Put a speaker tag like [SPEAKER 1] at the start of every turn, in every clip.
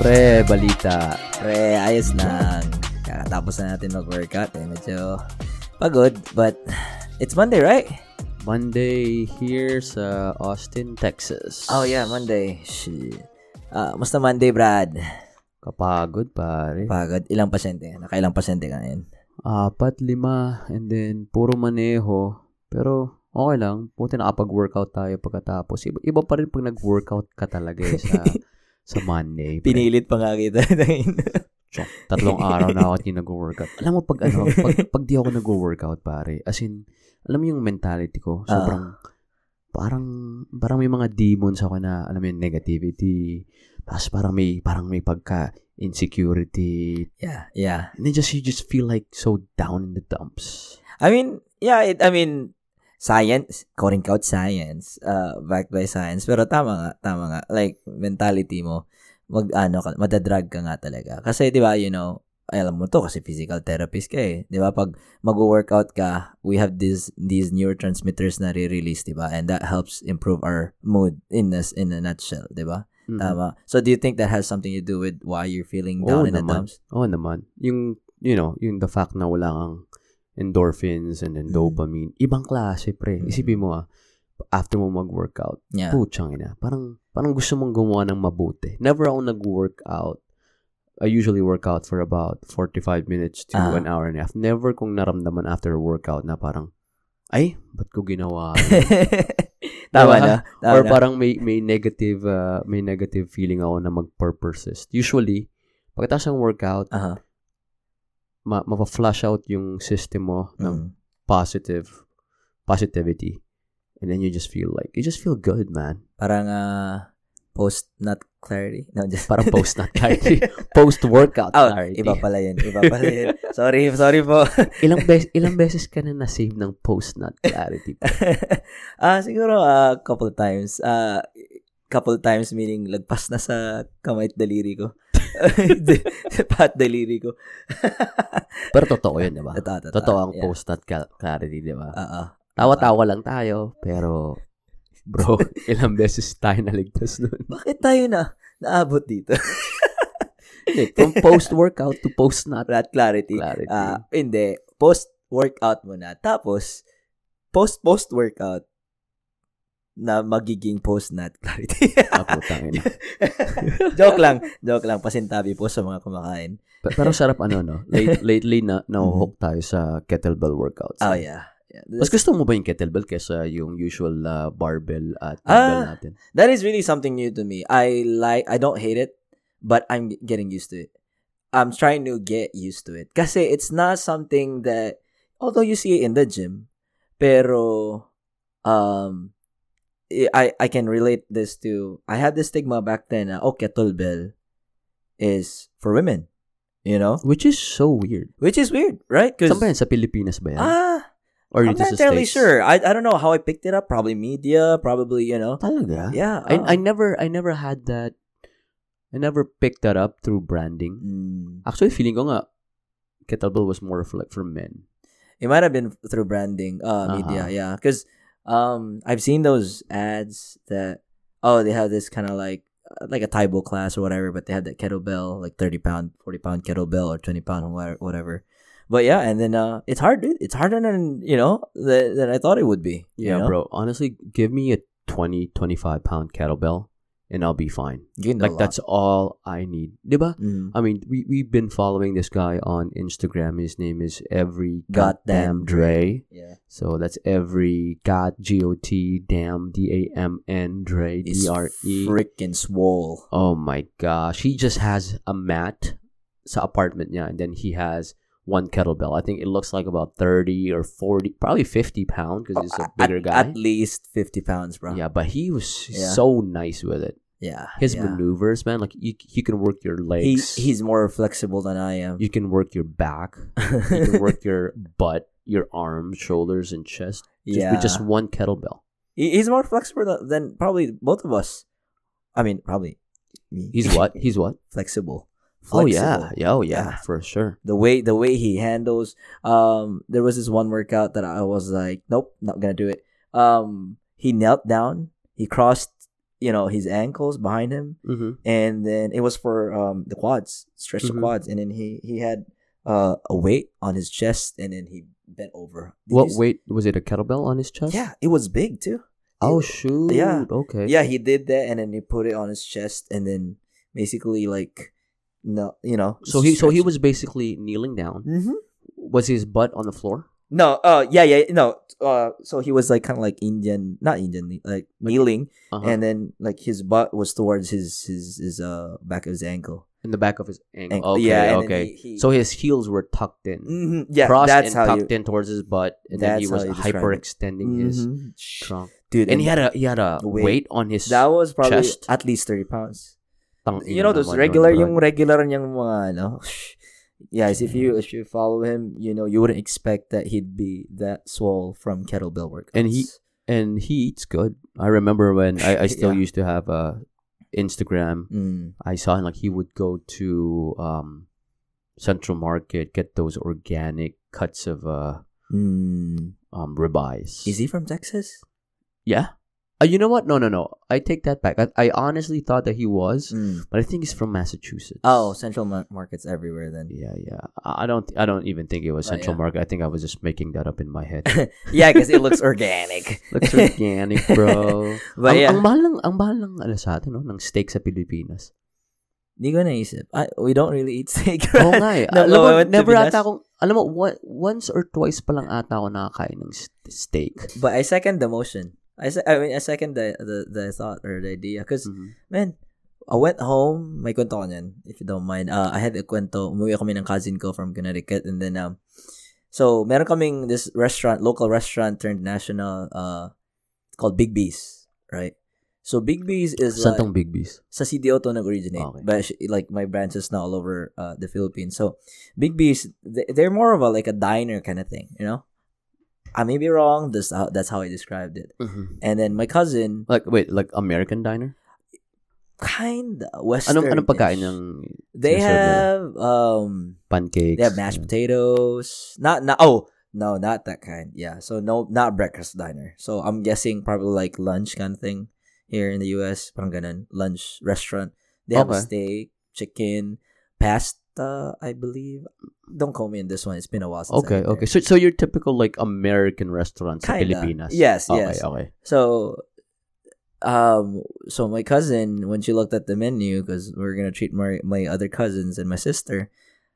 [SPEAKER 1] pre, balita.
[SPEAKER 2] Pre, ayos lang. Kakatapos na natin mag-workout. Eh. Medyo pagod, but it's Monday, right?
[SPEAKER 1] Monday here sa Austin, Texas.
[SPEAKER 2] Oh yeah, Monday. Shit. Ah, musta Monday, Brad?
[SPEAKER 1] Kapagod, pare.
[SPEAKER 2] Pagod. Ilang pasyente? Nakailang pasyente ka ngayon?
[SPEAKER 1] Apat, lima, and then puro maneho. Pero okay lang, buti nakapag-workout tayo pagkatapos. Iba, iba pa rin pag nag-workout ka talaga eh, sa, sa Monday. pre.
[SPEAKER 2] Pinilit pa nga kita.
[SPEAKER 1] Chok, tatlong araw na ako hindi nag-workout. Alam mo, pag ano, pag, pag di ako nag-workout, pare, as in, alam mo yung mentality ko, sobrang, parang, parang may mga demons ako na, alam mo yung negativity, tapos parang may, parang may pagka, insecurity,
[SPEAKER 2] yeah, yeah.
[SPEAKER 1] and then just, you just feel like so down in the dumps.
[SPEAKER 2] I mean, yeah, it, I mean, science, quoting out science, uh, backed by science. Pero tama nga, tama nga. Like, mentality mo, mag, ano, ka- madadrag ka nga talaga. Kasi, di ba, you know, ay, alam mo to kasi physical therapist ka eh. Di ba? Pag mag-workout ka, we have these these neurotransmitters na re-release, di ba? And that helps improve our mood in this, in a nutshell, di ba?
[SPEAKER 1] Mhm.
[SPEAKER 2] Tama. So, do you think that has something to do with why you're feeling
[SPEAKER 1] Oo
[SPEAKER 2] down in
[SPEAKER 1] Oh,
[SPEAKER 2] the
[SPEAKER 1] naman.
[SPEAKER 2] dumps?
[SPEAKER 1] Oo naman. Yung, you know, yung the fact na wala kang endorphins and then
[SPEAKER 2] Mhm.
[SPEAKER 1] dopamine, ibang klase, pre.
[SPEAKER 2] Mhm.
[SPEAKER 1] Isipin mo ah, after mo mag-workout,
[SPEAKER 2] Yeah.
[SPEAKER 1] Puchang ina. Parang, parang gusto mong gumawa ng mabuti. Never ako nag-workout. I usually work out for about 45 minutes to
[SPEAKER 2] Ah.
[SPEAKER 1] an hour and a half. Never kong naramdaman after a workout na parang, ay, ba't ko ginawa? Diba?
[SPEAKER 2] tama na. Tama
[SPEAKER 1] Or
[SPEAKER 2] na.
[SPEAKER 1] parang may, may negative, uh, may negative feeling ako na mag-purposes. Usually, pagkatapos ng workout,
[SPEAKER 2] Aha.
[SPEAKER 1] ma- mapa-flush out yung system mo ng
[SPEAKER 2] Mm.
[SPEAKER 1] positive, positivity. And then you just feel like, you just feel good, man.
[SPEAKER 2] Parang ah, post not clarity. No, just
[SPEAKER 1] Parang post not clarity. post workout
[SPEAKER 2] Oh,
[SPEAKER 1] clarity.
[SPEAKER 2] iba pala yun. Iba pala yun. sorry, sorry po.
[SPEAKER 1] ilang beses ilang beses ka na na-save ng post not clarity.
[SPEAKER 2] Ah, siguro a couple times. Ah, couple times meaning lagpas na sa kamay at daliri ko. De- Pat daliri ko.
[SPEAKER 1] Pero totoo 'yun, 'di ba?
[SPEAKER 2] Totoo, totoo.
[SPEAKER 1] Ah, Totoo ang
[SPEAKER 2] Yeah. Ah,
[SPEAKER 1] post not cal- clarity, 'di ba?
[SPEAKER 2] Oo.
[SPEAKER 1] Tawa-tawa lang tayo, pero bro, ilang beses tayo naligtas nun.
[SPEAKER 2] Bakit tayo na naabot dito?
[SPEAKER 1] Like, From post workout to post not
[SPEAKER 2] Not clarity.
[SPEAKER 1] clarity.
[SPEAKER 2] Ah, hindi. Post-workout muna. Tapos, post-post-workout na magiging post-not clarity.
[SPEAKER 1] Ah, putang ina.
[SPEAKER 2] joke lang. Joke lang. Pasintabi po sa mga kumakain.
[SPEAKER 1] Pe- Pero sarap ano no. Late, lately na nahuhook tayo sa kettlebell workouts.
[SPEAKER 2] Oh, yeah. Yeah.
[SPEAKER 1] Mas gusto mo ba yung kettlebell kesa yung usual ah, barbell at
[SPEAKER 2] Ah.
[SPEAKER 1] dumbbell natin?
[SPEAKER 2] That is really something new to me. I like, I don't hate it, but I'm getting used to it. I'm trying to get used to it. Kasi it's not something that, although you see it in the gym, pero, um, I, I can relate this to, I had this stigma back then, uh, oh, kettlebell is for women, you know?
[SPEAKER 1] Which is so weird.
[SPEAKER 2] Which is weird, right? 'Cause-
[SPEAKER 1] Saan ba yan? Sa Pilipinas ba yan?
[SPEAKER 2] ah,
[SPEAKER 1] Or
[SPEAKER 2] I'm
[SPEAKER 1] just
[SPEAKER 2] not
[SPEAKER 1] sa
[SPEAKER 2] entirely
[SPEAKER 1] States?
[SPEAKER 2] sure. I, I don't know how I picked it up. Probably media. Probably you know.
[SPEAKER 1] Talaga?
[SPEAKER 2] Yeah. uh,
[SPEAKER 1] I, I never I never had that I never picked that up through branding.
[SPEAKER 2] mm,
[SPEAKER 1] Actually, feeling ko nga kettlebell was more for like for men.
[SPEAKER 2] it might have been through branding, uh,
[SPEAKER 1] Uh-huh.
[SPEAKER 2] media. Yeah, because um, I've seen those ads that oh they have this kind of like uh, like a Taibo class or whatever, but they had that kettlebell like thirty pound, forty pound kettlebell or twenty pound wha- whatever. But yeah, and then uh, it's hard. dude. It's harder than you know than, than I thought it would be. you
[SPEAKER 1] Yeah,
[SPEAKER 2] know?
[SPEAKER 1] bro. Honestly, give me a 20 25 pound kettlebell and I'll be fine.
[SPEAKER 2] You can do
[SPEAKER 1] like
[SPEAKER 2] a lot.
[SPEAKER 1] that's all I need. 'Di ba?
[SPEAKER 2] Mm.
[SPEAKER 1] I mean, we we've been following this guy on Instagram. His name is Every Goddamn
[SPEAKER 2] Goddamn
[SPEAKER 1] Dre.
[SPEAKER 2] yeah.
[SPEAKER 1] So that's Every God G O T Damn D A M N Dre D
[SPEAKER 2] It's
[SPEAKER 1] R E.
[SPEAKER 2] freaking swole.
[SPEAKER 1] Oh my gosh. He just has a mat sa apartment niya and then he has one kettlebell. I think it looks like about 30 or 40, probably 50 pounds because he's a bigger
[SPEAKER 2] Oh, at,
[SPEAKER 1] guy.
[SPEAKER 2] At least 50 pounds, bro.
[SPEAKER 1] yeah, but he was
[SPEAKER 2] Yeah.
[SPEAKER 1] so nice with it.
[SPEAKER 2] Yeah.
[SPEAKER 1] His
[SPEAKER 2] yeah.
[SPEAKER 1] maneuvers, man, like you, you can work your
[SPEAKER 2] He,
[SPEAKER 1] legs.
[SPEAKER 2] he's more flexible than I am.
[SPEAKER 1] you can work your back. You can work your butt, your arms, shoulders, and chest just,
[SPEAKER 2] yeah.
[SPEAKER 1] with just one kettlebell.
[SPEAKER 2] He- he's more flexible than, than probably both of us. I mean, probably. me.
[SPEAKER 1] He's what? He's what?
[SPEAKER 2] flexible.
[SPEAKER 1] Oh,
[SPEAKER 2] flexible.
[SPEAKER 1] yeah. yeah. Oh, yeah.
[SPEAKER 2] Yeah.
[SPEAKER 1] For sure.
[SPEAKER 2] The way the way he handles um there was this one workout that I was like, nope, not going to do it. Um he knelt down, he crossed you know, his ankles behind him,
[SPEAKER 1] Mhm.
[SPEAKER 2] and then it was for um the quads, stretch
[SPEAKER 1] Mhm.
[SPEAKER 2] the quads, and then he he had uh a weight on his chest, and then he bent over. Did
[SPEAKER 1] What
[SPEAKER 2] you s-
[SPEAKER 1] weight was it? A kettlebell on his chest?
[SPEAKER 2] Yeah, it was big too.
[SPEAKER 1] Oh
[SPEAKER 2] It-
[SPEAKER 1] shoot.
[SPEAKER 2] Yeah.
[SPEAKER 1] Okay.
[SPEAKER 2] yeah, he did that, and then he put it on his chest, and then basically like no, you know.
[SPEAKER 1] So he so he was basically kneeling down.
[SPEAKER 2] hmm
[SPEAKER 1] Was his butt on the floor?
[SPEAKER 2] No, uh, yeah, yeah, no. Uh, so he was like kind of like Indian, not Indian, like kneeling,
[SPEAKER 1] Uh-huh.
[SPEAKER 2] and then like his butt was towards his his his uh back of his ankle.
[SPEAKER 1] in the back of his ankle.
[SPEAKER 2] Ankle.
[SPEAKER 1] Okay.
[SPEAKER 2] Yeah, and then
[SPEAKER 1] okay.
[SPEAKER 2] he- he-
[SPEAKER 1] So his heels were tucked in,
[SPEAKER 2] Mm-hmm. Yeah,
[SPEAKER 1] crossed and
[SPEAKER 2] that's how you.
[SPEAKER 1] tucked in towards his butt, and then he
[SPEAKER 2] That's
[SPEAKER 1] was
[SPEAKER 2] how you describe it.
[SPEAKER 1] hyperextending his
[SPEAKER 2] Mhm.
[SPEAKER 1] trunk.
[SPEAKER 2] dude,
[SPEAKER 1] And he had a he had a weight,
[SPEAKER 2] Weight.
[SPEAKER 1] on his
[SPEAKER 2] that was probably
[SPEAKER 1] chest.
[SPEAKER 2] at least thirty pounds.
[SPEAKER 1] tangina
[SPEAKER 2] You know those
[SPEAKER 1] naman,
[SPEAKER 2] regular
[SPEAKER 1] bro.
[SPEAKER 2] yung regular niyang mga ano. Guys, if you if you follow him, you know you wouldn't expect that he'd be that swole from kettlebell workouts.
[SPEAKER 1] And he- and he eats good. I remember when I, I still
[SPEAKER 2] Yeah.
[SPEAKER 1] used to have uh, Instagram.
[SPEAKER 2] Mm.
[SPEAKER 1] I saw him like he would go to um, Central Market get those organic cuts of uh,
[SPEAKER 2] Mm.
[SPEAKER 1] um, ribeyes.
[SPEAKER 2] Is he from Texas?
[SPEAKER 1] Yeah. Uh, you know what? No, no, no. I take that back. I, I honestly thought that he was,
[SPEAKER 2] Mm.
[SPEAKER 1] but I think he's from Massachusetts.
[SPEAKER 2] Oh, central mar- markets everywhere then.
[SPEAKER 1] Yeah, yeah. I I don't. I don't even think it was
[SPEAKER 2] Oh,
[SPEAKER 1] Central
[SPEAKER 2] yeah.
[SPEAKER 1] Market. I think I was just making that up in my head.
[SPEAKER 2] yeah, because it looks organic.
[SPEAKER 1] Looks organic, bro.
[SPEAKER 2] But
[SPEAKER 1] ang,
[SPEAKER 2] yeah,
[SPEAKER 1] ang mahal ng ang mahal ng ano sa atin, no? ng steak sa Pilipinas.
[SPEAKER 2] hindi ko naisip. I, we don't really eat steak.
[SPEAKER 1] Oo
[SPEAKER 2] Right?
[SPEAKER 1] nga eh. alam
[SPEAKER 2] No,
[SPEAKER 1] mo,
[SPEAKER 2] I went to
[SPEAKER 1] never
[SPEAKER 2] Pinas.
[SPEAKER 1] ata akong, alam mo, wa- once or twice pa lang ata ako nakakain ng s- steak.
[SPEAKER 2] But I second the motion. I, se- I mean, I second the, the, the thought or the idea. Because,
[SPEAKER 1] Mhm.
[SPEAKER 2] man, I went home. May kwento ko niyan, if you don't mind. Uh, I had a kwento. Umuwi kami ng cousin ko from Connecticut. And then, um, so, meron kaming this restaurant, local restaurant turned national, uh, called Big B's, right? So, Big B's is
[SPEAKER 1] Saan
[SPEAKER 2] like-
[SPEAKER 1] tong Big B's?
[SPEAKER 2] sa CDO to nag-originate.
[SPEAKER 1] Okay.
[SPEAKER 2] But sh- like my branches now all over uh, the Philippines. So Big B's, th- they're more of a like a diner kind of thing, you know? I may be wrong. This how that's how I described it. And then my cousin,
[SPEAKER 1] Like, wait, like American diner?
[SPEAKER 2] kind of Western.
[SPEAKER 1] Anong, anong pagkain ng
[SPEAKER 2] They
[SPEAKER 1] sinaserve nila?
[SPEAKER 2] have um,
[SPEAKER 1] pancakes?
[SPEAKER 2] they have mashed potatoes. Not not oh no not that kind. Yeah. So no not breakfast diner. So I'm guessing probably like lunch kind of thing here in the U.S. Parang ganun, lunch restaurant. They have a
[SPEAKER 1] Okay.
[SPEAKER 2] steak, chicken, pasta. I believe. Don't call me in this one. It's been a while. Since
[SPEAKER 1] Okay,
[SPEAKER 2] I've
[SPEAKER 1] okay.
[SPEAKER 2] been there.
[SPEAKER 1] So, so your typical like American restaurant sa
[SPEAKER 2] Kinda.
[SPEAKER 1] Pilipinas?
[SPEAKER 2] Yes,
[SPEAKER 1] okay,
[SPEAKER 2] yes.
[SPEAKER 1] Okay,
[SPEAKER 2] So, um, so my cousin when she looked at the menu because we are gonna treat my my other cousins and my sister,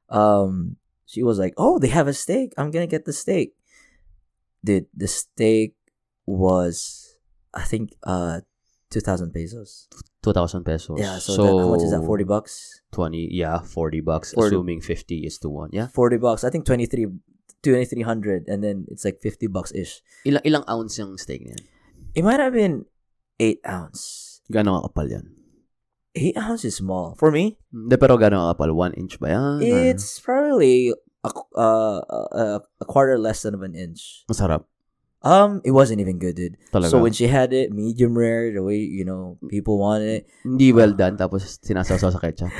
[SPEAKER 2] um, she was like, "Oh, they have a steak. I'm gonna get the steak." Dude, the steak was, I think, uh, two thousand pesos.
[SPEAKER 1] 2,000 pesos.
[SPEAKER 2] Yeah. So, that, how much is that? Forty bucks.
[SPEAKER 1] 20, yeah, 40 bucks,
[SPEAKER 2] 40.
[SPEAKER 1] assuming 50 is the one. Yeah.
[SPEAKER 2] Forty bucks. I think 23 2300 and then it's like fifty bucks ish.
[SPEAKER 1] Ilang, ilang ounce yung steak niyan?
[SPEAKER 2] It might have been eight ounce.
[SPEAKER 1] Gano'ng kapal yan?
[SPEAKER 2] Eight ounce is small for me.
[SPEAKER 1] Hindi, pero gano'ng kapal? One inch ba yan?
[SPEAKER 2] It's probably a, qu- uh, a, a quarter less than of an inch.
[SPEAKER 1] Masarap.
[SPEAKER 2] Um, it wasn't even good, dude.
[SPEAKER 1] Talaga.
[SPEAKER 2] So when she had it, medium rare, the way you know people wanted it.
[SPEAKER 1] Hindi well done, tapos sinasawsaw sa ketchup.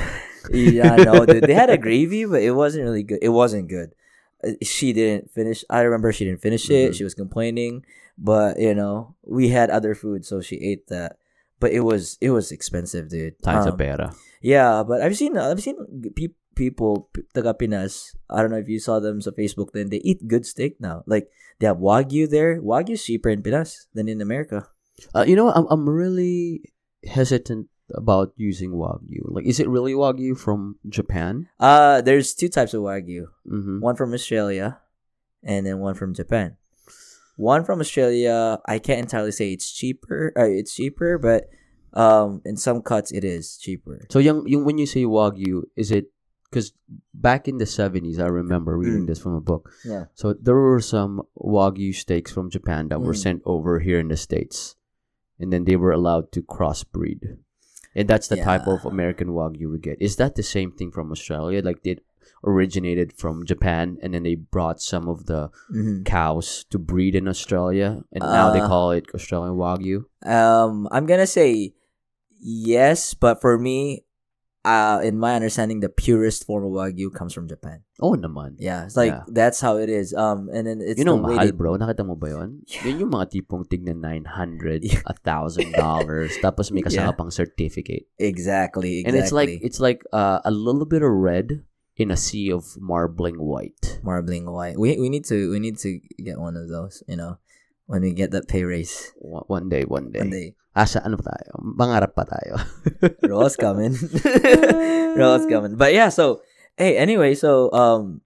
[SPEAKER 2] Yeah, no, dude. They had a gravy, but it wasn't really good. It wasn't good. Uh, She didn't finish. I remember she didn't finish it.
[SPEAKER 1] Mhm.
[SPEAKER 2] She was complaining, but you know we had other food, so she ate that. But it was it was expensive, dude.
[SPEAKER 1] Tayo sa
[SPEAKER 2] Um,
[SPEAKER 1] pera.
[SPEAKER 2] Yeah, but I've seen I've seen pe- people p- taga Pinas. I don't know if you saw them on Facebook. Then they eat good steak now. Like they have wagyu there. Wagyu's cheaper in Pinas than in America.
[SPEAKER 1] Uh, you know, I'm, I'm really hesitant about using Wagyu. Like, is it really Wagyu from Japan?
[SPEAKER 2] Uh there's two types of wagyu.
[SPEAKER 1] Mm-hmm.
[SPEAKER 2] One from Australia, and then one from Japan. One from Australia, I can't entirely say it's cheaper. Uh, it's cheaper, but um, in some cuts it is cheaper.
[SPEAKER 1] So, yung, yung when you say Wagyu, is it... Because back in the 70s, I remember reading this from a book.
[SPEAKER 2] Yeah.
[SPEAKER 1] So, there were some Wagyu steaks from Japan that were
[SPEAKER 2] Mm.
[SPEAKER 1] sent over here in the States. And then they were allowed to crossbreed. And that's the type
[SPEAKER 2] Yeah.
[SPEAKER 1] of American Wagyu we get. Is that the same thing from Australia? Like, they originated from Japan and then they brought some of the
[SPEAKER 2] Mhm.
[SPEAKER 1] cows to breed in Australia, and now they
[SPEAKER 2] Uh,
[SPEAKER 1] call it Australian Wagyu.
[SPEAKER 2] Um, I'm gonna say yes, but for me, uh, in my understanding, the purest form of wagyu comes from Japan.
[SPEAKER 1] Oo Oh, naman.
[SPEAKER 2] Yeah, it's like
[SPEAKER 1] Yeah.
[SPEAKER 2] that's how it is. Um, and then it's
[SPEAKER 1] yun ang
[SPEAKER 2] the way
[SPEAKER 1] mahal,
[SPEAKER 2] they-
[SPEAKER 1] bro. Nakita mo ba yun?
[SPEAKER 2] Yeah.
[SPEAKER 1] Yun yung mga tipong tignan 900,
[SPEAKER 2] Yeah.
[SPEAKER 1] $1,000, tapos may kasama
[SPEAKER 2] Yeah.
[SPEAKER 1] pang certificate.
[SPEAKER 2] exactly, exactly.
[SPEAKER 1] And it's like, it's like uh, a little bit of red in a sea of marbling white.
[SPEAKER 2] marbling white. We we need to we need to get one of those. You know, when we get that pay raise
[SPEAKER 1] One one day, one day.
[SPEAKER 2] one day.
[SPEAKER 1] Asa, ano pa tayo? Mangarap pa tayo.
[SPEAKER 2] Ross coming. Ross coming. But yeah, so hey, anyway, so um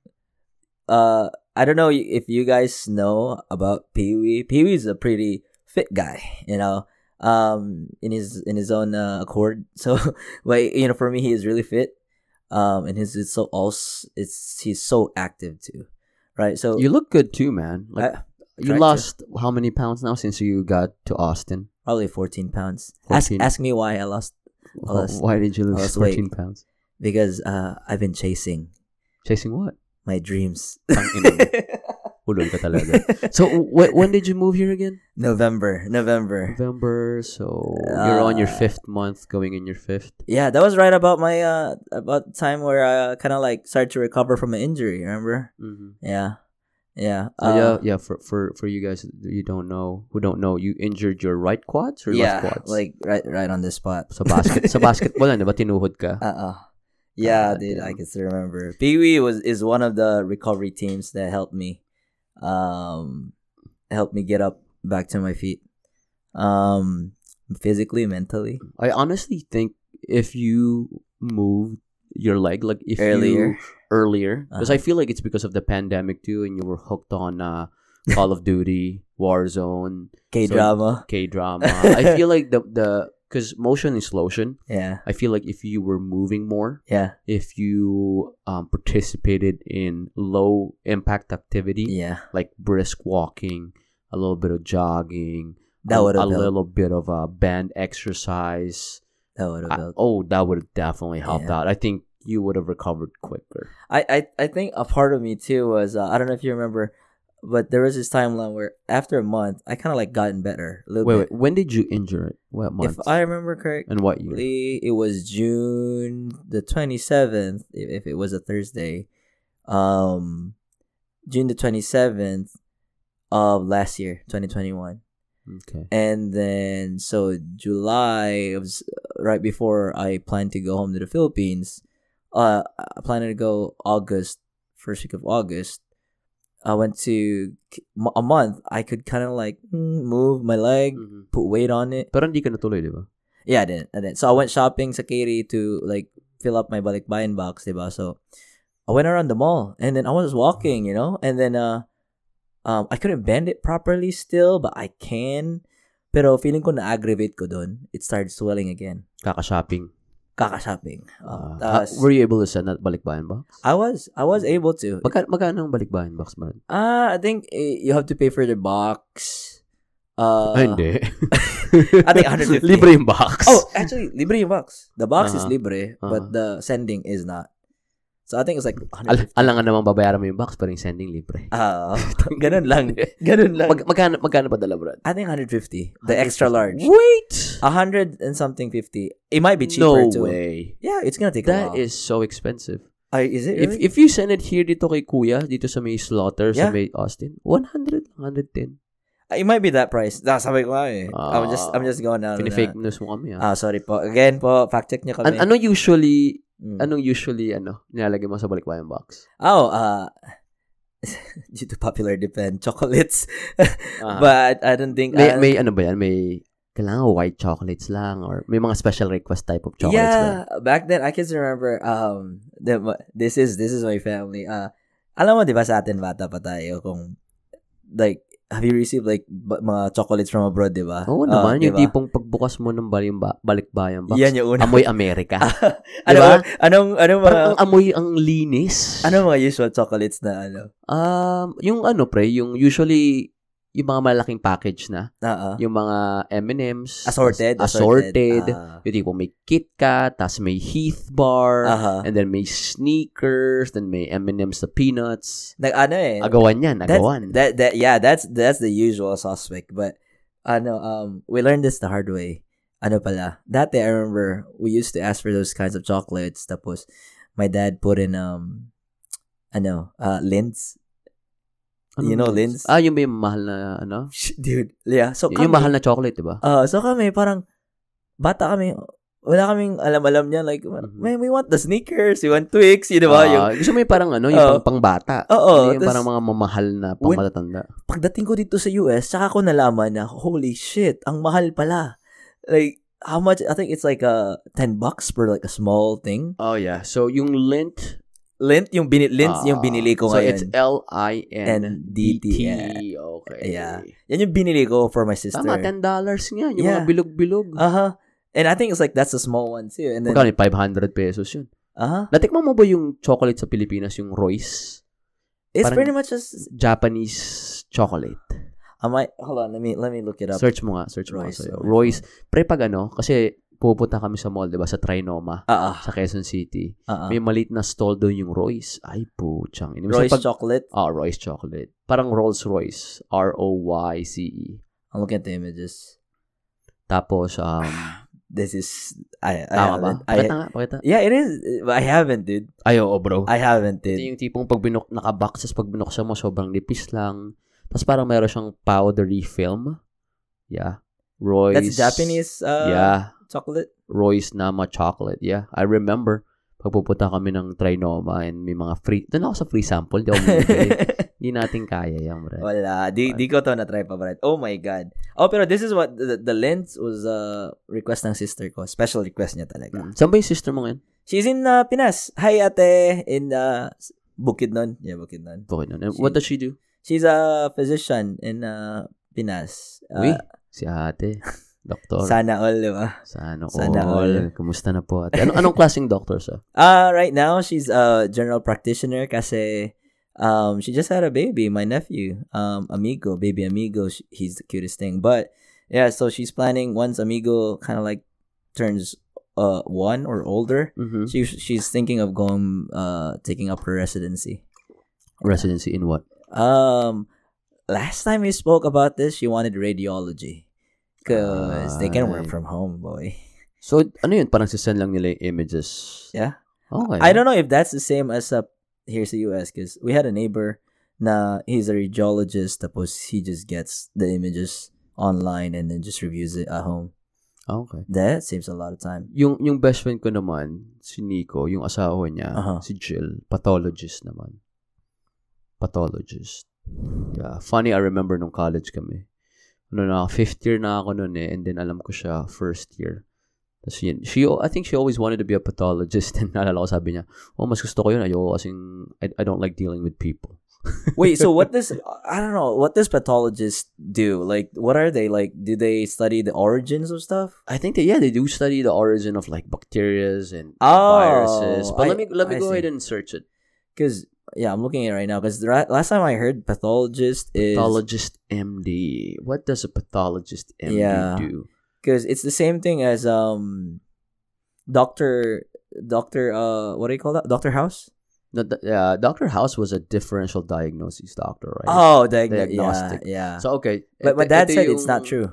[SPEAKER 2] uh I don't know if you guys know about Pee Wee. Pee Wee's a pretty fit guy, you know. Um in his in his own uh, accord. So but you know, for me he is really fit. Um and his it's so also it's he's so active too. Right? So
[SPEAKER 1] You look good too, man. Like,
[SPEAKER 2] I-
[SPEAKER 1] you
[SPEAKER 2] tried to.
[SPEAKER 1] lost how many pounds now since you got to Austin?
[SPEAKER 2] probably 14 pounds. Ask
[SPEAKER 1] 14.
[SPEAKER 2] ask me why I lost
[SPEAKER 1] Wh-
[SPEAKER 2] lost-
[SPEAKER 1] Why did you
[SPEAKER 2] I
[SPEAKER 1] lose
[SPEAKER 2] lost weight.
[SPEAKER 1] 14 pounds?
[SPEAKER 2] because uh I've been chasing
[SPEAKER 1] Chasing what?
[SPEAKER 2] my dreams.
[SPEAKER 1] Tang ina mo. Ulol ka talaga. So, wh- when did you move here again?
[SPEAKER 2] November, November.
[SPEAKER 1] November, so you're on your
[SPEAKER 2] Uh,
[SPEAKER 1] fifth month, going in your fifth.
[SPEAKER 2] Yeah, that was right about my uh about the time where I kind of like started to recover from an injury. Remember?
[SPEAKER 1] Mm-hmm.
[SPEAKER 2] Yeah, yeah,
[SPEAKER 1] Oh, yeah,
[SPEAKER 2] uh,
[SPEAKER 1] yeah. For, for for you guys you don't know who don't know, you injured your right quads or
[SPEAKER 2] yeah.
[SPEAKER 1] left quads?
[SPEAKER 2] Like right, right on this spot.
[SPEAKER 1] sa basket sa basketball ano ba tinuhod ka?
[SPEAKER 2] Uh uh Yeah,
[SPEAKER 1] God
[SPEAKER 2] dude, I
[SPEAKER 1] damn.
[SPEAKER 2] can still remember. Pee Wee was is one of the recovery teams that helped me, um, helped me get up back to my feet, um, physically, mentally.
[SPEAKER 1] I honestly think if you moved your leg like if
[SPEAKER 2] Earlier. Uh-huh.
[SPEAKER 1] you earlier because I feel like it's because of the pandemic too and you were hooked on uh, Call of Duty, Warzone,
[SPEAKER 2] K drama.
[SPEAKER 1] K drama. I feel like the the because motion is lotion.
[SPEAKER 2] yeah,
[SPEAKER 1] I feel like if you were moving more,
[SPEAKER 2] yeah,
[SPEAKER 1] if you um, participated in low impact activity
[SPEAKER 2] yeah.
[SPEAKER 1] like brisk walking, a little bit of jogging,
[SPEAKER 2] That
[SPEAKER 1] a,
[SPEAKER 2] would
[SPEAKER 1] a
[SPEAKER 2] have helped.
[SPEAKER 1] little bit of uh, band exercise.
[SPEAKER 2] That would have
[SPEAKER 1] I-
[SPEAKER 2] helped.
[SPEAKER 1] oh, that would have definitely helped
[SPEAKER 2] Yeah.
[SPEAKER 1] out. I think you would have recovered quicker.
[SPEAKER 2] I, I, I think a part of me too was uh, I don't know if you remember, but there was this timeline where after a month I kind of like gotten better a little
[SPEAKER 1] Wait,
[SPEAKER 2] bit.
[SPEAKER 1] wait, when did you injure it? What month?
[SPEAKER 2] if I remember correctly,
[SPEAKER 1] and what year?
[SPEAKER 2] it was June the twenty seventh. If, if it was a Thursday, um, June the twenty seventh of last year, twenty twenty one,
[SPEAKER 1] Okay.
[SPEAKER 2] and then so July it was uh, right before I planned to go home to the Philippines. uh, I planned to go August, first week of August. I went to a month. I could kind of like mm, move my leg,
[SPEAKER 1] Mhm.
[SPEAKER 2] put weight on it.
[SPEAKER 1] Pero hindi ka natuloy, di ba?
[SPEAKER 2] Yeah, I didn't. I didn't. So I went shopping sa Katy to like fill up my balikbayan box, diba? So I went around the mall and then I was walking, you know? And then uh um I couldn't bend it properly still, but I can. Pero feeling ko na-aggravate ko dun. It started swelling again.
[SPEAKER 1] Kaka-shopping.
[SPEAKER 2] Kaka-shopping.
[SPEAKER 1] Ah,
[SPEAKER 2] Uh,
[SPEAKER 1] ah,
[SPEAKER 2] tas-
[SPEAKER 1] were you able to send that balikbayan box?
[SPEAKER 2] I was I was able to.
[SPEAKER 1] Magka, magkano ang balikbayan box ba? nun?
[SPEAKER 2] Uh, I think eh, you have to pay for the box. Uh,
[SPEAKER 1] Ay, hindi.
[SPEAKER 2] I think 150.
[SPEAKER 1] Libre yung box.
[SPEAKER 2] Oh, actually, libre yung box. The box is
[SPEAKER 1] Uh-huh.
[SPEAKER 2] libre,
[SPEAKER 1] Uh-huh.
[SPEAKER 2] but the sending is not. So I think it's like
[SPEAKER 1] Al-
[SPEAKER 2] 100.
[SPEAKER 1] alangan namang babayaran mo yung box pero yung sending libre.
[SPEAKER 2] Ah, ganun lang. Ganun lang.
[SPEAKER 1] Mag- magkano, magkano ba dala, Brad?
[SPEAKER 2] I think 150. The extra large.
[SPEAKER 1] Wait!
[SPEAKER 2] 100 and something 50. It might be cheaper
[SPEAKER 1] No
[SPEAKER 2] too.
[SPEAKER 1] way.
[SPEAKER 2] Yeah, it's gonna take
[SPEAKER 1] That
[SPEAKER 2] a while.
[SPEAKER 1] is so expensive.
[SPEAKER 2] Ay, is it really?
[SPEAKER 1] If if you send it here dito kay Kuya, dito sa may slaughter, sa
[SPEAKER 2] Yeah.
[SPEAKER 1] may Austin, 100, 110.
[SPEAKER 2] it might be that price. Ah, sabi ko nga eh. I'm just I'm just going down. on
[SPEAKER 1] Ah, Pinifake
[SPEAKER 2] that.
[SPEAKER 1] news mo kami, ah.
[SPEAKER 2] Ah, sorry po. Again po, fact check niyo kami.
[SPEAKER 1] An- ano usually,
[SPEAKER 2] Mm.
[SPEAKER 1] anong usually, ano, nilalagay mo sa balikbayan box?
[SPEAKER 2] Oh, uh, due to popular demand, chocolates.
[SPEAKER 1] Ah.
[SPEAKER 2] but I don't think
[SPEAKER 1] may,
[SPEAKER 2] I'll-
[SPEAKER 1] may ano ba yan? May, kailangan white chocolates lang or may mga special request type of chocolates ba?
[SPEAKER 2] yeah, back then I can still remember um the, this is this is my family. Uh alam mo 'di ba sa atin bata pa tayo kung like have you received like b- mga chocolates from abroad 'di ba?
[SPEAKER 1] Oo
[SPEAKER 2] Uh,
[SPEAKER 1] naman,
[SPEAKER 2] di
[SPEAKER 1] yung
[SPEAKER 2] ba?
[SPEAKER 1] tipong pagbukas mo ng balimba, balikbayan box,
[SPEAKER 2] Yan yung una.
[SPEAKER 1] amoy Amerika. diba?
[SPEAKER 2] ano ba? Anong anong mga
[SPEAKER 1] Parang ang amoy ang linis.
[SPEAKER 2] anong mga usual chocolates na ano?
[SPEAKER 1] Um, yung ano pre, yung usually yung mga malaking package na,
[SPEAKER 2] Oo.
[SPEAKER 1] yung mga M&Ms,
[SPEAKER 2] Ah, Assorted,
[SPEAKER 1] as- assorted,
[SPEAKER 2] Ah.
[SPEAKER 1] yung tipo may KitKat, tas may Heath bar,
[SPEAKER 2] Aha.
[SPEAKER 1] and then may sneakers, then may M&Ms na peanuts.
[SPEAKER 2] Nag ano eh.
[SPEAKER 1] Agawan yan,
[SPEAKER 2] That's-
[SPEAKER 1] agawan.
[SPEAKER 2] That that yeah, that's that's the usual suspect. But I know um we learned this the hard way. ano pala, dati I remember we used to ask for those kinds of chocolates tapos my dad put in um ano, uh Linds.
[SPEAKER 1] Anong
[SPEAKER 2] you know
[SPEAKER 1] Linds?
[SPEAKER 2] Linds?
[SPEAKER 1] Ah, yung may mahal na, ano?
[SPEAKER 2] Sh- Dude, yeah. So
[SPEAKER 1] yung mahal na chocolate, diba? di ba?
[SPEAKER 2] Ah, so kami parang bata kami, wala kaming alam-alam niya like
[SPEAKER 1] Mhm.
[SPEAKER 2] "Man, we want the sneakers, we want Twix, you know ba? Diba, Yung,
[SPEAKER 1] Ah, gusto mo yung parang ano, yung
[SPEAKER 2] Oo.
[SPEAKER 1] pang pangbata.
[SPEAKER 2] Oo,
[SPEAKER 1] Hindi yung
[SPEAKER 2] tas-
[SPEAKER 1] parang mga mamahal na pangmatatanda.
[SPEAKER 2] pagdating ko dito sa US, saka ko nalaman na holy shit, ang mahal pala. Like how much? I think it's like uh, 10 bucks for like a small thing.
[SPEAKER 1] Oh yeah. So yung lint
[SPEAKER 2] Lint yung bini Linds yung
[SPEAKER 1] ah,
[SPEAKER 2] binili ko
[SPEAKER 1] So
[SPEAKER 2] ngayon.
[SPEAKER 1] it's L I N D T.
[SPEAKER 2] NDT.
[SPEAKER 1] Okay.
[SPEAKER 2] Yeah. Yan yung binili ko for my sister.
[SPEAKER 1] Tama, $10 nga. Yung mga
[SPEAKER 2] Yeah.
[SPEAKER 1] bilog-bilog.
[SPEAKER 2] Uh-huh. And I think it's like that's a small one too. And then
[SPEAKER 1] Magkano yun? 500 pesos yun.
[SPEAKER 2] uh-huh.
[SPEAKER 1] Natikman mo ba yung chocolate sa Pilipinas, yung Royce?
[SPEAKER 2] It's
[SPEAKER 1] Parang-
[SPEAKER 2] pretty much just
[SPEAKER 1] Japanese chocolate.
[SPEAKER 2] I might hold on, let me let me look it up.
[SPEAKER 1] Search mo nga, search mo nga
[SPEAKER 2] Royce,
[SPEAKER 1] sa'yo.
[SPEAKER 2] okay.
[SPEAKER 1] Royce. Pre, pag ano, kasi pupunta kami sa mall, di ba, sa Trinoma,
[SPEAKER 2] Uh-uh.
[SPEAKER 1] sa Quezon City.
[SPEAKER 2] Uh-uh.
[SPEAKER 1] May maliit na stall doon yung Royce. Ay, puchang. Ini.
[SPEAKER 2] Royce
[SPEAKER 1] Ah. Royce pag,
[SPEAKER 2] chocolate.
[SPEAKER 1] Ah, Royce chocolate. Parang Rolls Royce. R-O-Y-C-E.
[SPEAKER 2] I'm looking at the images.
[SPEAKER 1] E. Tapos, um,
[SPEAKER 2] This is I I
[SPEAKER 1] tama ba?
[SPEAKER 2] haven't. I,
[SPEAKER 1] Pakita nga, pakita.
[SPEAKER 2] yeah, it is. But I haven't, dude.
[SPEAKER 1] Ay, oo, bro.
[SPEAKER 2] I haven't,
[SPEAKER 1] Ito
[SPEAKER 2] dude.
[SPEAKER 1] yung tipong pag binuk, nakabox, tapos pag binuksan mo, sobrang nipis lang. Tapos parang meron siyang powdery film. Yeah. Royce.
[SPEAKER 2] That's Japanese uh
[SPEAKER 1] yeah.
[SPEAKER 2] chocolate.
[SPEAKER 1] Royce Nama chocolate. Yeah. I remember. Pagpupunta kami ng Trinoma and may mga free, doon ako sa free sample, di ako bumibili. Hindi natin kaya yan, bro.
[SPEAKER 2] Wala. Di, di ko to na-try pa, Brad. Oh my God. Oh, pero this is what the, the lens was uh, request ng sister ko. Special request niya talaga.
[SPEAKER 1] Mm. Saan ba yung sister mo ngayon?
[SPEAKER 2] She's in uh, Pinas. Hi, ate. In uh, Bukidnon. Yeah, Bukidnon.
[SPEAKER 1] Okay nun. And What does she do?
[SPEAKER 2] She's a physician in uh, Pinas.
[SPEAKER 1] Uy,
[SPEAKER 2] Uh,
[SPEAKER 1] si ate. Doktor.
[SPEAKER 2] sana all, di ba?
[SPEAKER 1] Sana all.
[SPEAKER 2] Sana all.
[SPEAKER 1] Kumusta na po ate? Ano, anong klaseng doctor siya?
[SPEAKER 2] Uh, right now, she's a general practitioner kasi um, she just had a baby, my nephew, um, Amigo, baby Amigo. Sh- He's the cutest thing. But yeah, so she's planning once Amigo kind of like turns uh, one or older,
[SPEAKER 1] Mhm.
[SPEAKER 2] she, she's thinking of going, uh, taking up her residency.
[SPEAKER 1] Residency in what?
[SPEAKER 2] Um, last time we spoke about this, she wanted radiology because they can work
[SPEAKER 1] Ay.
[SPEAKER 2] from home, boy.
[SPEAKER 1] So, ano yun? Parang sisend lang nila yung images.
[SPEAKER 2] Yeah.
[SPEAKER 1] Okay.
[SPEAKER 2] I don't know if that's the same as up here sa US because we had a neighbor na he's a radiologist tapos he just gets the images online and then just reviews it at home.
[SPEAKER 1] Okay.
[SPEAKER 2] That saves a lot of time.
[SPEAKER 1] Yung, yung best friend ko naman, si Nico, yung asawa niya,
[SPEAKER 2] Aha.
[SPEAKER 1] si Jill, pathologist naman. Pathologist. Yeah. Funny, I remember nung college kami. Ano na, fifth year na ako noon eh, and then alam ko siya, first year. Tapos yun, she, I think she always wanted to be a pathologist, and naalala ko sabi niya, oh, mas gusto ko yun, ayoko kasing, I, I don't like dealing with people.
[SPEAKER 2] Wait, so what does I don't know, what does pathologists do? Like what are they like do they study the origins of stuff?
[SPEAKER 1] I think that yeah, they do study the origin of like bacterias and
[SPEAKER 2] Oh,
[SPEAKER 1] viruses. But let
[SPEAKER 2] I-
[SPEAKER 1] me let me
[SPEAKER 2] I
[SPEAKER 1] go
[SPEAKER 2] see.
[SPEAKER 1] ahead and search it.
[SPEAKER 2] Cuz yeah, I'm looking at it right now cuz last time I heard pathologist is
[SPEAKER 1] Pathologist MD. What does a pathologist MD
[SPEAKER 2] Yeah.
[SPEAKER 1] do?
[SPEAKER 2] because it's the same thing as um doctor doctor uh what do you call that doctor house
[SPEAKER 1] No, th- uh, Doctor House was a differential diagnosis doctor, right?
[SPEAKER 2] oh diagno-
[SPEAKER 1] Diagnostic.
[SPEAKER 2] yeah, yeah.
[SPEAKER 1] so okay,
[SPEAKER 2] but my
[SPEAKER 1] ito-
[SPEAKER 2] dad
[SPEAKER 1] ito
[SPEAKER 2] said
[SPEAKER 1] yung-
[SPEAKER 2] it's not true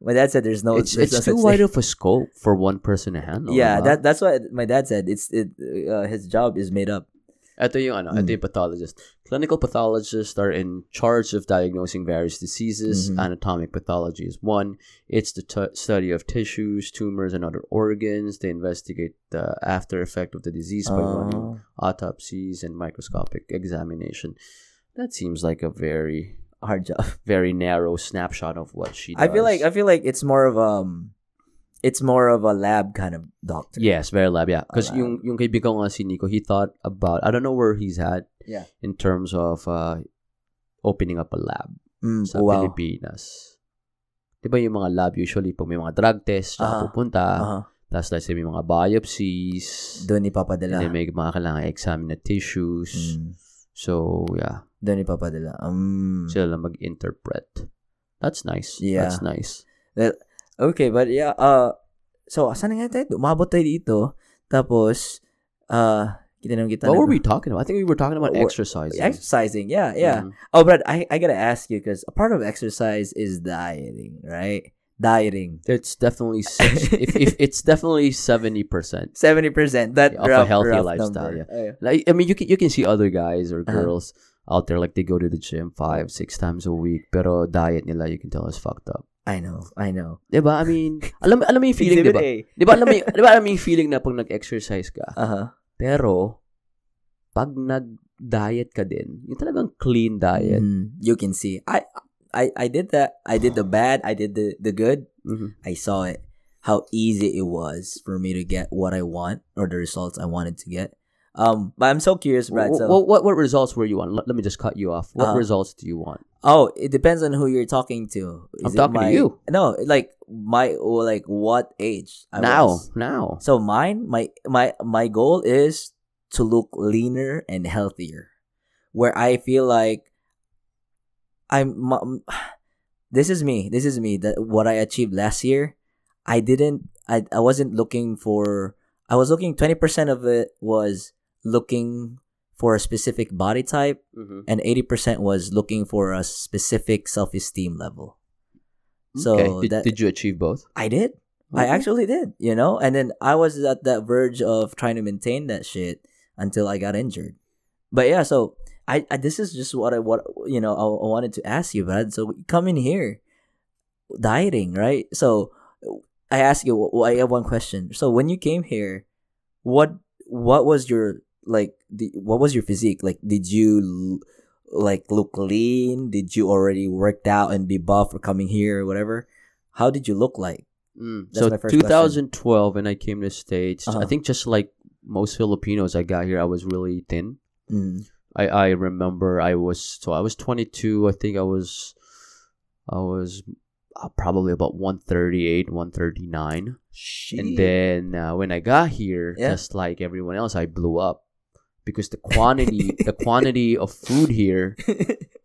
[SPEAKER 2] my dad said there's no
[SPEAKER 1] it's
[SPEAKER 2] there's
[SPEAKER 1] it's too
[SPEAKER 2] no such
[SPEAKER 1] wide
[SPEAKER 2] thing.
[SPEAKER 1] of a scope for one person to handle.
[SPEAKER 2] yeah
[SPEAKER 1] diba?
[SPEAKER 2] that that's what my dad said it's it uh, his job is made up
[SPEAKER 1] Ito yung ano,
[SPEAKER 2] Hmm.
[SPEAKER 1] ito yung pathologist. Clinical pathologists are in charge of diagnosing various diseases.
[SPEAKER 2] Mhm.
[SPEAKER 1] Anatomic pathology is one. It's the t- study of tissues, tumors, and other organs. They investigate the after effect of the disease by running
[SPEAKER 2] Oh.
[SPEAKER 1] autopsies and microscopic examination. That seems like a very,
[SPEAKER 2] hard job
[SPEAKER 1] very narrow snapshot of what she does.
[SPEAKER 2] i feel like i feel like it's more of um it's more of a lab kind of doctor
[SPEAKER 1] Yes, very lab, yeah. Because
[SPEAKER 2] Lab.
[SPEAKER 1] yung, yung kaibigan ko nga si Nico, he thought about, I don't know where he's at
[SPEAKER 2] Yeah.
[SPEAKER 1] in terms of uh, opening up a lab.
[SPEAKER 2] Mm,
[SPEAKER 1] sa
[SPEAKER 2] wow
[SPEAKER 1] Pilipinas. Di ba yung mga lab usually pag may mga drug test, tsaka
[SPEAKER 2] Ah,
[SPEAKER 1] pupunta,
[SPEAKER 2] uh-huh.
[SPEAKER 1] tapos let's say may mga biopsies,
[SPEAKER 2] doon
[SPEAKER 1] and
[SPEAKER 2] ipapadala
[SPEAKER 1] then may mga kailangan examine na tissues.
[SPEAKER 2] mm.
[SPEAKER 1] So, yeah.
[SPEAKER 2] doon ipapadala um
[SPEAKER 1] Sila lang mag-interpret. That's nice.
[SPEAKER 2] Yeah.
[SPEAKER 1] That's nice.
[SPEAKER 2] Okay, but yeah, uh, so, saan nga tayo? Umabot tayo dito. Tapos, uh, tinanong kita.
[SPEAKER 1] What
[SPEAKER 2] na-
[SPEAKER 1] were we talking about? I think we were talking about
[SPEAKER 2] We're-
[SPEAKER 1] exercising.
[SPEAKER 2] Exercising, yeah, yeah.
[SPEAKER 1] Mhm.
[SPEAKER 2] Oh, Brad, I, I gotta ask you, because a part of exercise is dieting, right? Dying.
[SPEAKER 1] It's definitely six, if, if it's definitely seventy percent.
[SPEAKER 2] 70%. That
[SPEAKER 1] Of a
[SPEAKER 2] rough,
[SPEAKER 1] healthy
[SPEAKER 2] rough
[SPEAKER 1] lifestyle,
[SPEAKER 2] number. Oh,
[SPEAKER 1] yeah. Like I mean, you can you can see other guys or
[SPEAKER 2] Uh-huh.
[SPEAKER 1] girls out there like they go to the gym five, six times a week, pero diet nila you can tell is fucked up.
[SPEAKER 2] I know, I know.
[SPEAKER 1] 'Di ba? I mean, alam alam mo yung feeling, 'di ba?
[SPEAKER 2] Exhibit
[SPEAKER 1] 'Di ba alam mo, yung- 'di ba alam mo yung feeling na pag nag-exercise ka,
[SPEAKER 2] A. Uh-huh.
[SPEAKER 1] pero pag nag-diet ka din, yung talagang clean diet.
[SPEAKER 2] Mm, you can see. I I I did that. I did the bad, I did the the good.
[SPEAKER 1] Mhm.
[SPEAKER 2] I saw it how easy it was for me to get what I want or the results I wanted to get. Um but I'm so curious, Brad.
[SPEAKER 1] Wh-
[SPEAKER 2] So
[SPEAKER 1] wh- what, what results were you on? Let, let me just cut you off. What
[SPEAKER 2] Uh-huh.
[SPEAKER 1] results do you want?
[SPEAKER 2] Oh, it depends on who you're talking to.
[SPEAKER 1] I'm
[SPEAKER 2] it
[SPEAKER 1] talking to
[SPEAKER 2] my-
[SPEAKER 1] you.
[SPEAKER 2] No, like my or like what age? I
[SPEAKER 1] now,
[SPEAKER 2] was.
[SPEAKER 1] now.
[SPEAKER 2] So mine, my my my goal is to look leaner and healthier, where I feel like I'm. mu- This is me. This is me. That what I achieved last year. I didn't. I I wasn't looking for. I was looking. Twenty percent of it was looking for a specific body type
[SPEAKER 1] Mhm.
[SPEAKER 2] and 80% was looking for a specific self-esteem level. So
[SPEAKER 1] okay. Did,
[SPEAKER 2] that
[SPEAKER 1] did you achieve both?
[SPEAKER 2] I did.
[SPEAKER 1] Okay.
[SPEAKER 2] I actually did, you know? And then I was at that verge of trying to maintain that shit until I got injured. But yeah, so I, I this is just what I what you know, I, I wanted to ask you, Brad. So come in here. Dieting, right? So I ask you well, I have one question. So when you came here, what what was your like the, what was your physique? Like did you l- like look lean? Did you already worked out and be buff for coming here or whatever? How did you look like?
[SPEAKER 1] Mm.
[SPEAKER 2] That's
[SPEAKER 1] So
[SPEAKER 2] my first
[SPEAKER 1] 2012, when I came to States,
[SPEAKER 2] Uh-huh.
[SPEAKER 1] I think just like most Filipinos, I got here, I was really thin.
[SPEAKER 2] Mm.
[SPEAKER 1] I, I remember I was so I was 22. I think I was I was uh, probably about 138, 139. And then uh, when I got here,
[SPEAKER 2] Yeah.
[SPEAKER 1] just like everyone else, I blew up because the quantity the quantity of food here.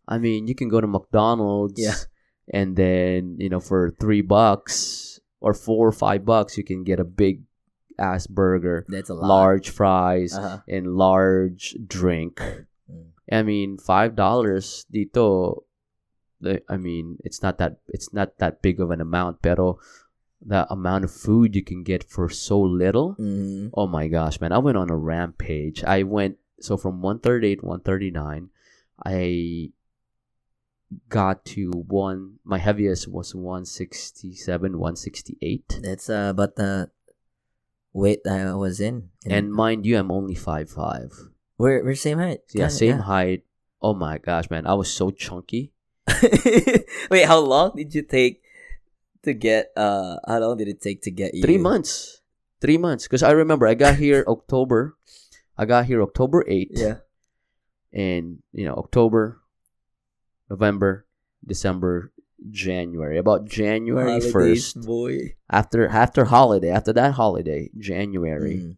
[SPEAKER 1] I mean, you can go to McDonald's,
[SPEAKER 2] Yeah.
[SPEAKER 1] and then you know for three bucks or four or five bucks, you can get a big ass burger,
[SPEAKER 2] that's a lot.
[SPEAKER 1] large fries,
[SPEAKER 2] Uh-huh.
[SPEAKER 1] and large drink.
[SPEAKER 2] Mm.
[SPEAKER 1] I mean, five dollars dito. the- I mean, it's not that it's not that big of an amount, pero the amount of food you can get for so little.
[SPEAKER 2] Mm.
[SPEAKER 1] Oh my gosh, man! I went on a rampage. I went so from one thirty eight, one thirty nine. I got to one. My heaviest was one sixty seven, one sixty eight.
[SPEAKER 2] That's uh, about the weight I was in.
[SPEAKER 1] And mind you, I'm only five five.
[SPEAKER 2] we're we're same height.
[SPEAKER 1] Yeah,
[SPEAKER 2] Kinda,
[SPEAKER 1] same
[SPEAKER 2] yeah.
[SPEAKER 1] height. Oh my gosh, man! I was so chunky.
[SPEAKER 2] Wait, how long did you take to get? Uh, how long did it take to get you?
[SPEAKER 1] Three months. Three months. Because I remember I got here October. I got here October 8th.
[SPEAKER 2] Yeah.
[SPEAKER 1] And, you know, October, November, December, January. About January 1st.
[SPEAKER 2] Holidays, boy.
[SPEAKER 1] After after holiday, after that holiday, January,
[SPEAKER 2] Mm.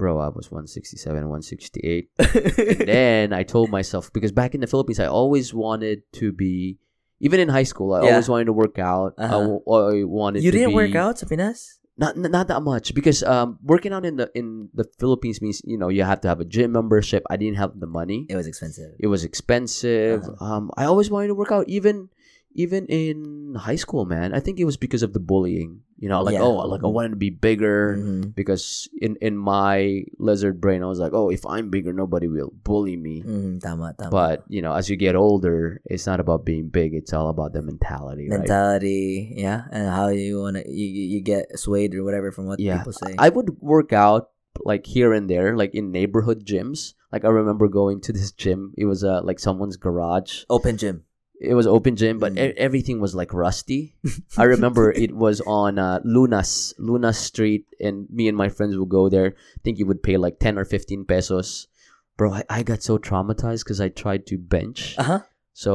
[SPEAKER 1] bro, I was 167, 168. then I told myself, because back in the Philippines, I always wanted to be, even in high school, I
[SPEAKER 2] Yeah.
[SPEAKER 1] always wanted to work out. I
[SPEAKER 2] Uh-huh.
[SPEAKER 1] wa- I, wanted
[SPEAKER 2] you
[SPEAKER 1] to
[SPEAKER 2] didn't work
[SPEAKER 1] be-
[SPEAKER 2] out, Sapinas.
[SPEAKER 1] not n- not that much because um working out in the in the Philippines means you know you have to have a gym membership. I didn't have the money.
[SPEAKER 2] It was expensive.
[SPEAKER 1] It was expensive.
[SPEAKER 2] Uh-huh.
[SPEAKER 1] Um, I always wanted to work out even even in high school, man. I think it was because of the bullying. You know, like
[SPEAKER 2] Yeah. Mm-hmm.
[SPEAKER 1] oh, like I wanted to be bigger
[SPEAKER 2] Mhm.
[SPEAKER 1] because in in my lizard brain, I was like, oh, if I'm bigger, nobody will bully me.
[SPEAKER 2] Mhm, tama, tama.
[SPEAKER 1] But you know, as you get older, it's not about being big; it's all about the mentality, right?
[SPEAKER 2] mentality, yeah, and how you wanna you, you you get swayed or whatever from what
[SPEAKER 1] Yeah,
[SPEAKER 2] people say.
[SPEAKER 1] I would work out like here and there, like in neighborhood gyms. Like I remember going to this gym. It was uh, like someone's garage.
[SPEAKER 2] Open gym.
[SPEAKER 1] It was open gym, but
[SPEAKER 2] Mm.
[SPEAKER 1] e- everything was like rusty. I remember it was on uh, Lunas, Lunas Street, and me and my friends would go there. I think you would pay like ten or fifteen pesos. Bro, I, I got so traumatized because I tried to bench.
[SPEAKER 2] Uh huh.
[SPEAKER 1] So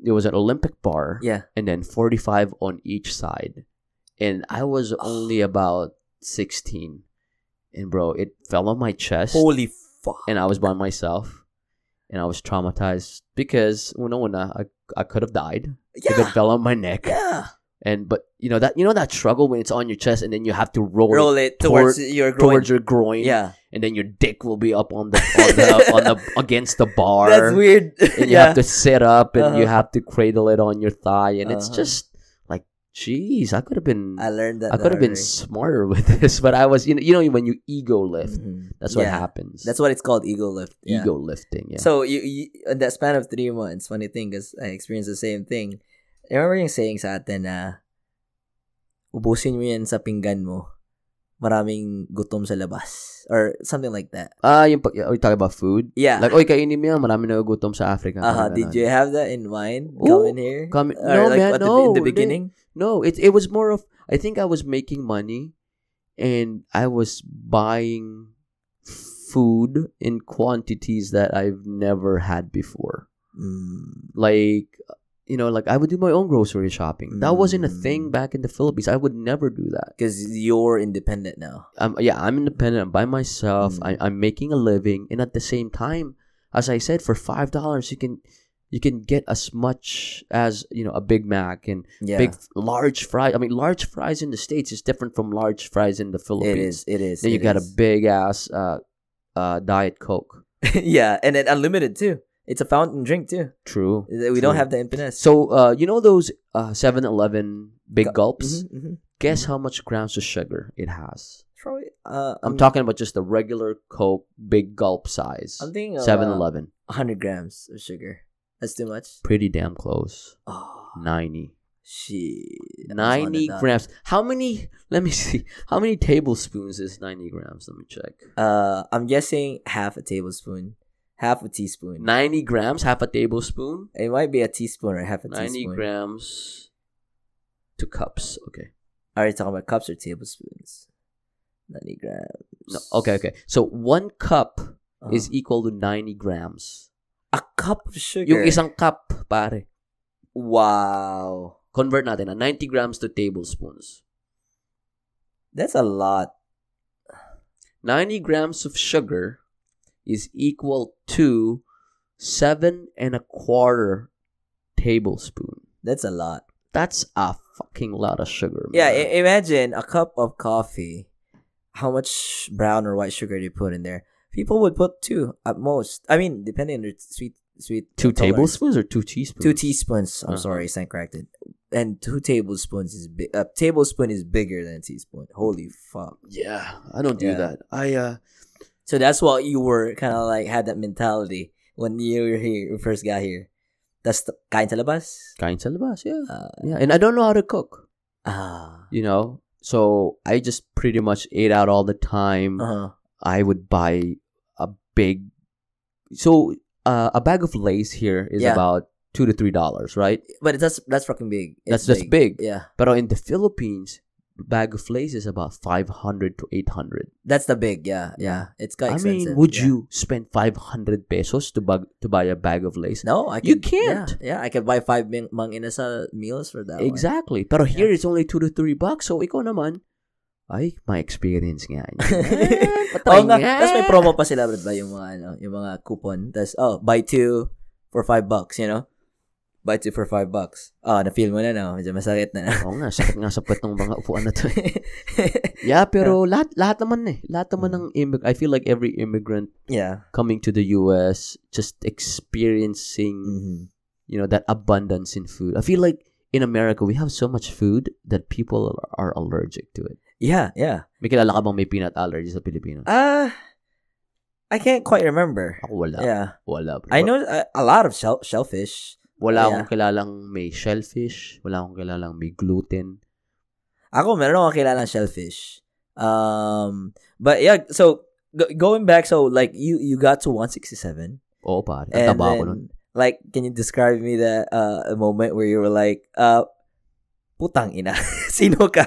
[SPEAKER 1] it was an Olympic bar
[SPEAKER 2] Yeah.
[SPEAKER 1] and then 45 on each side. And I was
[SPEAKER 2] Ah.
[SPEAKER 1] only about 16. And bro, it fell on my chest
[SPEAKER 2] Holy fuck.
[SPEAKER 1] and I was by myself. And I was traumatized because una una, I, I could have died if it
[SPEAKER 2] yeah.
[SPEAKER 1] fell on my neck.
[SPEAKER 2] Yeah.
[SPEAKER 1] And but you know that you know that struggle when it's on your chest and then you have to roll,
[SPEAKER 2] Roll
[SPEAKER 1] it
[SPEAKER 2] it
[SPEAKER 1] toward-
[SPEAKER 2] towards your groin.
[SPEAKER 1] towards your groin.
[SPEAKER 2] yeah.
[SPEAKER 1] And then your dick will be up on the on the, on the against the bar
[SPEAKER 2] That's weird.
[SPEAKER 1] and you
[SPEAKER 2] yeah.
[SPEAKER 1] have to sit up and you have to cradle it on your thigh and it's
[SPEAKER 2] Uh-huh.
[SPEAKER 1] just like Jeez, I could have been
[SPEAKER 2] I learned that.
[SPEAKER 1] I
[SPEAKER 2] the
[SPEAKER 1] could have
[SPEAKER 2] hard
[SPEAKER 1] been
[SPEAKER 2] way.
[SPEAKER 1] smarter with this, but I was you know, you know when you ego lift,
[SPEAKER 2] Mhm.
[SPEAKER 1] that's what
[SPEAKER 2] Yeah.
[SPEAKER 1] happens.
[SPEAKER 2] That's what it's called, ego lift. Yeah.
[SPEAKER 1] ego lifting. Yeah.
[SPEAKER 2] So you, you in that span of three months, funny thing, because I experienced the same thing. Remember yung saying sa atin na ubusin mo yan sa pinggan mo, maraming gutom sa labas. Or something like that.
[SPEAKER 1] ah, yung pag are you talking about food?
[SPEAKER 2] Yeah.
[SPEAKER 1] Like, oy, kainin mo yan, marami nagugutom sa Africa.
[SPEAKER 2] uh-huh.
[SPEAKER 1] Parang
[SPEAKER 2] Did
[SPEAKER 1] ganon.
[SPEAKER 2] you have that in mind
[SPEAKER 1] Ooh,
[SPEAKER 2] coming here?
[SPEAKER 1] coming-
[SPEAKER 2] Or
[SPEAKER 1] no,
[SPEAKER 2] like
[SPEAKER 1] man,
[SPEAKER 2] at the- in
[SPEAKER 1] no, hindi.
[SPEAKER 2] the beginning?
[SPEAKER 1] No, it it was more of I think I was making money and I was buying food in quantities that I've never had before.
[SPEAKER 2] Mm,
[SPEAKER 1] Like you know, like I would do my own grocery shopping. That wasn't a thing
[SPEAKER 2] Mm.
[SPEAKER 1] back in the Philippines. I would never do that.
[SPEAKER 2] Cause you're independent now.
[SPEAKER 1] I'm yeah, I'm independent. I'm by myself.
[SPEAKER 2] Mm.
[SPEAKER 1] I, I'm making a living, and at the same time, as I said, for five dollars you can you can get as much as you know a Big Mac and
[SPEAKER 2] Yeah.
[SPEAKER 1] big large fries. I mean, large fries in the states is different from large fries in the
[SPEAKER 2] it
[SPEAKER 1] Philippines.
[SPEAKER 2] is. It is.
[SPEAKER 1] Then you
[SPEAKER 2] it
[SPEAKER 1] got a
[SPEAKER 2] is.
[SPEAKER 1] big ass uh, uh, diet coke.
[SPEAKER 2] yeah, and then unlimited too. It's a fountain drink too.
[SPEAKER 1] True.
[SPEAKER 2] We don't
[SPEAKER 1] True.
[SPEAKER 2] have the emptiness.
[SPEAKER 1] So uh, you know those uh, 7-Eleven big
[SPEAKER 2] Gu-
[SPEAKER 1] gulps?
[SPEAKER 2] Mhm, mhm.
[SPEAKER 1] Guess how much grams of sugar it has.
[SPEAKER 2] Probably, uh,
[SPEAKER 1] I'm talking about just the regular Coke big gulp size.
[SPEAKER 2] I'm thinking of, uh,
[SPEAKER 1] 7-Eleven.
[SPEAKER 2] 100 grams of sugar. That's too much.
[SPEAKER 1] Pretty damn close.
[SPEAKER 2] Oh,
[SPEAKER 1] 90.
[SPEAKER 2] shit. I was
[SPEAKER 1] 90
[SPEAKER 2] on the dot.
[SPEAKER 1] grams. How many? Let me see. How many tablespoons is 90 grams? Let me check.
[SPEAKER 2] Uh, I'm guessing half a tablespoon, half a teaspoon.
[SPEAKER 1] 90 grams, half a tablespoon.
[SPEAKER 2] It might be a teaspoon or half a
[SPEAKER 1] 90
[SPEAKER 2] teaspoon.
[SPEAKER 1] grams to cups. Okay.
[SPEAKER 2] Are you talking about cups or tablespoons? 90 grams.
[SPEAKER 1] No, okay, okay. So one cup
[SPEAKER 2] Uh,
[SPEAKER 1] is equal to 90 grams.
[SPEAKER 2] a cup of sugar.
[SPEAKER 1] Yung isang cup, pare.
[SPEAKER 2] Wow.
[SPEAKER 1] Convert natin na 90 grams to tablespoons.
[SPEAKER 2] That's a lot.
[SPEAKER 1] 90 grams of sugar is equal to 7 and a quarter tablespoon.
[SPEAKER 2] That's a lot.
[SPEAKER 1] That's a fucking lot of sugar.
[SPEAKER 2] Yeah,
[SPEAKER 1] man.
[SPEAKER 2] I- imagine a cup of coffee. How much brown or white sugar do you put in there? People would put two at most. I mean, depending on their sweet sweet
[SPEAKER 1] two
[SPEAKER 2] tolerance.
[SPEAKER 1] tablespoons or two teaspoons?
[SPEAKER 2] Two teaspoons. I'm
[SPEAKER 1] Uh-huh.
[SPEAKER 2] sorry, I corrected. And two tablespoons is big. A tablespoon is bigger than a teaspoon. Holy fuck!
[SPEAKER 1] Yeah, I don't do
[SPEAKER 2] Yeah.
[SPEAKER 1] that. I uh
[SPEAKER 2] So that's why you were kind of like had that mentality when you were here, you first got here. That's the kain sa labas.
[SPEAKER 1] kain sa labas, yeah.
[SPEAKER 2] Ah,
[SPEAKER 1] Yeah, and I don't know how to cook,
[SPEAKER 2] ah,
[SPEAKER 1] you know? So I just pretty much ate out all the time.
[SPEAKER 2] uh-huh.
[SPEAKER 1] I would buy a big. So uh, a bag of Lay's here is
[SPEAKER 2] Yeah.
[SPEAKER 1] about two to three dollars, right?
[SPEAKER 2] But that's that's fucking big.
[SPEAKER 1] That's-
[SPEAKER 2] It's
[SPEAKER 1] that's big.
[SPEAKER 2] Yeah,
[SPEAKER 1] But in the Philippines, a bag of Lay's is about 500 to 800.
[SPEAKER 2] that's the big. Yeah, yeah. It's
[SPEAKER 1] I
[SPEAKER 2] got
[SPEAKER 1] mean,
[SPEAKER 2] expensive.
[SPEAKER 1] would
[SPEAKER 2] yeah.
[SPEAKER 1] you spend 500 pesos to, bug, to buy a bag of Lay's?
[SPEAKER 2] No, I. Could,
[SPEAKER 1] You can't.
[SPEAKER 2] Yeah, yeah, I could buy five mang, mang inasal meals for that. one.
[SPEAKER 1] Exactly. Pero here it's only 2 to 3 bucks. So ikaw naman, ay, my experience nga.
[SPEAKER 2] oh, nga. Tapos may promo pa sila, Brad, ba? Yung mga, ano, yung mga coupon. Tapos, oh, buy two for five bucks, you know? Buy two for five bucks. Oh, na-feel mo na, no? Medyo masakit na, no?
[SPEAKER 1] Oo nga, sakit nga sapit ng mga upuan na to. Yeah, pero lahat lahat naman eh. Lahat naman
[SPEAKER 2] Mm.
[SPEAKER 1] ng immig- I feel like every immigrant
[SPEAKER 2] yeah.
[SPEAKER 1] coming to the US just experiencing,
[SPEAKER 2] Mhm.
[SPEAKER 1] you know, that abundance in food. I feel like in America, we have so much food that people are allergic to it.
[SPEAKER 2] Yeah, yeah.
[SPEAKER 1] May kilala ka bang may peanut allergy sa Pilipinas?
[SPEAKER 2] Ah, I can't quite remember.
[SPEAKER 1] Ako wala.
[SPEAKER 2] Yeah.
[SPEAKER 1] Wala. bro.
[SPEAKER 2] I know a, a lot of shell, shellfish.
[SPEAKER 1] Wala
[SPEAKER 2] Yeah.
[SPEAKER 1] akong kilalang may shellfish. Wala akong kilalang may gluten.
[SPEAKER 2] Ako, meron akong kilalang shellfish. Um, but yeah, so, go- going back, so, like, you, you got to 167.
[SPEAKER 1] Oo, pare. Ang taba ako nun.
[SPEAKER 2] like, can you describe me the uh, a moment where you were like, uh, putang ina, sino ka?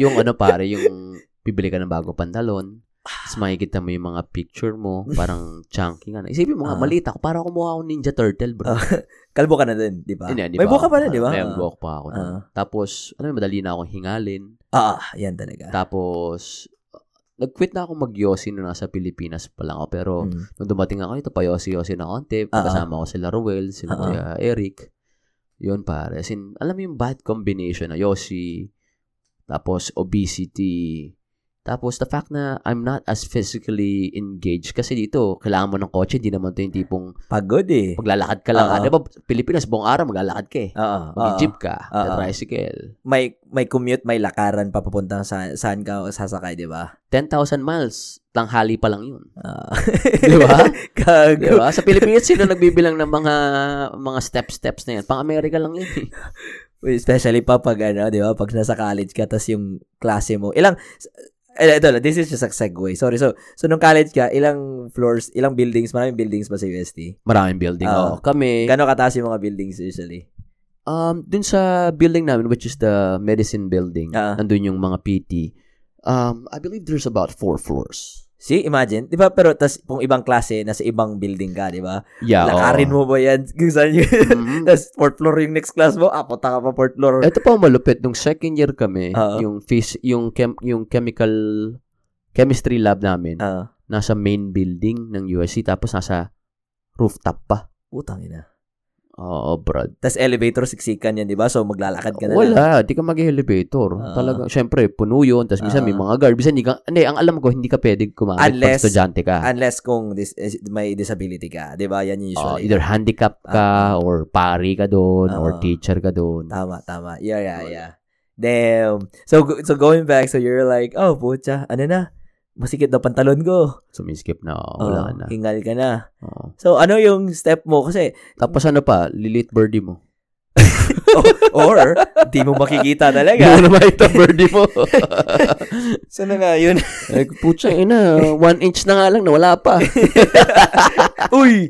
[SPEAKER 1] Yung ano, pare, yung bibili ka ng bago pantalon. Tapos makikita mo yung mga picture mo. Parang chunky ka na. Isipin mo nga,
[SPEAKER 2] Ah.
[SPEAKER 1] maliit ako. Parang kumuha ako Ninja Turtle, bro.
[SPEAKER 2] Ah, Kalbo ka na din, di ba?
[SPEAKER 1] Hindi, hindi
[SPEAKER 2] May
[SPEAKER 1] pa
[SPEAKER 2] buka
[SPEAKER 1] ako-
[SPEAKER 2] pa na, di ba?
[SPEAKER 1] May buhok pa ako. nun.
[SPEAKER 2] Ah.
[SPEAKER 1] Tapos, ano yun, madali na akong hingalin.
[SPEAKER 2] Ah, yan talaga.
[SPEAKER 1] Tapos, nag-quit na ako mag-yosi nung nasa Pilipinas pa lang ako. Pero,
[SPEAKER 2] Mm.
[SPEAKER 1] nung dumating ako ito, payosi-yosi na konti.
[SPEAKER 2] Ah, ah.
[SPEAKER 1] Kasama ko sila Ruel, sila
[SPEAKER 2] Ah, ah.
[SPEAKER 1] Kuya Eric. Yun pare. As in, alam mo yung bad combination na yosi, tapos obesity, Tapos, the fact na I'm not as physically engaged kasi dito, kailangan mo ng kotse, hindi naman to yung tipong
[SPEAKER 2] Pagod eh.
[SPEAKER 1] paglalakad ka lang.
[SPEAKER 2] Oo.
[SPEAKER 1] Ah, Di ba, Pilipinas, buong araw maglalakad ka eh.
[SPEAKER 2] Oo. oo.
[SPEAKER 1] Mag-jeep ka,
[SPEAKER 2] Oo.
[SPEAKER 1] tricycle.
[SPEAKER 2] Ah, May, may commute, may lakaran papapuntang sa, saan ka sasakay, di ba?
[SPEAKER 1] 10,000 miles, tanghali pa lang yun.
[SPEAKER 2] Ah.
[SPEAKER 1] Di ba? Di
[SPEAKER 2] Kago.
[SPEAKER 1] ba? Sa Pilipinas, sino nagbibilang ng mga mga step-steps na yan? Pang-America lang yun eh.
[SPEAKER 2] Especially pa pag ano, di ba? Pag nasa college ka, tas yung klase mo. Ilang, eh, ito, this is just a segue. Sorry. So, so nung college ka, ilang floors, ilang buildings, maraming buildings ba sa UST?
[SPEAKER 1] Maraming building.
[SPEAKER 2] Oo.
[SPEAKER 1] Oo. Ah, Kami,
[SPEAKER 2] Gano'ng kataas yung mga buildings usually?
[SPEAKER 1] Um, dun sa building namin, which is the medicine building,
[SPEAKER 2] Ah.
[SPEAKER 1] nandun yung mga PT. Um, I believe there's about four floors.
[SPEAKER 2] See, imagine. Di ba? Pero tas kung ibang klase, nasa ibang building ka, di ba?
[SPEAKER 1] Yeah,
[SPEAKER 2] Lakarin mo ba yan? Kung saan yun?
[SPEAKER 1] Mhm.
[SPEAKER 2] tas fourth floor yung next class mo, ah, punta ka pa fourth floor.
[SPEAKER 1] Ito pa ang malupit nung second year kami,
[SPEAKER 2] Oo.
[SPEAKER 1] yung phys- yung chem- yung chemical chemistry lab namin,
[SPEAKER 2] Ah,
[SPEAKER 1] nasa main building ng USC tapos nasa rooftop pa.
[SPEAKER 2] putang ina.
[SPEAKER 1] Oo, brad.
[SPEAKER 2] Tas elevator siksikan yan, di ba? So, maglalakad ka na lang.
[SPEAKER 1] Wala, Ah, di ka mag-elevator.
[SPEAKER 2] Ah.
[SPEAKER 1] Talaga, syempre, puno yun. Tapos minsan
[SPEAKER 2] Ah.
[SPEAKER 1] may mga guard. Minsan, hindi ka, hindi, ang alam ko, hindi ka pwede kumamit pag
[SPEAKER 2] Unless-
[SPEAKER 1] estudyante ka.
[SPEAKER 2] Unless kung dis- is- may disability ka, di ba? Yan yung
[SPEAKER 1] Oh,
[SPEAKER 2] usually. Ah,
[SPEAKER 1] either handicap ka or pari ka doon or
[SPEAKER 2] Oo.
[SPEAKER 1] teacher ka doon.
[SPEAKER 2] Tama, tama. Yeah, yeah, yeah. Damn. So, go- so going back, so you're like, oh, pucha, ano na? Masikip na pantalon ko.
[SPEAKER 1] Sumiskip na, wala
[SPEAKER 2] Oh,
[SPEAKER 1] na.
[SPEAKER 2] Hingal ka na.
[SPEAKER 1] Oo.
[SPEAKER 2] So, ano yung step mo? Kasi,
[SPEAKER 1] Tapos ano pa, lilit birdie mo.
[SPEAKER 2] or, di mo makikita
[SPEAKER 1] Hindi mo
[SPEAKER 2] talaga.
[SPEAKER 1] na makita birdie mo.
[SPEAKER 2] so,
[SPEAKER 1] ano
[SPEAKER 2] na nga yun.
[SPEAKER 1] Ay, putya, ina, one inch na nga lang, nawala pa.
[SPEAKER 2] Uy!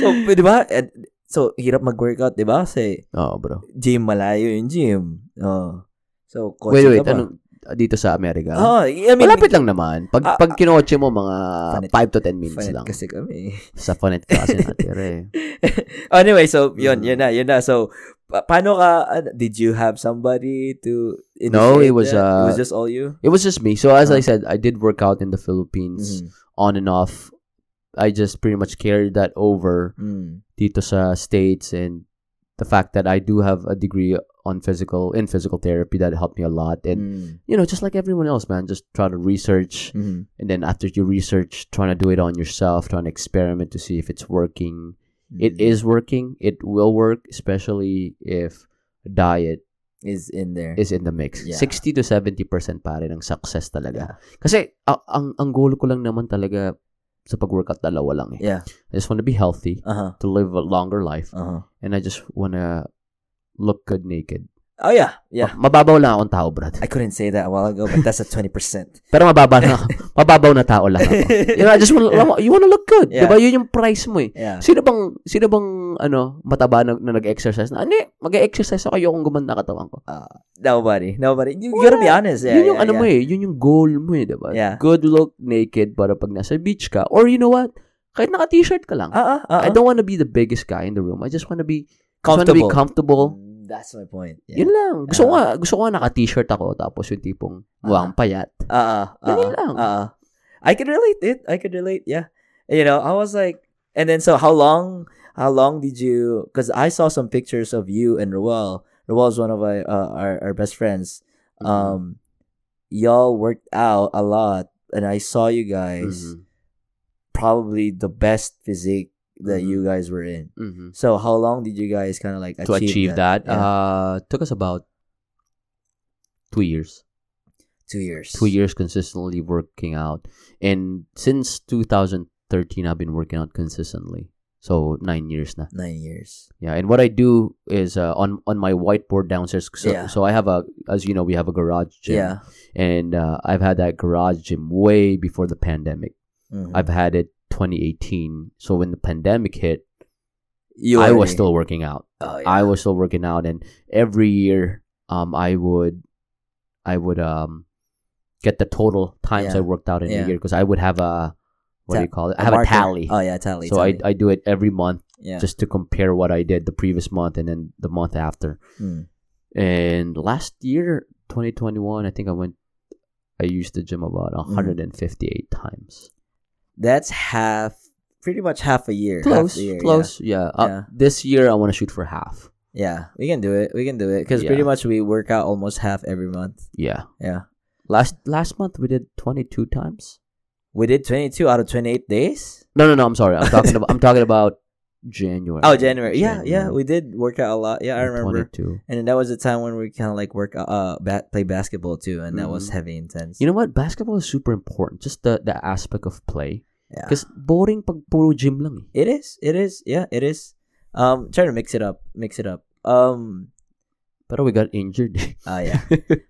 [SPEAKER 2] so, di ba? Eh, So, hirap mag-workout, di ba? Kasi,
[SPEAKER 1] Oo, bro.
[SPEAKER 2] gym, malayo yung gym. Oh. So,
[SPEAKER 1] Wait,
[SPEAKER 2] kotse
[SPEAKER 1] wait,
[SPEAKER 2] ka pa.
[SPEAKER 1] anong, dito sa Amerika?
[SPEAKER 2] Oh, I mean,
[SPEAKER 1] Malapit lang naman. Pag,
[SPEAKER 2] Ah,
[SPEAKER 1] pag kinotche mo, mga
[SPEAKER 2] Funit.
[SPEAKER 1] 5 to 10 minutes
[SPEAKER 2] Funit
[SPEAKER 1] lang.
[SPEAKER 2] kasi kami.
[SPEAKER 1] Sa funit ka kasi natira eh.
[SPEAKER 2] Oh, anyway, so yun,
[SPEAKER 1] Mm.
[SPEAKER 2] yun na, yun na. So pa- paano ka ano, did you have somebody to initiate
[SPEAKER 1] No, it was,
[SPEAKER 2] that?
[SPEAKER 1] uh,
[SPEAKER 2] it was just all you.
[SPEAKER 1] It was just me. So as I
[SPEAKER 2] Ah.
[SPEAKER 1] said, I did work out in the Philippines
[SPEAKER 2] Mm-hmm.
[SPEAKER 1] on and off. I just pretty much carried that over
[SPEAKER 2] Mm.
[SPEAKER 1] dito sa states and the fact that I do have a degree on physical in physical therapy that helped me a lot and
[SPEAKER 2] Mm.
[SPEAKER 1] you know just like everyone else man just try to research
[SPEAKER 2] Mm.
[SPEAKER 1] and then after you research trying to do it on yourself trying to experiment to see if it's working it
[SPEAKER 2] Mm.
[SPEAKER 1] is working it will work especially if diet
[SPEAKER 2] is in there.
[SPEAKER 1] is in the mix
[SPEAKER 2] Yeah.
[SPEAKER 1] 60 to 70% pare ng success talaga
[SPEAKER 2] yeah.
[SPEAKER 1] kasi a- ang ang goal ko lang naman talaga sa pag-workout dalawa lang eh
[SPEAKER 2] Yeah.
[SPEAKER 1] I just want to be healthy
[SPEAKER 2] Uh-huh.
[SPEAKER 1] to live a longer life
[SPEAKER 2] Uh-huh.
[SPEAKER 1] and I just wanna look good naked.
[SPEAKER 2] Oh yeah. Yeah.
[SPEAKER 1] Ma- mababaw lang akong tao, brad.
[SPEAKER 2] I couldn't say that a while ago, but that's a 20%.
[SPEAKER 1] Pero mababaw na, mababaw na tao lang ako. Uh-huh. You know, I just wanna, you wanna look good.
[SPEAKER 2] Yeah.
[SPEAKER 1] Diba? Yun yung price mo eh.
[SPEAKER 2] yeah.
[SPEAKER 1] Sino bang, sino bang, ano, mataba na, na nag-exercise na, hindi, mag-exercise ako, ayokong gumanda ang katawan ko.
[SPEAKER 2] Uh, nobody. Nobody. You, you gotta be honest. Yeah.
[SPEAKER 1] yun yung ano
[SPEAKER 2] yeah,
[SPEAKER 1] mo
[SPEAKER 2] yeah.
[SPEAKER 1] eh, yun yung goal mo eh, diba?
[SPEAKER 2] Yeah.
[SPEAKER 1] Good look, naked, para pag nasa beach ka. Or you know what? Kahit naka-t-shirt ka lang.
[SPEAKER 2] Uh-uh, uh-uh.
[SPEAKER 1] eh. I don't wanna be the biggest guy in the room. I just wanna be, I just wanna
[SPEAKER 2] comfortable. Mm,
[SPEAKER 1] be comfortable.
[SPEAKER 2] That's my point.
[SPEAKER 1] Yun
[SPEAKER 2] Yeah. Uh-huh.
[SPEAKER 1] lang. Gusto ko nga, gusto ko nga naka-t-shirt ako tapos yung tipong mukhang payat.
[SPEAKER 2] Uh-uh.
[SPEAKER 1] Ganun
[SPEAKER 2] Uh-uh.
[SPEAKER 1] lang.
[SPEAKER 2] Uh, I could relate it. I could relate. Yeah. You know, I was like, and then so how long? How long did you? Because I saw some pictures of you and Ruel. Ruel's one of our uh, our, our best friends.
[SPEAKER 1] Mm-hmm.
[SPEAKER 2] Um, y'all worked out a lot, and I saw you guys
[SPEAKER 1] Mhm.
[SPEAKER 2] probably the best physique that
[SPEAKER 1] Mhm.
[SPEAKER 2] you guys were in.
[SPEAKER 1] Mhm.
[SPEAKER 2] So how long did you guys kind of like achieve
[SPEAKER 1] To achieve that,
[SPEAKER 2] Yeah.
[SPEAKER 1] uh, took us about two years.
[SPEAKER 2] two years.
[SPEAKER 1] Two years consistently working out. And since 2013, I've been working out consistently. So, nine years na.
[SPEAKER 2] Nine years.
[SPEAKER 1] Yeah, and what I do is uh, on on my whiteboard downstairs. So,
[SPEAKER 2] Yeah.
[SPEAKER 1] so I have a, as you know, we have a garage gym.
[SPEAKER 2] Yeah.
[SPEAKER 1] And uh, I've had that garage gym way before the pandemic.
[SPEAKER 2] Mhm.
[SPEAKER 1] I've had it 2018. So when the pandemic hit,
[SPEAKER 2] You
[SPEAKER 1] I was
[SPEAKER 2] already-
[SPEAKER 1] still working out.
[SPEAKER 2] Oh,
[SPEAKER 1] I
[SPEAKER 2] yeah.
[SPEAKER 1] was still working out, and every year, um, I would, I would um, get the total times I
[SPEAKER 2] Yeah.
[SPEAKER 1] worked out in
[SPEAKER 2] Yeah.
[SPEAKER 1] a year because I would have a what do
[SPEAKER 2] Ta-
[SPEAKER 1] you call it? I
[SPEAKER 2] A
[SPEAKER 1] have a
[SPEAKER 2] marker.
[SPEAKER 1] tally.
[SPEAKER 2] Oh yeah, tally.
[SPEAKER 1] so I
[SPEAKER 2] tally.
[SPEAKER 1] I do it every month
[SPEAKER 2] yeah.
[SPEAKER 1] just to compare what I did the previous month and then the month after.
[SPEAKER 2] Mm.
[SPEAKER 1] And last year, 2021, I think I went. I used the gym about
[SPEAKER 2] Hmm.
[SPEAKER 1] 158 times.
[SPEAKER 2] That's half, pretty much half a year.
[SPEAKER 1] Close,
[SPEAKER 2] half a year,
[SPEAKER 1] close, yeah. Uh,
[SPEAKER 2] Yeah.
[SPEAKER 1] This year, I want to shoot for half.
[SPEAKER 2] Yeah. yeah, we can do it. We can do it because
[SPEAKER 1] Yeah.
[SPEAKER 2] pretty much we work out almost half every month.
[SPEAKER 1] Yeah.
[SPEAKER 2] Yeah.
[SPEAKER 1] Last last month we did 22 times.
[SPEAKER 2] We did 22 out of 28 days?
[SPEAKER 1] No, no, no. I'm sorry. I'm talking about. I'm talking about January.
[SPEAKER 2] Oh, January. Yeah, yeah. We did work out a lot. Yeah, I
[SPEAKER 1] January
[SPEAKER 2] remember.
[SPEAKER 1] 22.
[SPEAKER 2] And then that was the time when we kind of like work out, uh, bat, play basketball too, and that was
[SPEAKER 1] Mhm.
[SPEAKER 2] heavy intense.
[SPEAKER 1] You know what? Basketball is super important. Just the the aspect of play.
[SPEAKER 2] Yeah.
[SPEAKER 1] Because boring pag puro gym lang. Eh.
[SPEAKER 2] It is. It is. Yeah, it is. Um, trying to mix it up. Mix it up. Um,
[SPEAKER 1] Pero we got injured.
[SPEAKER 2] ah, yeah.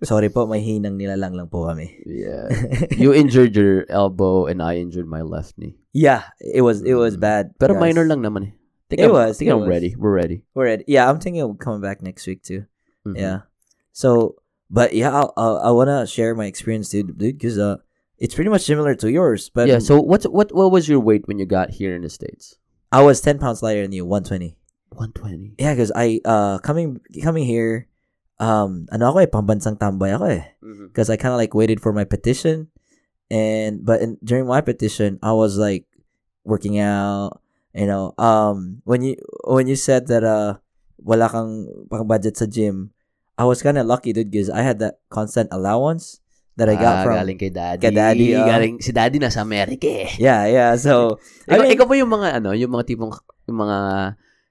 [SPEAKER 2] Sorry po, may hinang nilalang lang po kami.
[SPEAKER 1] yeah. You injured your elbow and I injured my left knee.
[SPEAKER 2] yeah, it was it was
[SPEAKER 1] Mm.
[SPEAKER 2] bad.
[SPEAKER 1] Pero
[SPEAKER 2] guys.
[SPEAKER 1] minor lang naman eh. Think
[SPEAKER 2] It
[SPEAKER 1] I'm,
[SPEAKER 2] was,
[SPEAKER 1] think
[SPEAKER 2] it
[SPEAKER 1] I'm
[SPEAKER 2] was.
[SPEAKER 1] ready. We're ready.
[SPEAKER 2] We're at, yeah, I'm thinking of coming back next week too.
[SPEAKER 1] Mhm.
[SPEAKER 2] Yeah. So, but yeah, I'll, I'll, I wanna share my experience, dude, dude, because uh, it's pretty much similar to yours. But
[SPEAKER 1] yeah. So what's what what was your weight when you got here in the states?
[SPEAKER 2] I was ten pounds lighter than you, one twenty.
[SPEAKER 1] 120.
[SPEAKER 2] Yeah, because I uh coming coming here, um, ano ako eh, pambansang tambay ako eh.
[SPEAKER 1] Mm-hmm.
[SPEAKER 2] because I kind of like waited for my petition, and but in, during my petition, I was like working out. You know, um, when you when you said that uh, wala kang pang budget sa gym, I was kind of lucky, dude, because I had that constant allowance that I got from.
[SPEAKER 1] Ah, galing kay daddy.
[SPEAKER 2] Ah, kay daddy, oh.
[SPEAKER 1] Galing, si daddy nasa Amerika eh.
[SPEAKER 2] Yeah, yeah. So I
[SPEAKER 1] Ikaw,
[SPEAKER 2] mean-
[SPEAKER 1] ikaw po yung mga ano, yung mga tipong, yung mga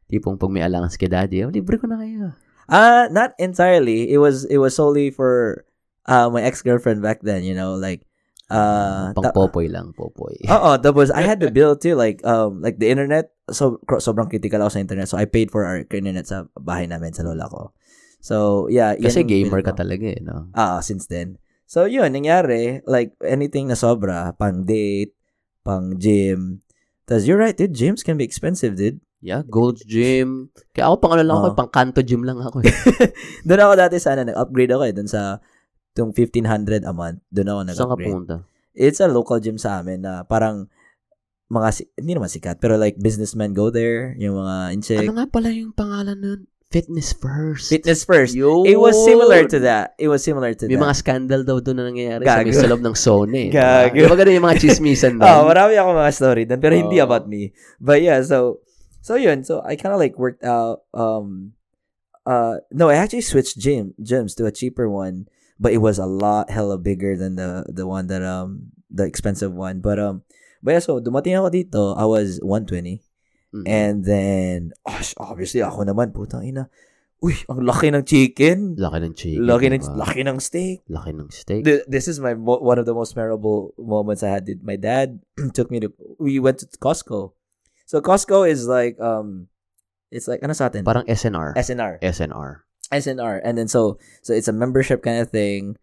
[SPEAKER 1] tipong pag may allowance kay daddy, oh, libre ko na kayo.
[SPEAKER 2] Uh not entirely. It was it was solely for uh my ex girlfriend back then. You know, like uh
[SPEAKER 1] Ah, Mm, Pang
[SPEAKER 2] ta- Ah,
[SPEAKER 1] popoy lang, popoy.
[SPEAKER 2] Oo, that was I had the bill too like um like the internet so cro- sobrang critical ako sa internet so I paid for our internet sa bahay namin sa lola ko. So, yeah,
[SPEAKER 1] Kasi gamer ka talaga
[SPEAKER 2] talaga.
[SPEAKER 1] eh, no?
[SPEAKER 2] Ah, since then. So, yun, nangyari, like, anything na sobra, pang date, pang gym. Tapos, you're right, dude, gyms can be expensive, dude.
[SPEAKER 1] Yeah, Gold's Gym. Kaya ako pang ano lang ako,
[SPEAKER 2] Oh.
[SPEAKER 1] pang kanto gym lang ako. eh.
[SPEAKER 2] Doon ako dati sana, nag-upgrade ako eh, doon sa, tong 1500 a month, doon ako
[SPEAKER 1] Saan ka
[SPEAKER 2] nag-upgrade.
[SPEAKER 1] pumunta?
[SPEAKER 2] it's a local gym sa amin na parang mga si- hindi naman sikat pero like businessmen go there yung mga incheck
[SPEAKER 1] Ano nga pala yung pangalan nun? Fitness First.
[SPEAKER 2] fitness first
[SPEAKER 1] Yun.
[SPEAKER 2] it was similar to that it was similar to
[SPEAKER 1] May
[SPEAKER 2] that
[SPEAKER 1] mga scandal daw doon na nangyayari sa, may,
[SPEAKER 2] Gago.
[SPEAKER 1] sa loob ng Sony. Eh,
[SPEAKER 2] Gago.
[SPEAKER 1] Diba ganun yung mga chismisan doon?
[SPEAKER 2] oh marami ako mga story dun pero hindi
[SPEAKER 1] Oh.
[SPEAKER 2] about me but yeah so so yun so I kind of like worked out um uh no I actually switched gym gyms to a cheaper one but it was a lot hella bigger than the the one that um the expensive one but um but yeah so dumating ako dito I was 120
[SPEAKER 1] Mm.
[SPEAKER 2] And then, oh, sh- obviously, ako naman, putang ina. Uy, ang laki ng chicken.
[SPEAKER 1] laki ng chicken.
[SPEAKER 2] Laki ng,
[SPEAKER 1] diba?
[SPEAKER 2] laki ng steak.
[SPEAKER 1] Laki ng steak.
[SPEAKER 2] Th- This is my mo- one of the most memorable moments I had. dude. My dad took me to, we went to Costco. So, Costco is like, um, it's like, ano sa atin?
[SPEAKER 1] Parang SNR.
[SPEAKER 2] SNR.
[SPEAKER 1] SNR.
[SPEAKER 2] SNR. And then, so, so it's a membership kind of thing.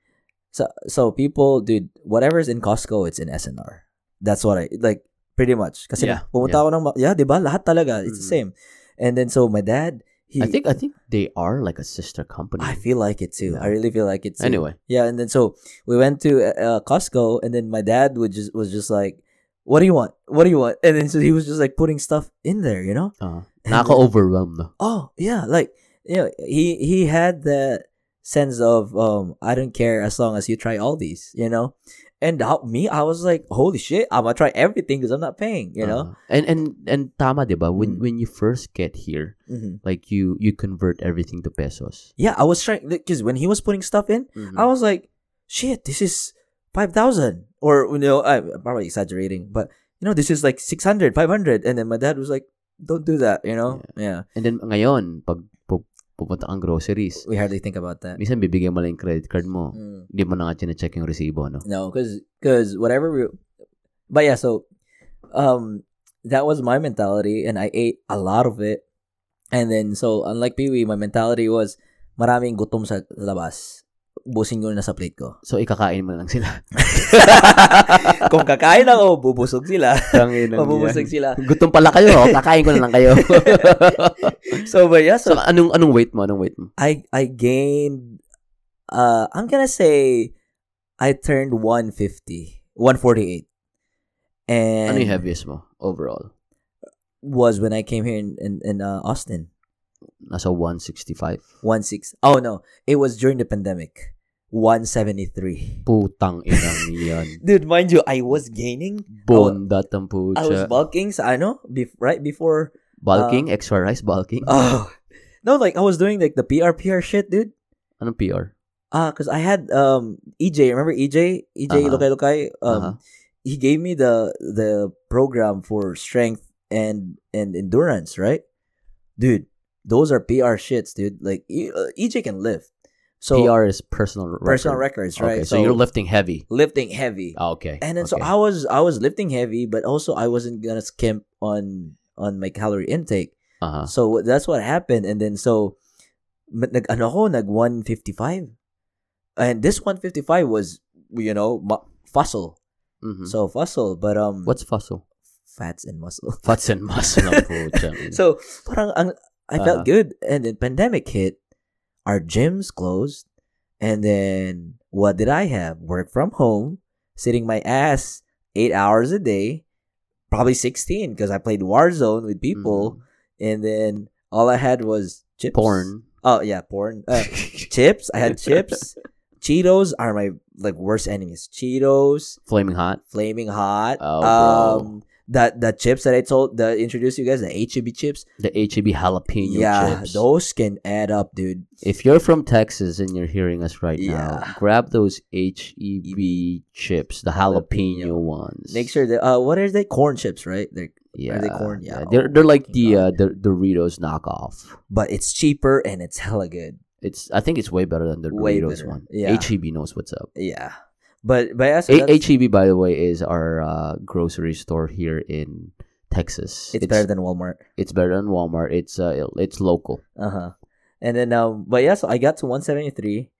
[SPEAKER 2] So, so people, dude, whatever's in Costco, it's in SNR. That's what I, like, pretty much. Kasi,
[SPEAKER 1] Yeah,
[SPEAKER 2] pumunta
[SPEAKER 1] yeah.
[SPEAKER 2] ako ng, ma- yeah, di ba? Lahat talaga. It's the same.
[SPEAKER 1] Mhm.
[SPEAKER 2] And then, so my dad, he,
[SPEAKER 1] I think I think they are like a sister company.
[SPEAKER 2] I feel like it too.
[SPEAKER 1] Yeah.
[SPEAKER 2] I really feel like it too.
[SPEAKER 1] Anyway,
[SPEAKER 2] Yeah, and then so we went to uh, uh, Costco, and then my dad would just was just like, "What do you want? What do you want?" And then so he was just like putting stuff in there, you know?
[SPEAKER 1] uh,
[SPEAKER 2] And then-
[SPEAKER 1] naka-overwhelm na.
[SPEAKER 2] oh yeah, like you know, he he had that sense of um, I don't care as long as you try all these, you know. And how, me, I was like, "Holy shit, I'm gonna try everything because I'm not paying," you know.
[SPEAKER 1] Uh, and and and tama 'di ba? When
[SPEAKER 2] Mm.
[SPEAKER 1] when you first get here,
[SPEAKER 2] hmm
[SPEAKER 1] like you you convert everything to pesos.
[SPEAKER 2] Yeah, I was trying because when he was putting stuff in, I was like, shit, this is 5,000. Or, you know, I'm probably exaggerating, but, you know, this is like 600, 500. And then my dad was like, don't do that, you know? Yeah.
[SPEAKER 1] And then ngayon, pag pu- pupunta kang groceries,
[SPEAKER 2] We hardly think about that.
[SPEAKER 1] minsan bibigyan mo lang yung credit card mo.
[SPEAKER 2] Mm.
[SPEAKER 1] Hindi mo na nga chine-check yung resibo, no?
[SPEAKER 2] No, because cause whatever we. But yeah, so um, that was my mentality, and I ate a lot of it. And then, so unlike Pee Wee, my mentality was maraming gutom sa labas. Busing ko na sa plate ko.
[SPEAKER 1] So ikakain mo lang sila.
[SPEAKER 2] Kung kakain ako, bubusog sila.
[SPEAKER 1] Tangin
[SPEAKER 2] Mabubusog sila.
[SPEAKER 1] Gutom pala kayo, oh. kakain ko na lang kayo.
[SPEAKER 2] So, but yeah, so
[SPEAKER 1] so anong anong weight mo? Anong weight mo?
[SPEAKER 2] I I gained uh I'm gonna say I turned 150 148 and
[SPEAKER 1] Ano yung heaviest mo overall?
[SPEAKER 2] was when I came here in in, in uh, Austin
[SPEAKER 1] Nasa 165.
[SPEAKER 2] 16 oh no it was during the pandemic 173
[SPEAKER 1] Putang inang yan.
[SPEAKER 2] dude mind you I was gaining
[SPEAKER 1] Bondat ang pucha.
[SPEAKER 2] I was uh, bulking sa ano bef- right before
[SPEAKER 1] bulking? extra rice bulking?
[SPEAKER 2] oh no like I was doing like the PR PR shit dude
[SPEAKER 1] Anong PR?
[SPEAKER 2] Ah, because I had um EJ. Remember EJ? EJ
[SPEAKER 1] Uh-huh.
[SPEAKER 2] Lokay Lokay. Um,
[SPEAKER 1] Uh-huh.
[SPEAKER 2] he gave me the the program for strength and and endurance. Right, dude. Those are PR shits, dude. Like E- uh, EJ can lift. So
[SPEAKER 1] PR is personal record.
[SPEAKER 2] personal records, right?
[SPEAKER 1] Okay, so, you're lifting heavy.
[SPEAKER 2] lifting heavy.
[SPEAKER 1] Ah, okay.
[SPEAKER 2] and then so
[SPEAKER 1] okay.
[SPEAKER 2] I was I was lifting heavy, but also I wasn't gonna skimp on on my calorie intake.
[SPEAKER 1] Uh-huh.
[SPEAKER 2] So that's what happened. And then so ma- nag ano ko nag 155. And this 155 was you know mu- fossil.
[SPEAKER 1] Mhm.
[SPEAKER 2] So fossil, but um
[SPEAKER 1] What's fossil?
[SPEAKER 2] fats and muscle.
[SPEAKER 1] Fats and muscle ang putya.
[SPEAKER 2] so parang ang I
[SPEAKER 1] Ah.
[SPEAKER 2] felt good and then pandemic hit, our gyms closed, and then what did I have? Work from home, sitting my ass 8 hours a day, probably 16 because I played Warzone with people and then all I had was chips.
[SPEAKER 1] Mm-hmm. porn.
[SPEAKER 2] Oh yeah, porn. Uh, chips. I had chips. Cheetos are my like worst enemies. Cheetos,
[SPEAKER 1] Flaming hot.
[SPEAKER 2] flaming hot.
[SPEAKER 1] Oh,
[SPEAKER 2] um that the chips that I told that I introduced you guys, the HEB chips.
[SPEAKER 1] The HEB jalapeno
[SPEAKER 2] yeah,
[SPEAKER 1] chips.
[SPEAKER 2] those can add up, dude.
[SPEAKER 1] If you're from Texas and you're hearing us right
[SPEAKER 2] Yeah. E
[SPEAKER 1] now, grab those HEB chips, the jalapeno,
[SPEAKER 2] Jalapeno.
[SPEAKER 1] ones.
[SPEAKER 2] Make sure that uh what are they? Corn chips, right? They're,
[SPEAKER 1] yeah,
[SPEAKER 2] they corn? Yeah.
[SPEAKER 1] They're
[SPEAKER 2] Oh
[SPEAKER 1] they're like
[SPEAKER 2] my
[SPEAKER 1] the uh, the Doritos knockoff.
[SPEAKER 2] but it's cheaper and it's hella good.
[SPEAKER 1] It's I think it's way better than the
[SPEAKER 2] Way
[SPEAKER 1] Doritos one.
[SPEAKER 2] better. Yeah.
[SPEAKER 1] HEB knows what's up. E
[SPEAKER 2] Yeah. But but yeah, so
[SPEAKER 1] A-
[SPEAKER 2] that's-
[SPEAKER 1] HEB by the way is our uh, grocery store here in Texas.
[SPEAKER 2] it's better than Walmart.
[SPEAKER 1] it's better than Walmart. It's uh, it's local.
[SPEAKER 2] Uh-huh. And then um but yeah, so I got to 173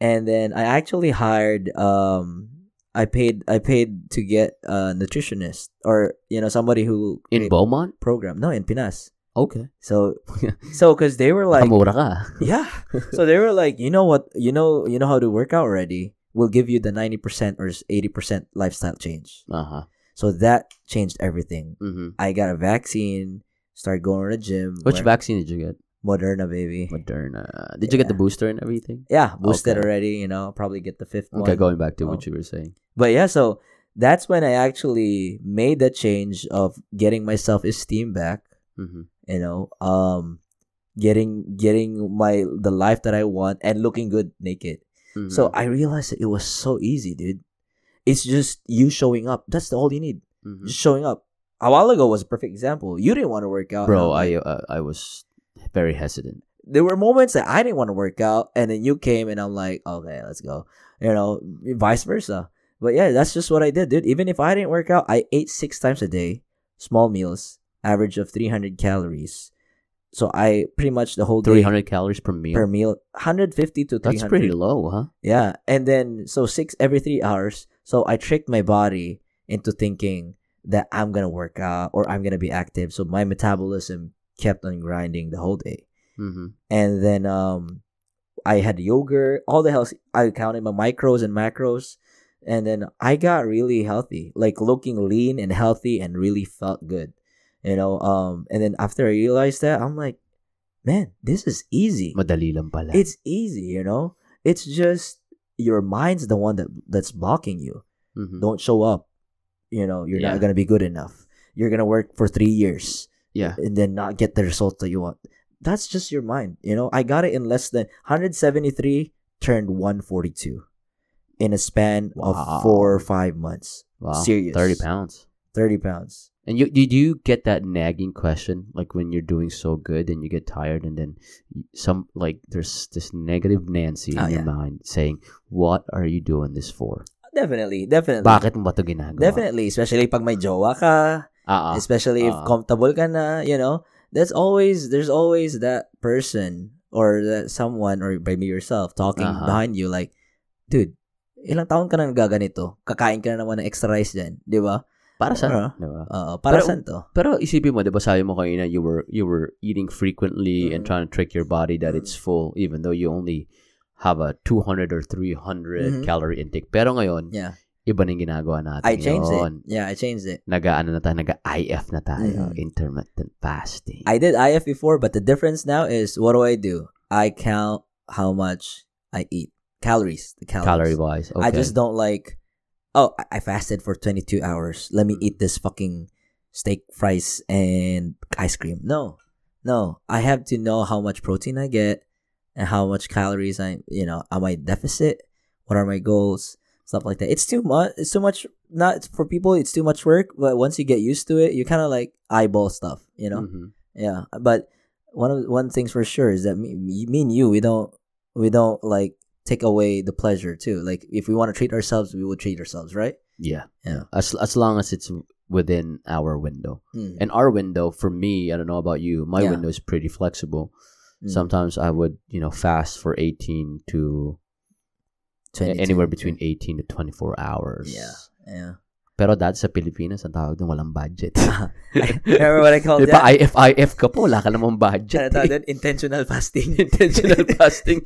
[SPEAKER 2] and then I actually hired um I paid I paid to get a nutritionist or you know somebody who
[SPEAKER 1] In Beaumont?
[SPEAKER 2] program. No, in Pinas.
[SPEAKER 1] Okay.
[SPEAKER 2] So so cuz they were like
[SPEAKER 1] Kamura ka.
[SPEAKER 2] yeah. So they were like, "You know what? You know you know how to work out already. We'll give you the 90% or 80% lifestyle change."
[SPEAKER 1] Uh-huh.
[SPEAKER 2] So that changed everything.
[SPEAKER 1] Mhm.
[SPEAKER 2] I got a vaccine, started going to the gym.
[SPEAKER 1] Which
[SPEAKER 2] where-
[SPEAKER 1] vaccine did you get?
[SPEAKER 2] Moderna baby.
[SPEAKER 1] Moderna. Did you get the booster and everything?
[SPEAKER 2] Yeah, boosted
[SPEAKER 1] Okay.
[SPEAKER 2] already, you know, probably get the fifth one.
[SPEAKER 1] Okay, going back to
[SPEAKER 2] Oh.
[SPEAKER 1] what you were saying.
[SPEAKER 2] But yeah, so that's when I actually made the change of getting my self esteem back,
[SPEAKER 1] Mhm.
[SPEAKER 2] you know, um getting getting my the life that I want and looking good naked.
[SPEAKER 1] Mhm.
[SPEAKER 2] So I realized that it was so easy, dude. It's just you showing up. That's the- all you need.
[SPEAKER 1] Mhm.
[SPEAKER 2] Just showing up. A while ago was a perfect example. You didn't want to work out.
[SPEAKER 1] bro,
[SPEAKER 2] and I'm
[SPEAKER 1] I
[SPEAKER 2] like-
[SPEAKER 1] uh, I was very hesitant.
[SPEAKER 2] there were moments that I didn't want to work out, and then you came, and I'm like, okay, let's go. You know, vice versa. But yeah, that's just what I did, dude. Even if I didn't work out, I ate six times a day, small meals, average of 300 calories. So I pretty much the whole day
[SPEAKER 1] 300 calories per meal.
[SPEAKER 2] per meal, 150 to 300.
[SPEAKER 1] That's pretty low, huh?
[SPEAKER 2] Yeah, and then so six every three hours. So I tricked my body into thinking that I'm gonna work out or I'm gonna be active. So my metabolism kept on grinding the whole day
[SPEAKER 1] Mhm.
[SPEAKER 2] and then um I had yogurt, all the health. I counted my micros and macros, and then I got really healthy, like looking lean and healthy, and really felt good, you know. Um, and then after I realized that, I'm like, man, this is easy.
[SPEAKER 1] Madali lang pala.
[SPEAKER 2] It's easy, you know. It's just your mind's the one that that's blocking you.
[SPEAKER 1] Mhm.
[SPEAKER 2] Don't show up. You know, you're not
[SPEAKER 1] Yeah.
[SPEAKER 2] gonna be good enough. You're gonna work for three years
[SPEAKER 1] Yeah.
[SPEAKER 2] and then not get the result that you want. That's just your mind. You know, I got it in less than 173 turned 142 in a span
[SPEAKER 1] Wow.
[SPEAKER 2] of four or five months.
[SPEAKER 1] Wow.
[SPEAKER 2] Serious.
[SPEAKER 1] 30 pounds.
[SPEAKER 2] 30 pounds.
[SPEAKER 1] And you did you get that nagging question like when you're doing so good and you get tired and then y- some like there's this negative Nancy
[SPEAKER 2] Oh,
[SPEAKER 1] in your
[SPEAKER 2] yeah.
[SPEAKER 1] mind saying, "What are you doing this for?
[SPEAKER 2] Definitely, definitely.
[SPEAKER 1] Bakit mo ba 'to ginagawa?"
[SPEAKER 2] Definitely, especially pag may jowa ka,
[SPEAKER 1] Ah, ah.
[SPEAKER 2] especially if
[SPEAKER 1] ah.
[SPEAKER 2] comfortable ka na, you know, that's always, there's always that person or that someone or maybe yourself talking
[SPEAKER 1] Uh-huh.
[SPEAKER 2] behind you like, dude, ilang taon ka na nagaganito? Kakain ka na naman ng extra rice dyan, di ba?
[SPEAKER 1] para sa
[SPEAKER 2] Ah. Oo,
[SPEAKER 1] Pero-
[SPEAKER 2] para saan to?
[SPEAKER 1] Pero isipin mo, 'di ba, sabi mo kanina you were you were eating frequently and
[SPEAKER 2] Mhm.
[SPEAKER 1] trying to trick your body that
[SPEAKER 2] Mhm.
[SPEAKER 1] it's full even though you only have a 200 or 300
[SPEAKER 2] Mhm.
[SPEAKER 1] calorie intake. Pero ngayon,
[SPEAKER 2] Yeah.
[SPEAKER 1] iba na yung ginagawa natin.
[SPEAKER 2] I changed
[SPEAKER 1] ngayon.
[SPEAKER 2] it. Yeah, I changed it.
[SPEAKER 1] Nag-ano na tayo, nag-IF na tayo,
[SPEAKER 2] Mhm.
[SPEAKER 1] intermittent fasting.
[SPEAKER 2] I did IF before, but the difference now is what do I do? I count how much I eat. Calories. The
[SPEAKER 1] calorie
[SPEAKER 2] calories.
[SPEAKER 1] wise. Okay.
[SPEAKER 2] I just don't like oh, I I fasted for twenty two hours. Let me eat this fucking steak fries and ice cream. No. No. I have to know how much protein I get, and how much calories I you know am I deficit? What are my goals? Stuff like that. It's too much. It's too much. Not for people. It's too much work. But once you get used to it, you kind of like eyeball stuff. You know.
[SPEAKER 1] Mhm.
[SPEAKER 2] Yeah. But one of one thing's for sure is that me, me me and you we don't we don't like take away the pleasure too. Like if we want to treat ourselves, we will treat ourselves, right?
[SPEAKER 1] Yeah.
[SPEAKER 2] Yeah.
[SPEAKER 1] As as long as it's within our window.
[SPEAKER 2] Mm.
[SPEAKER 1] And our window for me, I don't know about you, my
[SPEAKER 2] Yeah.
[SPEAKER 1] window is pretty flexible.
[SPEAKER 2] Mm.
[SPEAKER 1] Sometimes I would, you know, fast for 18 to a-
[SPEAKER 2] 22.
[SPEAKER 1] anywhere between 18 to 24 hours.
[SPEAKER 2] Yeah. Yeah.
[SPEAKER 1] Pero dati sa Pilipinas, ang tawag doon, walang budget.
[SPEAKER 2] Remember what I called
[SPEAKER 1] Di ba,
[SPEAKER 2] that?
[SPEAKER 1] IF, IF ka po, wala ka namang budget.
[SPEAKER 2] Ano tawag
[SPEAKER 1] eh.
[SPEAKER 2] doon? intentional fasting.
[SPEAKER 1] Intentional fasting.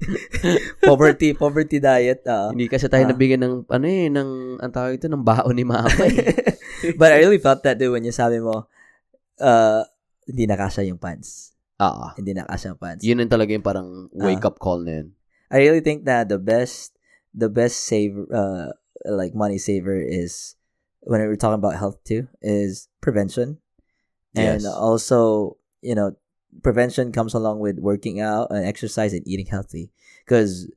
[SPEAKER 2] poverty, poverty diet. ah.
[SPEAKER 1] Hindi kasi tayo
[SPEAKER 2] Ah.
[SPEAKER 1] nabigyan ng, ano eh, ng, ang tawag ito, ng baon ni mama eh.
[SPEAKER 2] But I really felt that dude when you sabi mo, uh, hindi nakasya yung pants.
[SPEAKER 1] Oo.
[SPEAKER 2] Hindi nakasya yung pants.
[SPEAKER 1] Yun ang talaga yung parang
[SPEAKER 2] Ah.
[SPEAKER 1] wake-up call na yun.
[SPEAKER 2] I really think that the best the best save uh like money saver is when we're talking about health too is prevention and
[SPEAKER 1] Yes.
[SPEAKER 2] also you know prevention comes along with working out and exercise and eating healthy because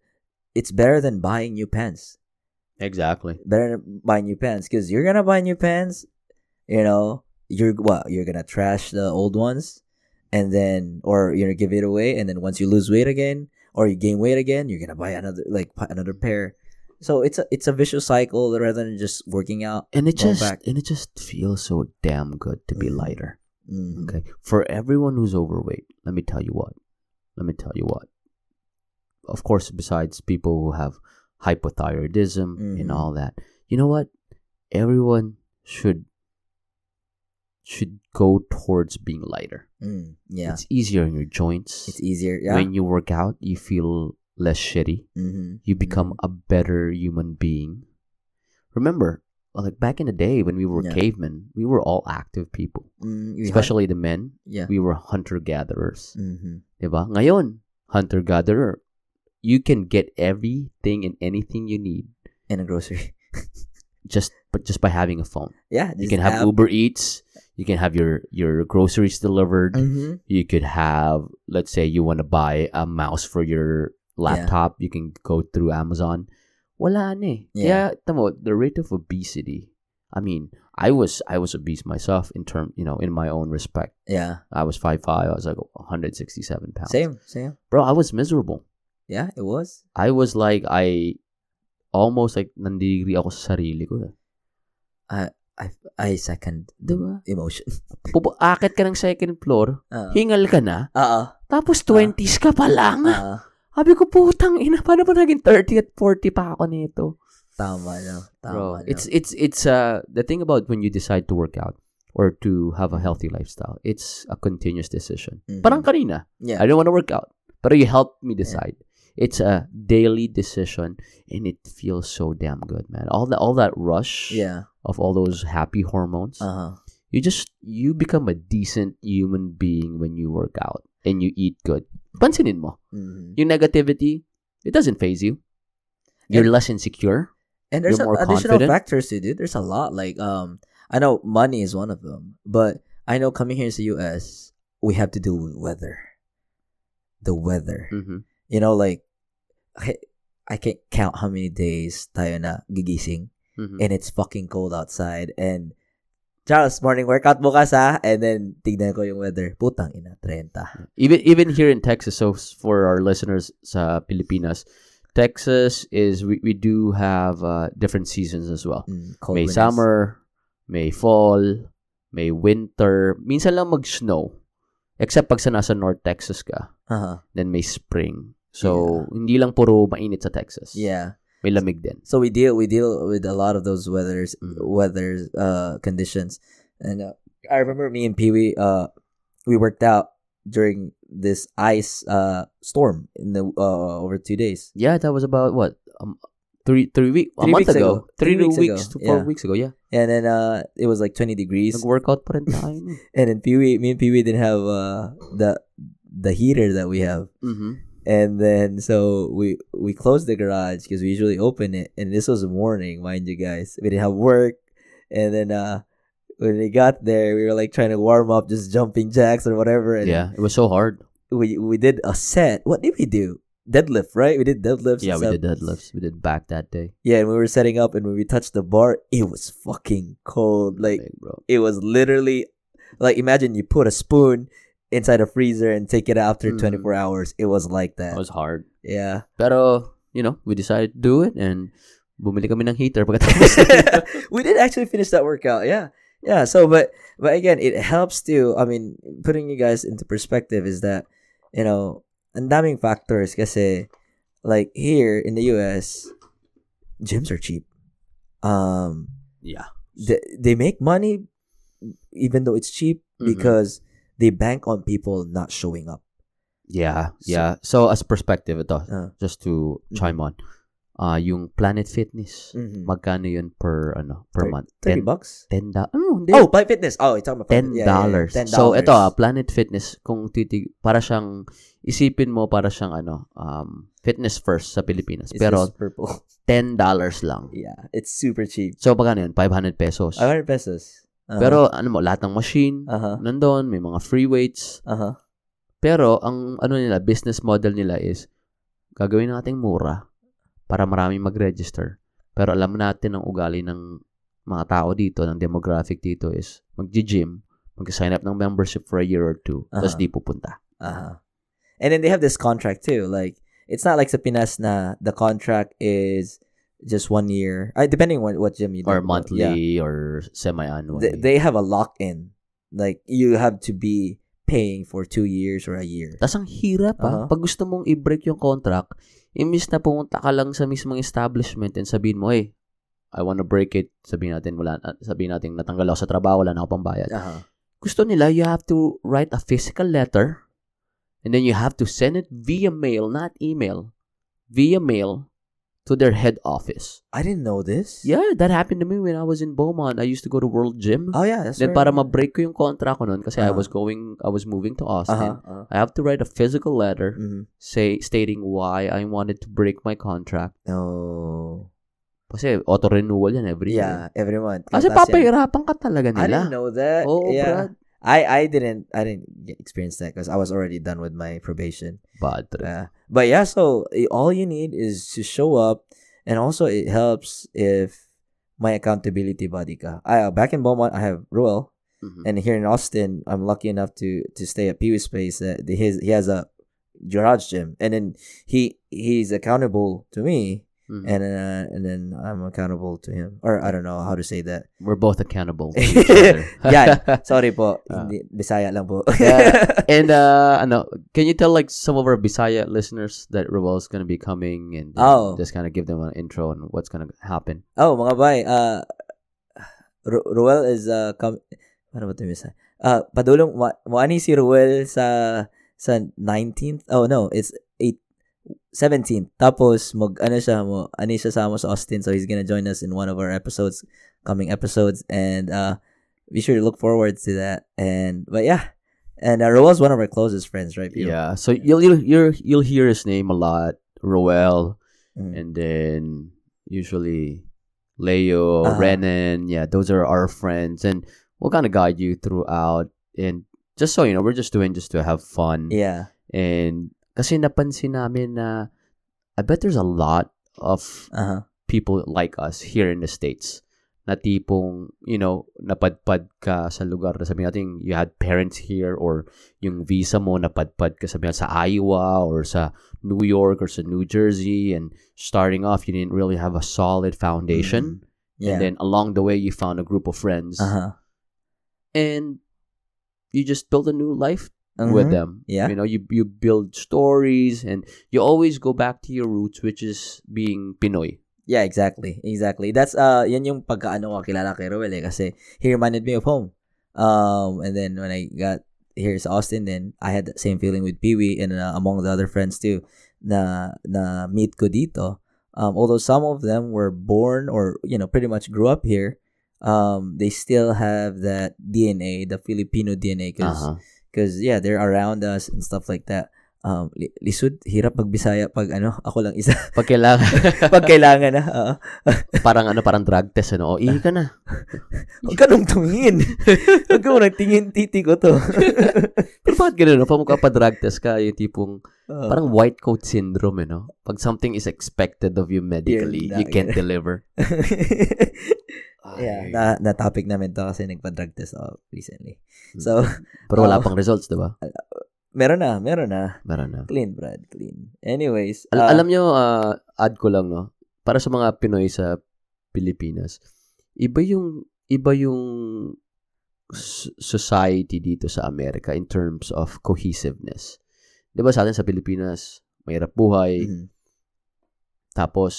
[SPEAKER 2] it's better than buying new pants
[SPEAKER 1] Exactly.
[SPEAKER 2] better than buying new pants because you're gonna buy new pants you know you're what you're gonna trash the old ones and then or you know give it away and then once you lose weight again or you gain weight again you're gonna buy another like pu- another pair so it's a it's a vicious cycle rather than just working out
[SPEAKER 1] And it
[SPEAKER 2] Going
[SPEAKER 1] just,
[SPEAKER 2] back.
[SPEAKER 1] and it just feels so damn good to be
[SPEAKER 2] Mhm.
[SPEAKER 1] lighter.
[SPEAKER 2] Mhm.
[SPEAKER 1] Okay. For everyone who's overweight, let me tell you what. Let me tell you what. Of course, besides people who have hypothyroidism and
[SPEAKER 2] Mhm.
[SPEAKER 1] all that, you know what? Everyone should should go towards being lighter.
[SPEAKER 2] Mm, yeah it's,
[SPEAKER 1] It's easier in your joints.
[SPEAKER 2] easier yeah
[SPEAKER 1] When you work out, you feel less shitty.
[SPEAKER 2] mm-hmm.
[SPEAKER 1] You become a better human being. Remember, like back in the day when we were
[SPEAKER 2] Yeah.
[SPEAKER 1] cavemen, we were all active people,
[SPEAKER 2] mm, you hunt-
[SPEAKER 1] especially the men
[SPEAKER 2] yeah
[SPEAKER 1] we were hunter gatherers,
[SPEAKER 2] mm-hmm.
[SPEAKER 1] 'di ba? Ngayon, hunter gatherer, you can get everything and anything you need
[SPEAKER 2] in a grocery
[SPEAKER 1] just but just by having a phone.
[SPEAKER 2] yeah
[SPEAKER 1] You can have Uber Eats, you can have your your groceries delivered,
[SPEAKER 2] mm-hmm.
[SPEAKER 1] you could have let's say you want to buy a mouse for your laptop, you can go through Amazon. Wala na eh. Kaya,
[SPEAKER 2] Yeah.
[SPEAKER 1] tamo, the rate of obesity. I mean, I was I was obese myself in term, you know, in my own respect.
[SPEAKER 2] yeah
[SPEAKER 1] I was 5'5", I was like 167 pounds.
[SPEAKER 2] same same
[SPEAKER 1] bro, I was miserable.
[SPEAKER 2] yeah it was
[SPEAKER 1] I was like, I almost like nandigri ako sa sarili ko. eh.
[SPEAKER 2] i i second
[SPEAKER 1] Diba?
[SPEAKER 2] the emotion
[SPEAKER 1] Pupu- akit ka ng second floor,
[SPEAKER 2] uh,
[SPEAKER 1] hingal ka na,
[SPEAKER 2] oo
[SPEAKER 1] tapos 20s ka pa lang.
[SPEAKER 2] Ah,
[SPEAKER 1] Sabi ko, putang ina, paano ba naging 30 at 40 pa ako nito?
[SPEAKER 2] tama na. Tama
[SPEAKER 1] Bro,
[SPEAKER 2] na.
[SPEAKER 1] it's, it's, it's, uh, the thing about when you decide to work out or to have a healthy lifestyle, it's a continuous decision.
[SPEAKER 2] Mhm.
[SPEAKER 1] Parang kanina,
[SPEAKER 2] yeah.
[SPEAKER 1] I don't want to work out, but you helped me decide. It's a daily decision, and it feels so damn good, man. All that all that rush
[SPEAKER 2] yeah.
[SPEAKER 1] of all those happy hormones.
[SPEAKER 2] Uh-huh.
[SPEAKER 1] You just you become a decent human being when you work out and you eat good. Pansinin mo
[SPEAKER 2] Mhm.
[SPEAKER 1] yung negativity. It doesn't phase you. You're less insecure.
[SPEAKER 2] And there's
[SPEAKER 1] You're more
[SPEAKER 2] a- additional
[SPEAKER 1] confident?
[SPEAKER 2] factors too, dude. There's a lot. Like, um, I know money is one of them, but I know coming here to the U.S., we have to deal with weather. The weather.
[SPEAKER 1] Mm-hmm.
[SPEAKER 2] You know, like, I, I can't count how many days tayo na gigising
[SPEAKER 1] Mm-hmm.
[SPEAKER 2] and it's fucking cold outside and Charles, morning workout bukas ha. And then, tignan ko yung weather. Putang ina, 30.
[SPEAKER 1] Even even here in Texas, so s- for our listeners sa Pilipinas, Texas is we, we do have uh, different seasons as well.
[SPEAKER 2] Mm, cold
[SPEAKER 1] may
[SPEAKER 2] winters.
[SPEAKER 1] summer, may fall, may winter. Minsan lang mag-snow. Except pag sa nasa North Texas ka,
[SPEAKER 2] Uh-huh.
[SPEAKER 1] then may spring. So, hindi lang puro mainit sa Texas.
[SPEAKER 2] Yeah.
[SPEAKER 1] May lamig din.
[SPEAKER 2] so we deal we deal with a lot of those weathers
[SPEAKER 1] Mm.
[SPEAKER 2] weathers uh conditions and uh, i remember me and pee-wee uh we worked out during this ice uh storm in the uh over two days
[SPEAKER 1] Yeah, that was about what? Um, three three week a
[SPEAKER 2] Three
[SPEAKER 1] month
[SPEAKER 2] weeks
[SPEAKER 1] ago.
[SPEAKER 2] ago.
[SPEAKER 1] Three,
[SPEAKER 2] Three
[SPEAKER 1] weeks,
[SPEAKER 2] weeks
[SPEAKER 1] to
[SPEAKER 2] ago,
[SPEAKER 1] four
[SPEAKER 2] yeah.
[SPEAKER 1] weeks ago, yeah.
[SPEAKER 2] and then uh it was like 20 degrees
[SPEAKER 1] Nag-workout pa rin tayo. no?
[SPEAKER 2] and then pee-wee me and pee-wee didn't have uh the the heater that we have
[SPEAKER 1] Mhm.
[SPEAKER 2] and then so we we closed the garage because we usually open it and this was a morning mind you guys we didn't have work and then uh when we got there we were like trying to warm up just jumping jacks or whatever and
[SPEAKER 1] Yeah, it was so hard.
[SPEAKER 2] we we did a set what did we do deadlift, right? We did deadlifts.
[SPEAKER 1] Yeah, we
[SPEAKER 2] and stuff.
[SPEAKER 1] did deadlifts. We did back that day.
[SPEAKER 2] Yeah, and we were setting up, and when we touched the bar, it was fucking cold. Like
[SPEAKER 1] Big, bro.
[SPEAKER 2] it was literally like imagine you put a spoon inside a freezer and take it out after
[SPEAKER 1] Mm.
[SPEAKER 2] 24 hours. It was like
[SPEAKER 1] That
[SPEAKER 2] that.
[SPEAKER 1] was hard.
[SPEAKER 2] yeah.
[SPEAKER 1] Pero, you know, we decided to do it and bumili kami ng heater pagkatapos.
[SPEAKER 2] we did actually finish that workout. Yeah. Yeah. So, but, but again, it helps to, I mean, putting you guys into perspective is that, you know, and daming factors kasi, like here in the US, gyms are cheap. Um,
[SPEAKER 1] yeah.
[SPEAKER 2] they, they make money even though it's cheap
[SPEAKER 1] Mhm.
[SPEAKER 2] because they bank on people not showing up.
[SPEAKER 1] Yeah, yeah. So, as perspective ito,
[SPEAKER 2] Ah.
[SPEAKER 1] just to
[SPEAKER 2] Mhm.
[SPEAKER 1] chime on, uh, yung Planet Fitness,
[SPEAKER 2] Mm-hmm.
[SPEAKER 1] magkano yun per, ano, per
[SPEAKER 2] Thir-
[SPEAKER 1] month?
[SPEAKER 2] 30
[SPEAKER 1] Ten-
[SPEAKER 2] bucks?
[SPEAKER 1] Ten da- ano, hindi.
[SPEAKER 2] Oh, Planet Fitness. Oh, you're talking about
[SPEAKER 1] ten
[SPEAKER 2] Planet- yeah, yeah, yeah.
[SPEAKER 1] dollars.
[SPEAKER 2] $10.
[SPEAKER 1] So, ito ah, Planet Fitness, kung titig, para siyang, isipin mo para siyang, ano, um, fitness first sa Pilipinas.
[SPEAKER 2] It's
[SPEAKER 1] pero,
[SPEAKER 2] just purple.
[SPEAKER 1] ten dollars lang.
[SPEAKER 2] yeah, it's super cheap.
[SPEAKER 1] So, pagkano yun? 500 pesos.
[SPEAKER 2] 500 pesos. Uh-huh.
[SPEAKER 1] Pero, ano mo, lahat ng machine,
[SPEAKER 2] uh-huh.
[SPEAKER 1] nandun, may mga free weights.
[SPEAKER 2] Uh-huh.
[SPEAKER 1] Pero, ang ano nila, business model nila is, gagawin nating mura para maraming mag-register. Pero alam natin ang ugali ng mga tao dito, ng demographic dito is, mag-gym, mag-sign up ng membership for a year or two, tapos
[SPEAKER 2] Aha.
[SPEAKER 1] di pupunta.
[SPEAKER 2] Uh-huh. And then they have this contract too. Like it's not like sa Pinas na the contract is just one year. Uh, depending on what gym you do.
[SPEAKER 1] Or
[SPEAKER 2] Yeah.
[SPEAKER 1] monthly, or semi-annual.
[SPEAKER 2] They, they have a lock in. Like you have to be paying for 2 years or a year.
[SPEAKER 1] Tapos ang hirap ah.
[SPEAKER 2] Aha.
[SPEAKER 1] Pag gusto mong i-break yung contract, imbis na pumunta ka lang sa mismong establishment and sabihin mo, hey, I wanna break it. Sabihin natin, wala, ah, sabihin natin, natanggal ako sa trabaho, wala na ako pambayad.
[SPEAKER 2] Uh-huh.
[SPEAKER 1] Gusto nila, you have to write a physical letter and then you have to send it via mail, not email, via mail to their head office.
[SPEAKER 2] I didn't know this.
[SPEAKER 1] Yeah, that happened to me when I was in Beaumont. I used to go to World Gym.
[SPEAKER 2] Oh yeah, that's
[SPEAKER 1] then
[SPEAKER 2] right.
[SPEAKER 1] para ma-break ko yung contract ko nun kasi I
[SPEAKER 2] Aha.
[SPEAKER 1] was going, I was moving to
[SPEAKER 2] Uh-huh.
[SPEAKER 1] Austin.
[SPEAKER 2] uh-huh.
[SPEAKER 1] I have to write a physical letter
[SPEAKER 2] Mhm.
[SPEAKER 1] say stating why I wanted to break my contract.
[SPEAKER 2] No.
[SPEAKER 1] Kasi auto-renewal yan every year.
[SPEAKER 2] Oh. Yeah, every month.
[SPEAKER 1] Kasi
[SPEAKER 2] Katas yan.
[SPEAKER 1] papahirapan ka talaga Ah,
[SPEAKER 2] I didn't
[SPEAKER 1] nila. Oh,
[SPEAKER 2] know that.
[SPEAKER 1] Oo,
[SPEAKER 2] yeah.
[SPEAKER 1] Brad.
[SPEAKER 2] I I didn't I didn't get- experience that because I was already done with my probation.
[SPEAKER 1] Bad trip.
[SPEAKER 2] Uh, but yeah, so i- all you need is to show up, and also it helps if my accountability buddy ka. I uh, back in Beaumont, I have Ruel,
[SPEAKER 1] Mhm.
[SPEAKER 2] and here in Austin, I'm lucky enough to to stay at Pee Wee's place. Uh, the- his he has a garage gym, and then he he's accountable to me,
[SPEAKER 1] Mhm.
[SPEAKER 2] and uh, and then I'm accountable to him, or I don't know how to say that.
[SPEAKER 1] We're both accountable to each other.
[SPEAKER 2] Yan. Sorry po,
[SPEAKER 1] Ah.
[SPEAKER 2] hindi Bisaya lang po.
[SPEAKER 1] Yeah. And, uh, ano, can you tell, like, some of our Bisaya listeners that Revol's gonna be coming and uh,
[SPEAKER 2] Oh.
[SPEAKER 1] just kind of give them an intro on what's gonna happen?
[SPEAKER 2] Oh, mga bay, uh, Ru- Ruel is, uh, com- ano ba ito yung isa? Uh, padulong, ma- maani si Ruel sa, sa 19th? Oh, no, it's 8, 17th. Tapos, mag, ano siya mo, ano siya sa amo sa Austin, so he's gonna join us in one of our episodes, coming episodes, and, uh, be sure to look forward to that. And, but yeah, and uh, Ruel's one of our closest friends, right? Pio?
[SPEAKER 1] Yeah. So you'll, you'll, you'll, you'll hear his name a lot. Roel.
[SPEAKER 2] Mm.
[SPEAKER 1] and then usually Leo,
[SPEAKER 2] Uh-huh.
[SPEAKER 1] Renan, yeah, those are our friends, and we'll kind of guide you throughout. And just so you know, we're just doing just to have fun.
[SPEAKER 2] Yeah.
[SPEAKER 1] And kasi napansin namin na I bet there's a lot of
[SPEAKER 2] Uh-huh.
[SPEAKER 1] people like us here in the states na tipong, you know, napadpad ka sa lugar na sabihin natin, you had parents here or yung visa mo napadpad ka sabihin sa Iowa or sa New York or sa New Jersey and starting off, you didn't really have a solid foundation.
[SPEAKER 2] Mm-hmm. Yeah.
[SPEAKER 1] And then along the way, you found a group of friends
[SPEAKER 2] uh-huh.
[SPEAKER 1] and you just built a new life with
[SPEAKER 2] Mhm.
[SPEAKER 1] them.
[SPEAKER 2] Yeah.
[SPEAKER 1] You know, you, you build stories and you always go back to your roots, which is being Pinoy.
[SPEAKER 2] Yeah, exactly. Exactly. That's uh yan yung pagkaano ko kilala kay Ruel eh, kasi he reminded me of home. Um and then when I got here sa Austin then I had that same feeling with Pee Wee and uh, among the other friends too na na meet ko dito. Um although some of them were born or you know pretty much grew up here, um they still have that DNA, the Filipino DNA cuz
[SPEAKER 1] Uh-huh.
[SPEAKER 2] because yeah they're around us and stuff like that um, li- lisod, hirap magbisaya pag ano, ako lang isa.
[SPEAKER 1] Pag kailangan,
[SPEAKER 2] pag kailangan na. oo.
[SPEAKER 1] parang ano, parang drug test, ano, o, ihi ka na.
[SPEAKER 2] Huwag ka nang tumingin. Huwag ka mo nang tingin titi ko to.
[SPEAKER 1] Pero bakit ganun, no? Pag magpapadrug test ka, yung tipong,
[SPEAKER 2] Oo.
[SPEAKER 1] parang white coat syndrome, eh, no? Pag something is expected of you medically,
[SPEAKER 2] Yun lang,
[SPEAKER 1] you can't deliver.
[SPEAKER 2] yeah,
[SPEAKER 1] Ay.
[SPEAKER 2] na, na topic namin to kasi nagpa-drug test ako recently. So, oh.
[SPEAKER 1] Pero wala
[SPEAKER 2] Oo.
[SPEAKER 1] pang results, di ba?
[SPEAKER 2] meron na, meron na.
[SPEAKER 1] Meron na.
[SPEAKER 2] Clean, Brad, clean. Anyways,
[SPEAKER 1] Al-
[SPEAKER 2] ah,
[SPEAKER 1] alam nyo, ah, add ko lang, no? Para sa mga Pinoy sa Pilipinas, iba yung, iba yung s- society dito sa Amerika in terms of cohesiveness. Di ba sa atin sa Pilipinas, mahirap buhay,
[SPEAKER 2] mhm.
[SPEAKER 1] tapos,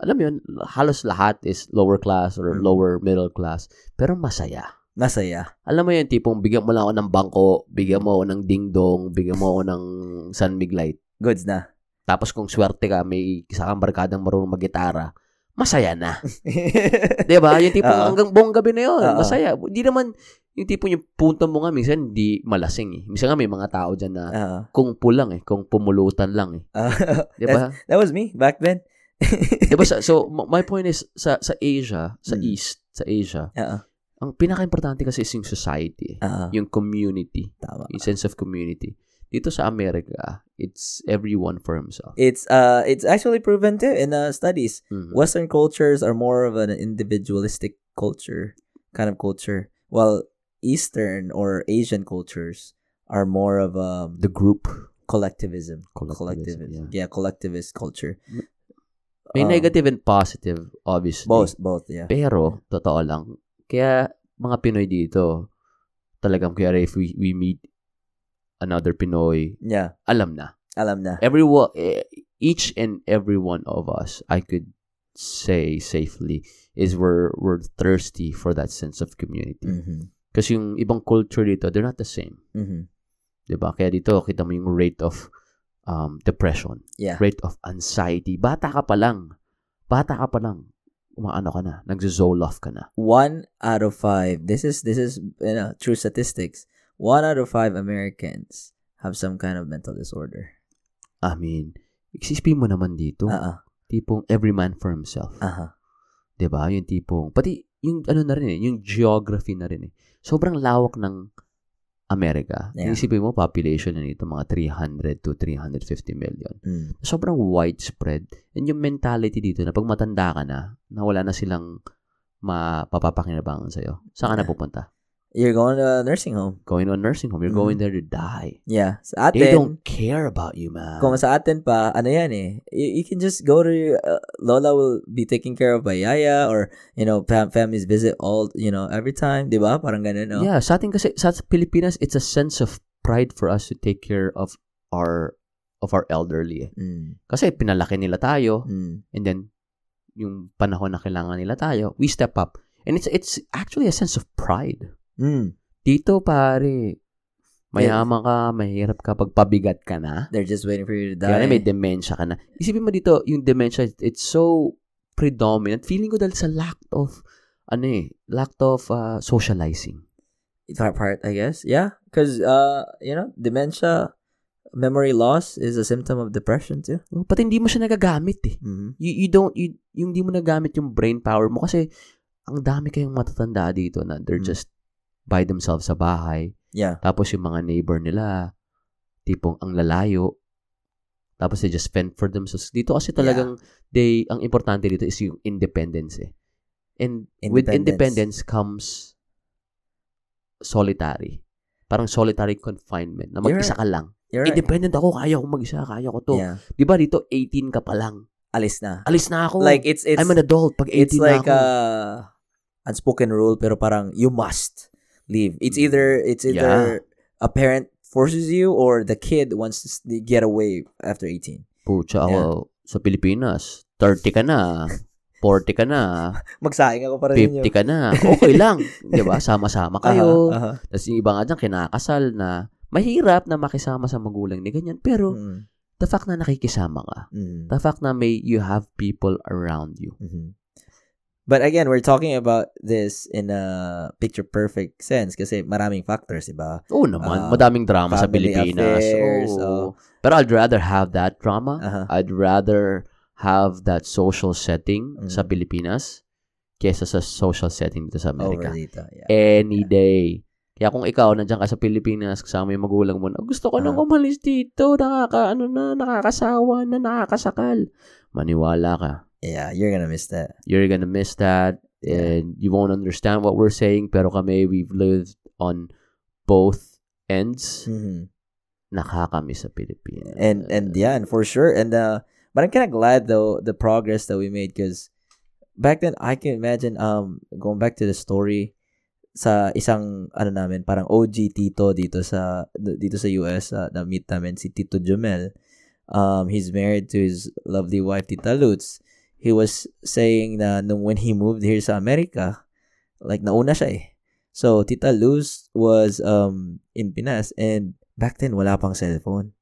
[SPEAKER 1] alam mo yun, halos lahat is lower class or
[SPEAKER 2] Mm.
[SPEAKER 1] lower middle class, pero masaya.
[SPEAKER 2] masaya.
[SPEAKER 1] Alam mo yun, tipong bigyan mo lang ako ng bangko, bigyan mo ako ng dingdong, bigyan mo ako ng San Miglite.
[SPEAKER 2] Goods na.
[SPEAKER 1] Tapos kung swerte ka, may isa kang barkadang marunong mag-gitara, masaya na. 'Di ba? Yung tipong
[SPEAKER 2] Oo.
[SPEAKER 1] hanggang buong gabi na yun,
[SPEAKER 2] Oo.
[SPEAKER 1] masaya. Hindi naman, yung tipong yung punta mo nga, minsan hindi malasing eh. Minsan nga may mga tao dyan na
[SPEAKER 2] Oo.
[SPEAKER 1] kung pulang eh, kung pumulutan lang eh.
[SPEAKER 2] Ah,
[SPEAKER 1] 'Di ba?
[SPEAKER 2] that was me back then.
[SPEAKER 1] 'Di ba? Sa- So, m- my point is, sa, sa Asia, sa
[SPEAKER 2] Mm.
[SPEAKER 1] East, sa Asia,
[SPEAKER 2] Oo.
[SPEAKER 1] ang pinaka-importante kasi is yung society eh.
[SPEAKER 2] Oo.
[SPEAKER 1] Yung community.
[SPEAKER 2] Tama.
[SPEAKER 1] yung sense of community. Dito sa Amerika, it's everyone for himself.
[SPEAKER 2] It's uh it's actually proven too in uh, studies.
[SPEAKER 1] Mhm.
[SPEAKER 2] Western cultures are more of an individualistic culture, kind of culture, while Eastern or Asian cultures are more of um
[SPEAKER 1] The group.
[SPEAKER 2] collectivism, collectivism,
[SPEAKER 1] Collectivism,
[SPEAKER 2] yeah. collectivist culture.
[SPEAKER 1] May
[SPEAKER 2] Um,
[SPEAKER 1] negative and positive, obviously.
[SPEAKER 2] Both, both, yeah.
[SPEAKER 1] Pero, totoo lang, kaya mga Pinoy dito, talagang kaya if we, we meet another Pinoy,
[SPEAKER 2] Yeah,
[SPEAKER 1] alam na.
[SPEAKER 2] alam na.
[SPEAKER 1] Everyone, eh, each and every one of us, I could say safely, is we're, we're thirsty for that sense of community.
[SPEAKER 2] Mhm.
[SPEAKER 1] Kasi yung ibang culture dito, they're not the same.
[SPEAKER 2] Mhm.
[SPEAKER 1] 'di ba? Kaya dito kita mo yung rate of um depression,
[SPEAKER 2] Yeah.
[SPEAKER 1] rate of anxiety. Bata ka pa lang. Bata ka pa lang. Umaano ka na, nagzo-zoloft ka na.
[SPEAKER 2] One out of five. This is this is you know true statistics. One out of five Americans have some kind of mental disorder.
[SPEAKER 1] I mean, isipin mo naman dito,
[SPEAKER 2] Uh uh-uh.
[SPEAKER 1] tipong every man for himself.
[SPEAKER 2] uh huh.
[SPEAKER 1] 'Di ba? Yung tipong pati yung ano na rin eh, yung geography na rin eh. Sobrang lawak ng Amerika.
[SPEAKER 2] Yeah.
[SPEAKER 1] Isipin mo population na nito mga 300 to 350 million.
[SPEAKER 2] mm.
[SPEAKER 1] sobrang widespread. And yung mentality dito na pag matanda ka na, na wala na silang mapapakinabangan sa'yo, saan ka na pupunta?
[SPEAKER 2] You're going to a nursing home.
[SPEAKER 1] Going to a nursing home. You're
[SPEAKER 2] Mhm.
[SPEAKER 1] going there to die.
[SPEAKER 2] Yeah. Sa atin,
[SPEAKER 1] They don't care about you, man.
[SPEAKER 2] Kung sa atin pa, ano yan eh, you, you can just go to, uh, Lola will be taken care of by Yaya or, you know, fam- families visit all, you know, every time, di ba? Parang ganun, no?
[SPEAKER 1] Yeah, sa atin kasi, sa Pilipinas, it's a sense of pride for us to take care of our of our elderly. eh.
[SPEAKER 2] Mm,
[SPEAKER 1] Kasi pinalaki nila tayo
[SPEAKER 2] mm,
[SPEAKER 1] and then yung panahon na kailangan nila tayo, we step up. And it's it's actually a sense of pride.
[SPEAKER 2] mm.
[SPEAKER 1] Dito, pare, mayaman ka, mahirap ka, pagpabigat ka na.
[SPEAKER 2] They're just waiting for you to die.
[SPEAKER 1] Kaya na may dementia ka na. Isipin mo dito, yung dementia, it's so predominant. Feeling ko dahil sa lack of, ano eh, lack of uh, socializing.
[SPEAKER 2] That part, I guess. Yeah. Because, uh, you know, dementia, memory loss is a symptom of depression too.
[SPEAKER 1] Oh, Pati hindi mo siya nagagamit eh.
[SPEAKER 2] Mm-hmm.
[SPEAKER 1] You, you don't, you, yung hindi mo nagamit yung brain power mo kasi ang dami kayong matatanda dito na they're
[SPEAKER 2] Mm.
[SPEAKER 1] just by themselves sa bahay.
[SPEAKER 2] Yeah.
[SPEAKER 1] Tapos yung mga neighbor nila, tipong ang lalayo. Tapos they just fend for themselves. Dito kasi talagang they, ang importante dito is yung independence eh. And with
[SPEAKER 2] Independence.
[SPEAKER 1] independence comes solitary. Parang solitary confinement na
[SPEAKER 2] You're
[SPEAKER 1] mag-isa ka lang.
[SPEAKER 2] You're right.
[SPEAKER 1] Independent ako, kaya ko mag-isa, kaya ko to.
[SPEAKER 2] Yeah.
[SPEAKER 1] 'Di ba dito 18 ka pa lang.
[SPEAKER 2] Alis na.
[SPEAKER 1] Alis na ako.
[SPEAKER 2] Like, it's, it's,
[SPEAKER 1] Oh, I'm an adult pag 18
[SPEAKER 2] it's like uh,
[SPEAKER 1] na ako.
[SPEAKER 2] a unspoken rule pero parang you must leave it's
[SPEAKER 1] Mm.
[SPEAKER 2] either it's either a parent forces you or the kid wants to s- get away after 18
[SPEAKER 1] Pucha ako sa Pilipinas, 30 ka na, 40 ka na,
[SPEAKER 2] magsaing ako para
[SPEAKER 1] 50 ka na, okay lang. 'Di ba? Sama-sama
[SPEAKER 2] Uh-huh,
[SPEAKER 1] kayo. Tapos yung iba nga dyan, kinakasal na mahirap na makisama sa magulang ni ganyan.
[SPEAKER 2] Hmm.
[SPEAKER 1] Pero
[SPEAKER 2] Mm,
[SPEAKER 1] the fact na nakikisama ka, the fact na may you have people around you.
[SPEAKER 2] mm-hmm. But again, we're talking about this in a picture perfect sense kasi maraming factors, iba.
[SPEAKER 1] Oo naman,
[SPEAKER 2] Ah,
[SPEAKER 1] madaming drama sa
[SPEAKER 2] family
[SPEAKER 1] Pilipinas.
[SPEAKER 2] affairs, Ah. oh.
[SPEAKER 1] Oo. Pero I'd rather have that drama.
[SPEAKER 2] Aha.
[SPEAKER 1] I'd rather have that social setting
[SPEAKER 2] Mm.
[SPEAKER 1] sa Pilipinas kesa sa social setting dito sa
[SPEAKER 2] Over
[SPEAKER 1] Amerika.
[SPEAKER 2] dito. Yeah.
[SPEAKER 1] Any day. Kaya kung ikaw, nandiyan ka sa Pilipinas, kasama yung magulang mo, na, gusto ko nang
[SPEAKER 2] Ah.
[SPEAKER 1] umalis dito, nakaka, ano na, nakakasawa na, nakakasakal. Maniwala ka.
[SPEAKER 2] yeah, you're gonna miss that.
[SPEAKER 1] You're gonna miss that and you won't understand what we're saying pero kami, we've lived on both ends.
[SPEAKER 2] Mhm.
[SPEAKER 1] Nakakamiss sa Pilipinas.
[SPEAKER 2] And and yeah, and for sure. And uh, but I'm kind of glad though the progress that we made because back then I can imagine um going back to the story sa isang ano namin parang OG tito dito sa dito sa US uh, na meet namin si Tito Jomel. Um, he's married to his lovely wife Tita Lutz. He was saying na nung when he moved here sa America, like nauna siya eh. So Tita Luz was um in Pinas and back then wala pang cellphone.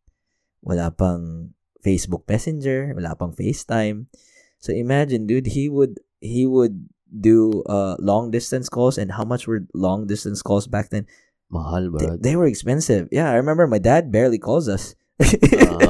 [SPEAKER 2] Wala pang Facebook Messenger, wala pang FaceTime. So imagine dude, he would he would do uh long distance calls and how much were long distance calls back then?
[SPEAKER 1] mahal,
[SPEAKER 2] They,
[SPEAKER 1] bro.
[SPEAKER 2] they were expensive. Yeah, I remember my dad barely calls us.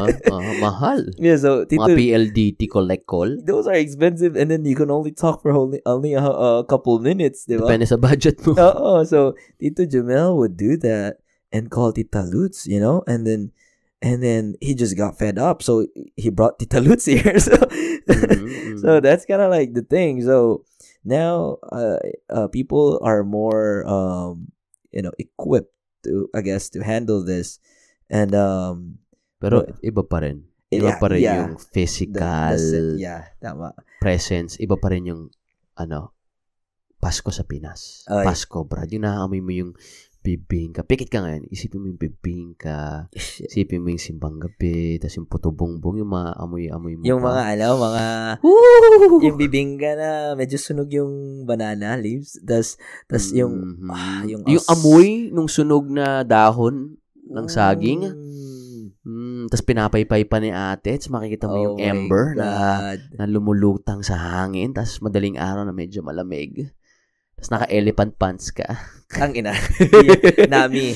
[SPEAKER 1] Ah, ah, mahal.
[SPEAKER 2] yeah, so Tito
[SPEAKER 1] Mga PLDT collect call.
[SPEAKER 2] those are expensive and then you can only talk for only, only a, a couple minutes, diba?
[SPEAKER 1] Depende sa budget mo.
[SPEAKER 2] Oo. Oh, So, Tito Jamel would do that and call Tita Lutz, you know? And then, and then he just got fed up. So, he brought Tita Lutz here. So,
[SPEAKER 1] Mhm,
[SPEAKER 2] so that's kind of like the thing. So, now, uh, uh, people are more, um, you know, equipped to, I guess, to handle this. And, um,
[SPEAKER 1] Pero iba pa rin. Iba
[SPEAKER 2] Yeah,
[SPEAKER 1] pa rin
[SPEAKER 2] yeah.
[SPEAKER 1] yung
[SPEAKER 2] the-
[SPEAKER 1] physical
[SPEAKER 2] that's it. yeah, tama.
[SPEAKER 1] presence. Iba pa rin yung, ano, Pasko sa Pinas.
[SPEAKER 2] Ay.
[SPEAKER 1] Pasko, brad. Yung nakaamoy mo yung bibingka. Pikit ka ngayon. Isipin mo yung bibingka. Isipin mo yung simbang gabi. Tapos yung puto bongbong. Yung mga amoy-amoy mo.
[SPEAKER 2] Yung
[SPEAKER 1] pa.
[SPEAKER 2] mga, alam, mga,
[SPEAKER 1] Woo!
[SPEAKER 2] yung bibingka na medyo sunog yung banana leaves. Tapos, tas yung,
[SPEAKER 1] Mhm.
[SPEAKER 2] ah, yung,
[SPEAKER 1] Yung
[SPEAKER 2] as-
[SPEAKER 1] amoy nung sunog na dahon ng saging.
[SPEAKER 2] Mm.
[SPEAKER 1] Mm, Tapos pinapaypay pa ni ate. Tapos makikita mo yung
[SPEAKER 2] Oh my
[SPEAKER 1] ember na,
[SPEAKER 2] God.
[SPEAKER 1] na lumulutang sa hangin. Tapos madaling araw na medyo malamig. Tapos naka-elephant pants ka.
[SPEAKER 2] Ang ina. Yeah. Nami.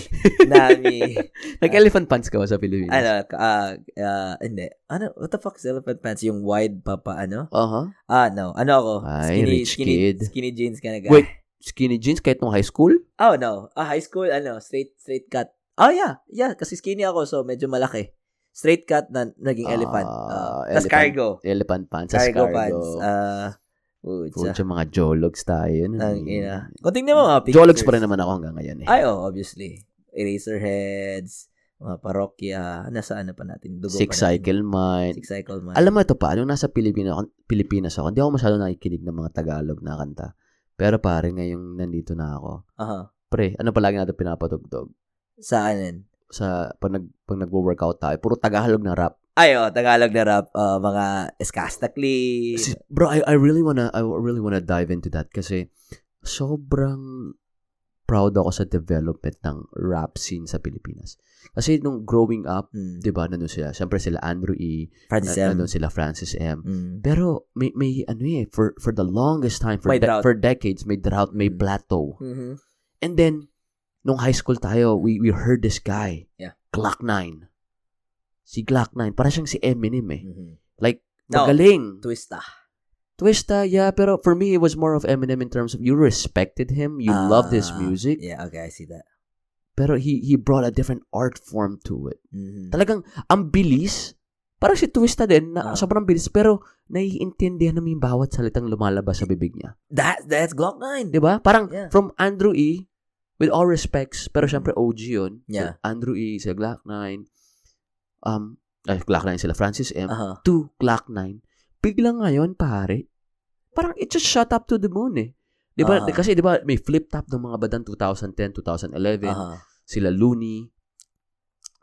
[SPEAKER 2] Nami.
[SPEAKER 1] Nag-elephant pants ka ba sa Pilipinas?
[SPEAKER 2] ano, ah, ah, hindi. Ano, what the fuck is elephant pants? Yung wide papa, ano?
[SPEAKER 1] Aha.
[SPEAKER 2] Ah, no. Ano ako?
[SPEAKER 1] Ay, rich
[SPEAKER 2] skinny,
[SPEAKER 1] kid.
[SPEAKER 2] Skinny jeans ka na guy.
[SPEAKER 1] Wait, skinny jeans kahit nung high school?
[SPEAKER 2] Oh, no. Ah, high school, ano, straight, straight cut. Oh, yeah. Yeah, kasi skinny ako, so medyo malaki. Straight cut na naging
[SPEAKER 1] Ah,
[SPEAKER 2] elephant. Ah, tas
[SPEAKER 1] elephant.
[SPEAKER 2] cargo.
[SPEAKER 1] Elephant pants. Sa
[SPEAKER 2] Cargo
[SPEAKER 1] cargo.
[SPEAKER 2] pants. Ah,
[SPEAKER 1] Pucha,
[SPEAKER 2] pucha.
[SPEAKER 1] mga jologs tayo. nun
[SPEAKER 2] Ang
[SPEAKER 1] eh.
[SPEAKER 2] ina. Kung tingnan mo mga pictures.
[SPEAKER 1] Jologs pa rin naman ako hanggang ngayon eh.
[SPEAKER 2] Ay, oh, obviously. Eraser heads, mga parokya, nasa ano pa natin, dugo
[SPEAKER 1] Six
[SPEAKER 2] pa natin.
[SPEAKER 1] cycle mind.
[SPEAKER 2] Six cycle man.
[SPEAKER 1] Alam mo ito pa, nung nasa Pilipino, ako- Pilipinas ako, hindi ako masyado nakikinig ng mga Tagalog na kanta. Pero pare, ngayong nandito na ako,
[SPEAKER 2] Aha.
[SPEAKER 1] pre, ano palagi natin pinapatugtog?
[SPEAKER 2] Saan yun?
[SPEAKER 1] Sa, pag, nag, pag nag-workout tayo, puro Tagalog na rap.
[SPEAKER 2] Ay, oh, Tagalog na rap, ah, mga Eskastakli.
[SPEAKER 1] Kasi, bro, I, I really wanna, I really wanna dive into that kasi sobrang proud ako sa development ng rap scene sa Pilipinas. Kasi nung growing up,
[SPEAKER 2] Mm.
[SPEAKER 1] 'di ba, nandun sila, syempre sila Andrew E,
[SPEAKER 2] Francis M.
[SPEAKER 1] nandun sila Francis M.
[SPEAKER 2] Mm.
[SPEAKER 1] Pero may may ano eh for for the longest time for
[SPEAKER 2] May
[SPEAKER 1] de-
[SPEAKER 2] drought.
[SPEAKER 1] for decades may drought, may
[SPEAKER 2] Mm.
[SPEAKER 1] plateau.
[SPEAKER 2] Mhm.
[SPEAKER 1] And then nung high school tayo, we we heard this guy.
[SPEAKER 2] Yeah.
[SPEAKER 1] Glock 9. Si Glock 9, para siyang si Eminem eh.
[SPEAKER 2] Mhm.
[SPEAKER 1] Like
[SPEAKER 2] No.
[SPEAKER 1] magaling.
[SPEAKER 2] Twista.
[SPEAKER 1] Twista, yeah, pero for me it was more of Eminem in terms of you respected him, you
[SPEAKER 2] Ah,
[SPEAKER 1] loved his music,
[SPEAKER 2] Yeah, okay, I see that.
[SPEAKER 1] pero he he brought a different art form to it.
[SPEAKER 2] Mhm.
[SPEAKER 1] Talagang ang bilis. Parang si Twista din, na
[SPEAKER 2] Ah.
[SPEAKER 1] sobrang bilis, pero naiintindihan namin yung bawat salitang lumalabas sa bibig niya.
[SPEAKER 2] That, that's Glock 9.
[SPEAKER 1] Di ba? Parang
[SPEAKER 2] Yeah. Mm.
[SPEAKER 1] from Andrew E, with all respects, pero syempre OG yun.
[SPEAKER 2] Yeah.
[SPEAKER 1] Andrew E, sila Glock 9, um, ay, Glock 9 sila, Francis M,
[SPEAKER 2] Aha.
[SPEAKER 1] to Glock 9. Biglang ngayon, pare, parang it just shut up to the moon eh. Di ba?
[SPEAKER 2] Ah.
[SPEAKER 1] Kasi di ba, may flip top ng mga badan 2010, 2011,
[SPEAKER 2] Aha.
[SPEAKER 1] sila Looney,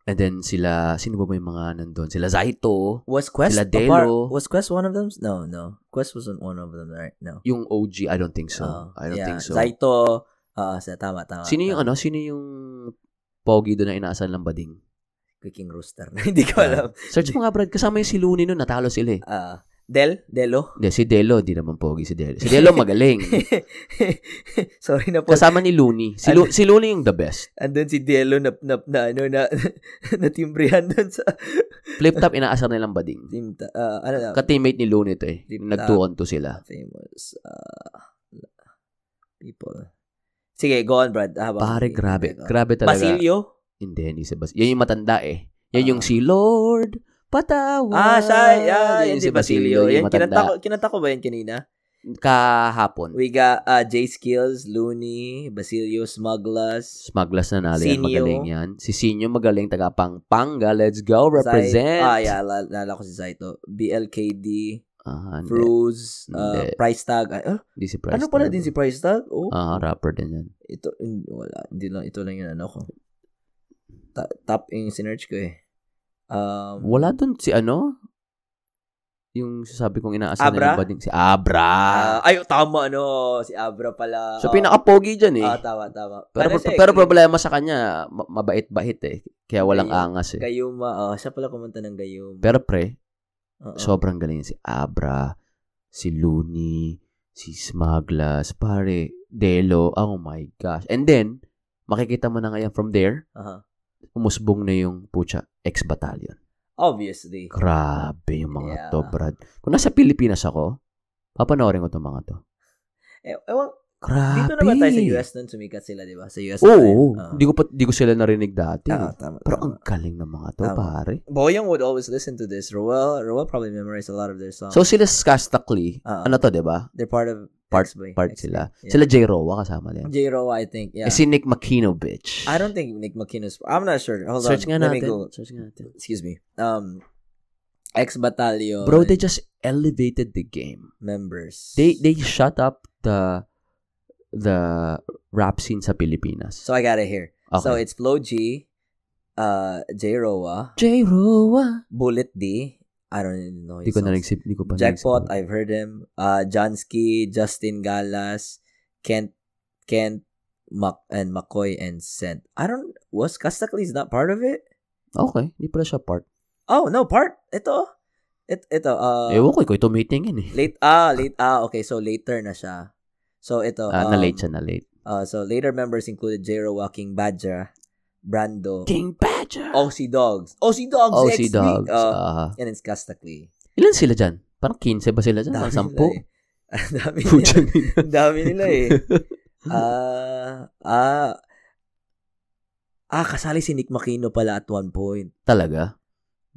[SPEAKER 1] and then sila, sino ba ba yung mga nandun? Sila Zaito,
[SPEAKER 2] Was Quest
[SPEAKER 1] Sila
[SPEAKER 2] a part-
[SPEAKER 1] Delo.
[SPEAKER 2] was Quest one of them? No, no. Quest wasn't one of them, right? No.
[SPEAKER 1] yung OG, I don't think so.
[SPEAKER 2] Oh,
[SPEAKER 1] I don't
[SPEAKER 2] yeah.
[SPEAKER 1] think so.
[SPEAKER 2] Zaito, ah, sa tama, tama.
[SPEAKER 1] Sino yung ano?
[SPEAKER 2] tama.
[SPEAKER 1] Sino yung pogi doon na inaasahan ng bading?
[SPEAKER 2] Cooking rooster na, hindi ko alam.
[SPEAKER 1] Search mo nga, Brad. Kasama yung si Looney nun. Natalo sila eh.
[SPEAKER 2] Ah, Del? Delo?
[SPEAKER 1] Hindi, si Delo, di naman pogi si Delo. Si Delo magaling.
[SPEAKER 2] Sorry na po.
[SPEAKER 1] Kasama ni Looney. Si,
[SPEAKER 2] Ano?
[SPEAKER 1] Lu- si Looney yung the best.
[SPEAKER 2] Andun si Delo na, na, na ano, na, natimbrihan dun sa
[SPEAKER 1] Flip top, inaasar nilang bading.
[SPEAKER 2] team, ta- ah, ano na,
[SPEAKER 1] Ka-teammate ni Looney to eh.
[SPEAKER 2] Flip top.
[SPEAKER 1] Nagtuon to sila.
[SPEAKER 2] famous, ah, people. Sige, go on, Brad. Habang-
[SPEAKER 1] Pare, grabe.
[SPEAKER 2] Ano.
[SPEAKER 1] Grabe talaga.
[SPEAKER 2] Basilio?
[SPEAKER 1] Hindi, hindi si Basilio. Yan yung matanda eh. Yan
[SPEAKER 2] Ah.
[SPEAKER 1] yung si Lord Patawa.
[SPEAKER 2] Ah, siya. Ah, yan si Basilio.
[SPEAKER 1] yung
[SPEAKER 2] Yan, kinanta
[SPEAKER 1] matanda.
[SPEAKER 2] ko, kinanta ko ba yan kanina?
[SPEAKER 1] Kahapon.
[SPEAKER 2] We got uh, J Skills, Looney, Basilio, Smugglas,
[SPEAKER 1] Smuglas na nali yan.
[SPEAKER 2] Sinyo.
[SPEAKER 1] Magaling yan. Si Sinyo magaling. Taga Pampanga. Let's go. Represent.
[SPEAKER 2] Zai- Ah, yeah. la- Naalala ko si Zaito. BLKD,
[SPEAKER 1] Ah, hindi.
[SPEAKER 2] Fruits, uh,
[SPEAKER 1] Hindi.
[SPEAKER 2] Price Tag. Ay, ah,
[SPEAKER 1] Hindi si Price.
[SPEAKER 2] ano pala
[SPEAKER 1] Tag.
[SPEAKER 2] din si Price Tag? Oh,
[SPEAKER 1] Ah, rapper din yan.
[SPEAKER 2] ito, hindi, wala. Hindi lang, ito lang yung ano ko. Ta- top yung sinerge ko eh. Um,
[SPEAKER 1] Wala dun si ano? Yung sasabi kong inaasahan
[SPEAKER 2] Abra?
[SPEAKER 1] nila ba din? Si Abra.
[SPEAKER 2] ah, ay, tama ano. Si Abra pala.
[SPEAKER 1] so,
[SPEAKER 2] Ah,
[SPEAKER 1] pinaka-pogi dyan eh.
[SPEAKER 2] Ah, tama, tama.
[SPEAKER 1] pero,
[SPEAKER 2] Ano siya eh,
[SPEAKER 1] pero
[SPEAKER 2] Kay-
[SPEAKER 1] problema sa kanya, ma- mabait-bait eh. Kaya walang
[SPEAKER 2] Ayun.
[SPEAKER 1] angas eh.
[SPEAKER 2] Gayuma. Oh, siya pala kumanta ng Gayuma.
[SPEAKER 1] Pero pre,
[SPEAKER 2] Oo.
[SPEAKER 1] sobrang galing si Abra, si Looney, si Smaglas, pare, Delo, oh my gosh. And then, makikita mo na ngayon from there,
[SPEAKER 2] Aha.
[SPEAKER 1] umusbong na yung pucha, ex-battalion.
[SPEAKER 2] Obviously.
[SPEAKER 1] Grabe yung mga
[SPEAKER 2] Yeah.
[SPEAKER 1] to, Brad. Kung nasa Pilipinas ako, papanoorin ko itong mga to.
[SPEAKER 2] Eh, ewan,
[SPEAKER 1] Grabe.
[SPEAKER 2] Dito na ba tayo sa US nun? Sumikat sila, di ba? Sa US.
[SPEAKER 1] Oo.
[SPEAKER 2] tayo.
[SPEAKER 1] Di ko, pa, di ko sila narinig dati.
[SPEAKER 2] Ah, tama,
[SPEAKER 1] Pero
[SPEAKER 2] tama.
[SPEAKER 1] ang galing ng mga to,
[SPEAKER 2] Tama.
[SPEAKER 1] pare.
[SPEAKER 2] Boyong would always listen to this. Roel, Roel probably memorized a lot of their songs.
[SPEAKER 1] So, sila Skastakli,
[SPEAKER 2] Ah.
[SPEAKER 1] ano to, di ba?
[SPEAKER 2] They're part of
[SPEAKER 1] Part-
[SPEAKER 2] X-Boy.
[SPEAKER 1] Part
[SPEAKER 2] X-Boy.
[SPEAKER 1] sila.
[SPEAKER 2] Yeah.
[SPEAKER 1] Sila J. Roa kasama din.
[SPEAKER 2] J. Roa, I think. Yeah.
[SPEAKER 1] Eh, si Nick Makino, bitch.
[SPEAKER 2] I don't think Nick McKinnon's. I'm not sure. Hold
[SPEAKER 1] Search nga
[SPEAKER 2] on. Let me
[SPEAKER 1] natin.
[SPEAKER 2] Google.
[SPEAKER 1] Search nga natin.
[SPEAKER 2] Excuse me. Um, ex battalion
[SPEAKER 1] Bro, they just elevated the game.
[SPEAKER 2] members.
[SPEAKER 1] They they shut up the the rap scene sa Pilipinas.
[SPEAKER 2] So I got it here. So
[SPEAKER 1] Okay.
[SPEAKER 2] it's Flo G, uh, J. Roa,
[SPEAKER 1] J. Roa.
[SPEAKER 2] Bullet D. I don't even know.
[SPEAKER 1] Hindi
[SPEAKER 2] his
[SPEAKER 1] ko
[SPEAKER 2] songs.
[SPEAKER 1] narinig Hindi ko pa
[SPEAKER 2] Jackpot,
[SPEAKER 1] narinig-
[SPEAKER 2] I've heard him. Uh, Jansky, Justin Galas, Kent, Kent, Mac, and McCoy and Sent. I don't, was Castaklees not part of it?
[SPEAKER 1] Okay. Hindi pala siya part.
[SPEAKER 2] Oh, no, part. Ito. It, ito, uh,
[SPEAKER 1] Ewan ko. Ikaw ito meetingin eh.
[SPEAKER 2] late, ah, late, ah, okay, so later na siya. So, ito.
[SPEAKER 1] Ah,
[SPEAKER 2] um,
[SPEAKER 1] na-late siya, na-late.
[SPEAKER 2] uh, so, later members included J-Ro, King Badger, Brando,
[SPEAKER 1] King Badger!
[SPEAKER 2] OC Dogs. OC Oh, Dogs
[SPEAKER 1] Oh,
[SPEAKER 2] next
[SPEAKER 1] si
[SPEAKER 2] week!
[SPEAKER 1] Dogs.
[SPEAKER 2] Uh,
[SPEAKER 1] Ah.
[SPEAKER 2] and it's Castaklee.
[SPEAKER 1] ilan sila dyan? Parang 15 ba sila dyan?
[SPEAKER 2] Dami
[SPEAKER 1] Parang 10?
[SPEAKER 2] nila eh. Ang dami nila.
[SPEAKER 1] Pucha nila.
[SPEAKER 2] Ang dami nila eh.
[SPEAKER 1] Mm-hmm.
[SPEAKER 2] Ah, ah, ah, kasali si Nick Makino pala at one point.
[SPEAKER 1] Talaga?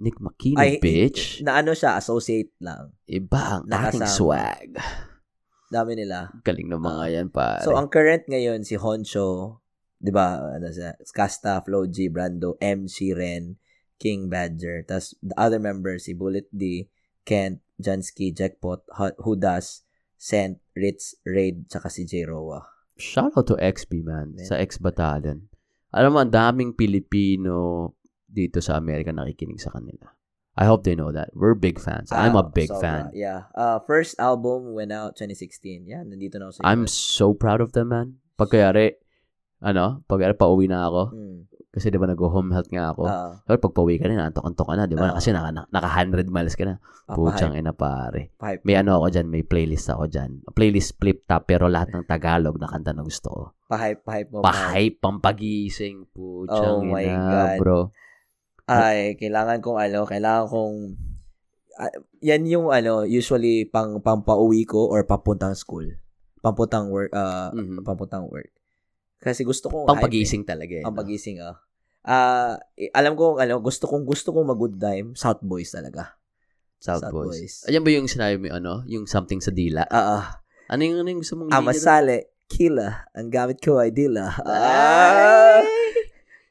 [SPEAKER 1] Nick Makino,
[SPEAKER 2] Ay,
[SPEAKER 1] bitch.
[SPEAKER 2] Na ano siya, associate lang.
[SPEAKER 1] Iba ang aking
[SPEAKER 2] nakasama.
[SPEAKER 1] swag.
[SPEAKER 2] Dami nila.
[SPEAKER 1] Galing ng mga
[SPEAKER 2] Ah.
[SPEAKER 1] yan, pare.
[SPEAKER 2] So, ang current ngayon, si Honcho, di ba, ano siya, Skasta, Flo G, Brando, MC Ren, King Badger, tas the other members, si Bullet D, Kent, Jansky, Jackpot, Hu- Hudas, Sent, Ritz, Raid, tsaka si J. Roa.
[SPEAKER 1] Shout out to XB, man.
[SPEAKER 2] Man.
[SPEAKER 1] Sa X-Battalion. Alam mo, ang daming Pilipino dito sa Amerika nakikinig sa kanila. I hope they know that. We're big fans. I'm a
[SPEAKER 2] Ah,
[SPEAKER 1] big
[SPEAKER 2] sobra.
[SPEAKER 1] fan.
[SPEAKER 2] Yeah. Uh, first album went out 2016. Yeah, nandito na ako sa
[SPEAKER 1] I'm
[SPEAKER 2] US.
[SPEAKER 1] so proud of them, man. Pagkayari, ano, pagkayari pauwi na ako.
[SPEAKER 2] Mm.
[SPEAKER 1] Kasi di ba nag-home health nga ako.
[SPEAKER 2] Ah,
[SPEAKER 1] Pero pag pauwi ka na, antok-antok ka na, di ba?
[SPEAKER 2] Ah.
[SPEAKER 1] Kasi naka, na- naka 100 miles ka na. Puchang ina pare.
[SPEAKER 2] Pipe.
[SPEAKER 1] May ano ako dyan, may playlist ako dyan. Playlist flip top, pero lahat ng Tagalog na kanta na gusto ko.
[SPEAKER 2] Pahype, pahype mo.
[SPEAKER 1] Pahype, pampagising. Puchang
[SPEAKER 2] Oh my
[SPEAKER 1] ina,
[SPEAKER 2] God.
[SPEAKER 1] bro.
[SPEAKER 2] Ay, kailangan kong ano, kailangan kong ah, yan yung ano, usually pang pampauwi ko or papuntang school. Papuntang work, ah,
[SPEAKER 1] Mhm.
[SPEAKER 2] papuntang work. Kasi gusto kong
[SPEAKER 1] Pampagising talaga. Eh,
[SPEAKER 2] Hype, pampagising, ah. Ah, eh, alam ko ano, gusto kong gusto kong mag-good time, South Boys talaga.
[SPEAKER 1] no? South,
[SPEAKER 2] South
[SPEAKER 1] Boys.
[SPEAKER 2] Boys.
[SPEAKER 1] Ayan ba yung sinabi mo, ano? Yung something sa dila?
[SPEAKER 2] Ah,
[SPEAKER 1] Ano yung, ano yung gusto mong
[SPEAKER 2] ah,
[SPEAKER 1] linya doon?
[SPEAKER 2] amasale, kila, ang gamit ko ay dila. Ah.
[SPEAKER 1] Ay!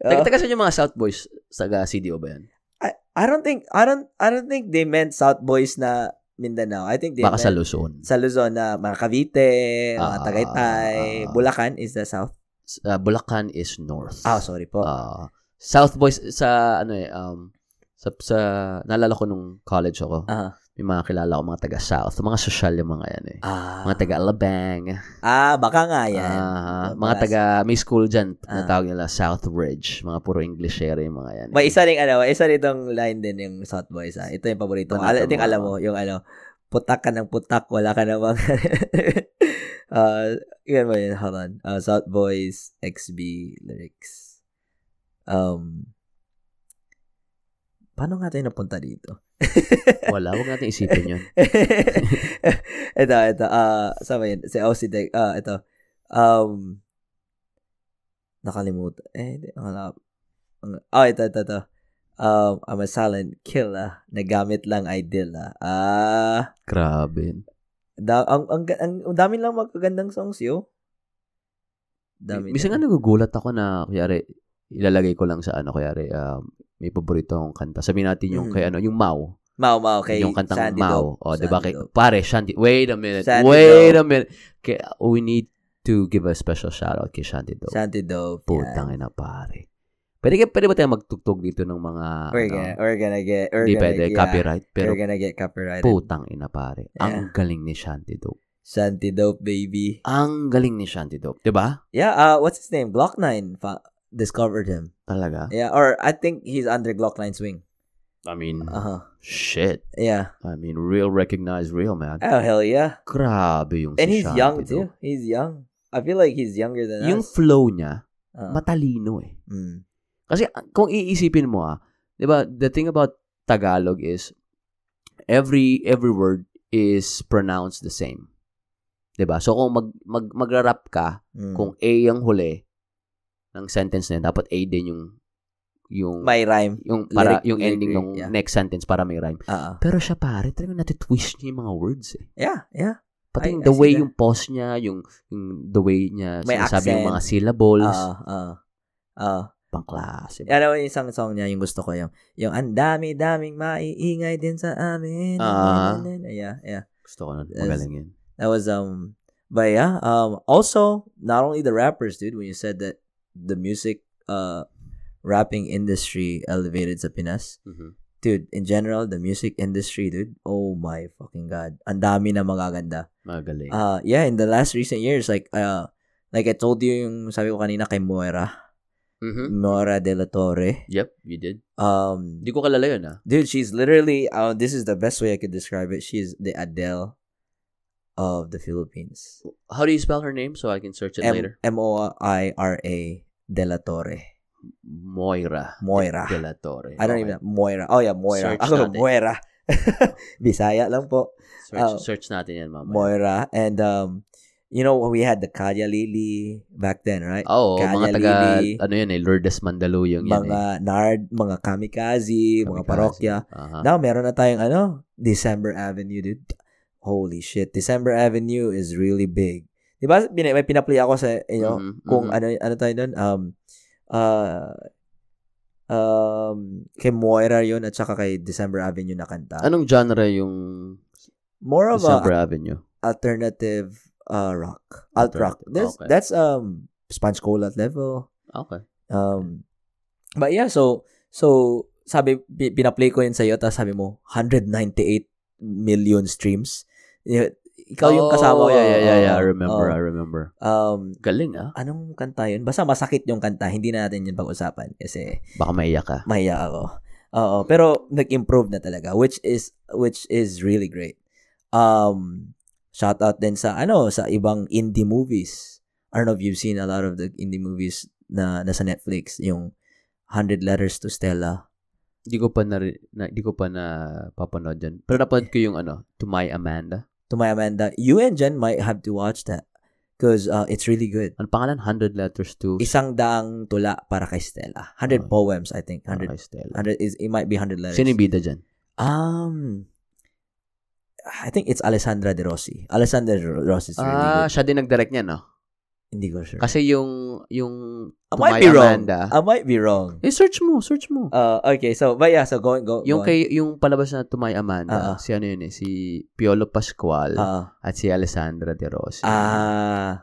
[SPEAKER 2] Ah.
[SPEAKER 1] Tagtagasan yung mga South Boys sa ga- CDO ba yan?
[SPEAKER 2] I, I don't think I don't I don't think they meant South Boys na Mindanao. I think they
[SPEAKER 1] Baka sa
[SPEAKER 2] meant
[SPEAKER 1] Luzon.
[SPEAKER 2] sa Luzon na mga Cavite, mga
[SPEAKER 1] Ah,
[SPEAKER 2] Tagaytay,
[SPEAKER 1] ah, ah.
[SPEAKER 2] Bulacan is the South.
[SPEAKER 1] Uh, Bulacan is North.
[SPEAKER 2] Ah, sorry po.
[SPEAKER 1] Ah, South Boys sa ano eh um sa, sa naalala ko nung college ako.
[SPEAKER 2] Ah.
[SPEAKER 1] May mga kilala ko mga taga South, mga social yung mga yan eh.
[SPEAKER 2] ah,
[SPEAKER 1] Mga taga Alabang,
[SPEAKER 2] ah, baka nga yan.
[SPEAKER 1] ah,
[SPEAKER 2] Mga
[SPEAKER 1] mga taga may school diyan na
[SPEAKER 2] Ah.
[SPEAKER 1] tawag nila South Ridge, mga puro Englishero yung mga yan.
[SPEAKER 2] May isa ring ano, isa rin itong line din yung South Boys. Ah. Ito yung paborito ko. Al-
[SPEAKER 1] Panatama.
[SPEAKER 2] Ito yung alam mo, yung ano, putak ka ng putak, wala ka namang uh, yun ba yun? Hold on. Uh, South Boys, XB, lyrics. Um, paano nga tayo napunta dito?
[SPEAKER 1] Wala, huwag natin isipin yun.
[SPEAKER 2] ito, ito. ah sama yun. Si OC Deck. ah ito. Um, nakalimutan. Eh, hindi. Wala. Ang- Oh, ito, ito, ito. Um, I'm a silent killer. Nagamit lang idilla. Ah,
[SPEAKER 1] Grabe.
[SPEAKER 2] da- ang, ang, ang, ang dami lang magagandang songs, yo. Dami.
[SPEAKER 1] Minsan nga
[SPEAKER 2] lang.
[SPEAKER 1] nagugulat ako na, kuyari, ilalagay ko lang sa ano, kuyari, um, may paborito akong kanta. Sabihin natin yung
[SPEAKER 2] Mhm.
[SPEAKER 1] kay ano, yung Mau.
[SPEAKER 2] Mao, Mao, kay
[SPEAKER 1] yung kantang
[SPEAKER 2] Sandy
[SPEAKER 1] Mau.
[SPEAKER 2] Dog.
[SPEAKER 1] O, di ba?
[SPEAKER 2] Sandy
[SPEAKER 1] Kay,
[SPEAKER 2] Dog.
[SPEAKER 1] pare, Shanti. Wait a minute.
[SPEAKER 2] Shanty
[SPEAKER 1] wait
[SPEAKER 2] Dog.
[SPEAKER 1] a minute. Kay, oh, we need to give a special shout out kay Shanti Dog.
[SPEAKER 2] Sandy Dog.
[SPEAKER 1] Putang ina, pare. Pwede, ka- pwede ba tayo magtugtog dito ng mga...
[SPEAKER 2] We're
[SPEAKER 1] ano?
[SPEAKER 2] gonna, we're gonna get, we're
[SPEAKER 1] Hindi
[SPEAKER 2] gonna,
[SPEAKER 1] pwede,
[SPEAKER 2] yeah,
[SPEAKER 1] copyright. Pero
[SPEAKER 2] we're gonna get copyrighted.
[SPEAKER 1] putang ina, pare.
[SPEAKER 2] Yeah.
[SPEAKER 1] Ang galing ni Shanti Dog.
[SPEAKER 2] Shanty Dope, baby.
[SPEAKER 1] Ang galing ni Shanti Dog. Di ba?
[SPEAKER 2] Yeah, uh, what's his name? Glock 9 fa- discovered him.
[SPEAKER 1] Talaga?
[SPEAKER 2] Yeah, or I think he's under Glock 9's wing.
[SPEAKER 1] I mean,
[SPEAKER 2] Uh-huh.
[SPEAKER 1] shit.
[SPEAKER 2] Yeah.
[SPEAKER 1] I mean, real recognize real, man.
[SPEAKER 2] Oh, hell yeah.
[SPEAKER 1] Grabe yung
[SPEAKER 2] And
[SPEAKER 1] si
[SPEAKER 2] he's
[SPEAKER 1] Shanti
[SPEAKER 2] young,
[SPEAKER 1] Dog.
[SPEAKER 2] too. He's young. I feel like he's younger than
[SPEAKER 1] Yung
[SPEAKER 2] us.
[SPEAKER 1] flow niya,
[SPEAKER 2] Uh,
[SPEAKER 1] matalino eh.
[SPEAKER 2] mm,
[SPEAKER 1] Kasi ah, kung iisipin mo ah, 'di ba, the thing about Tagalog is every every word is pronounced the same. 'Di ba? So kung mag, mag magra-rap ka,
[SPEAKER 2] mm.
[SPEAKER 1] kung A ang huli ng sentence na yun, dapat A din yung yung
[SPEAKER 2] May rhyme.
[SPEAKER 1] yung para
[SPEAKER 2] lyric-
[SPEAKER 1] yung
[SPEAKER 2] lyric
[SPEAKER 1] ending
[SPEAKER 2] rate,
[SPEAKER 1] ng
[SPEAKER 2] yeah.
[SPEAKER 1] next sentence para may rhyme.
[SPEAKER 2] Uh,
[SPEAKER 1] Pero siya pare, talagang natitwist niya yung mga words eh.
[SPEAKER 2] yeah, yeah.
[SPEAKER 1] Pati
[SPEAKER 2] I-
[SPEAKER 1] yung
[SPEAKER 2] I
[SPEAKER 1] the
[SPEAKER 2] see
[SPEAKER 1] way
[SPEAKER 2] that.
[SPEAKER 1] yung pause niya, yung, yung the way niya
[SPEAKER 2] May
[SPEAKER 1] sinasabi yung mga
[SPEAKER 2] accent.
[SPEAKER 1] syllables,
[SPEAKER 2] Uh, uh, uh,
[SPEAKER 1] pangklase.
[SPEAKER 2] alam mo yung isang song niya, yung gusto ko yung, yung ang dami-daming maiingay din sa amin.
[SPEAKER 1] Ah.
[SPEAKER 2] yeah, yeah.
[SPEAKER 1] Gusto ko nun.
[SPEAKER 2] Yes.
[SPEAKER 1] Magaling yun.
[SPEAKER 2] That was um but yeah, um also not only the rappers, dude, when you said that the music uh rapping industry elevated sa Pinas. Dude, in general, the music industry, dude. Oh my fucking god. Ang dami na magaganda.
[SPEAKER 1] Magaling.
[SPEAKER 2] Uh yeah, in the last recent years like uh like I told you yung sabi ko kanina kay Moira,
[SPEAKER 1] Mhm.
[SPEAKER 2] Moira de la Torre.
[SPEAKER 1] Yep, you did.
[SPEAKER 2] Um
[SPEAKER 1] Hindi ko kalala yun, ah.
[SPEAKER 2] dude, she's literally uh, this is the best way I could describe it. She's the Adele of the Philippines.
[SPEAKER 1] How do you spell her name so I can search it later?
[SPEAKER 2] M O I R A De La Torre.
[SPEAKER 1] Moira.
[SPEAKER 2] Moira.
[SPEAKER 1] De la Torre.
[SPEAKER 2] I don't
[SPEAKER 1] Okay.
[SPEAKER 2] even Moira. Oh yeah, Moira.
[SPEAKER 1] Search
[SPEAKER 2] Ako
[SPEAKER 1] natin.
[SPEAKER 2] Moira. Bisaya lang po.
[SPEAKER 1] Search,
[SPEAKER 2] Oh.
[SPEAKER 1] search natin yan, mama.
[SPEAKER 2] Moira and um you know we had the Kaya Lili back then, right?
[SPEAKER 1] Oo,
[SPEAKER 2] Kaya
[SPEAKER 1] mga taga,
[SPEAKER 2] Lili.
[SPEAKER 1] ano yun eh, Lourdes Mandaluyong Oh, yun eh.
[SPEAKER 2] mga nard, mga
[SPEAKER 1] Kamikaze.
[SPEAKER 2] kamikaze, mga
[SPEAKER 1] ah.
[SPEAKER 2] parokya.
[SPEAKER 1] Aha.
[SPEAKER 2] Now meron na tayong ano, December Avenue, dude. Holy shit. December Avenue is really big. 'Di ba? Bin- may pinaplay ako sa you know,
[SPEAKER 1] Mhm,
[SPEAKER 2] kung
[SPEAKER 1] mhm.
[SPEAKER 2] ano ano tayo doon um uh, um kay Moira yun at saka kay December Avenue na kanta.
[SPEAKER 1] Anong genre yung
[SPEAKER 2] More of
[SPEAKER 1] Ano? December
[SPEAKER 2] a
[SPEAKER 1] Avenue?
[SPEAKER 2] alternative uh, rock. Alt rock.
[SPEAKER 1] Alternative,
[SPEAKER 2] That's
[SPEAKER 1] okay.
[SPEAKER 2] that's um Sponge Cola level.
[SPEAKER 1] Ah, Okay.
[SPEAKER 2] Um but yeah, so so sabi pi- pinaplay ko yun sa iyo tapos sabi mo 198 million streams. Y- Ikaw yung
[SPEAKER 1] Oh,
[SPEAKER 2] kasama ko.
[SPEAKER 1] yeah, yeah, yeah, yeah. I
[SPEAKER 2] Oo,
[SPEAKER 1] remember,
[SPEAKER 2] oo.
[SPEAKER 1] I remember.
[SPEAKER 2] Um
[SPEAKER 1] Galing, ah.
[SPEAKER 2] anong kanta yun? Basta masakit yung kanta. Hindi na natin yun pag-usapan kasi
[SPEAKER 1] Baka maiyak ka.
[SPEAKER 2] mahiya ako. Oo, pero nag-improve na talaga which is which is really great. Um shout out din sa ano sa ibang indie movies. I don't know if you've seen a lot of the indie movies na nasa Netflix yung 100 Letters to Stella.
[SPEAKER 1] Hindi ko pa na, na di ko pa na papanood yan. Pero napanood ko yung ano, To My Amanda.
[SPEAKER 2] To my Amanda, you and Jen might have to watch that because uh, it's really good.
[SPEAKER 1] Ano pangalan? 100 Letters to
[SPEAKER 2] Isang daang tula para kay Stella. 100
[SPEAKER 1] Okay.
[SPEAKER 2] poems I think. 100
[SPEAKER 1] Sarah Estela.
[SPEAKER 2] 100 is it might be 100
[SPEAKER 1] Oh. Ah.
[SPEAKER 2] letters.
[SPEAKER 1] Sino yung bida dyan?
[SPEAKER 2] Um, I think it's Alessandra De Rossi. Alessandra De Rossi is really
[SPEAKER 1] Ah,
[SPEAKER 2] good.
[SPEAKER 1] siya din nag-direct niya, no?
[SPEAKER 2] Hindi ko sure.
[SPEAKER 1] Kasi yung, yung, to
[SPEAKER 2] I might
[SPEAKER 1] my
[SPEAKER 2] be wrong.
[SPEAKER 1] Amanda.
[SPEAKER 2] I might be wrong.
[SPEAKER 1] eh, search mo, search mo.
[SPEAKER 2] Uh, okay, so, but yeah, so go, go,
[SPEAKER 1] yung
[SPEAKER 2] go
[SPEAKER 1] kay, yung palabas na to my Amanda,
[SPEAKER 2] Oh, Ah, ah.
[SPEAKER 1] si ano yun eh, si Piolo Pascual
[SPEAKER 2] on.
[SPEAKER 1] at si Alessandra De Rossi.
[SPEAKER 2] Ah, Uh, ah,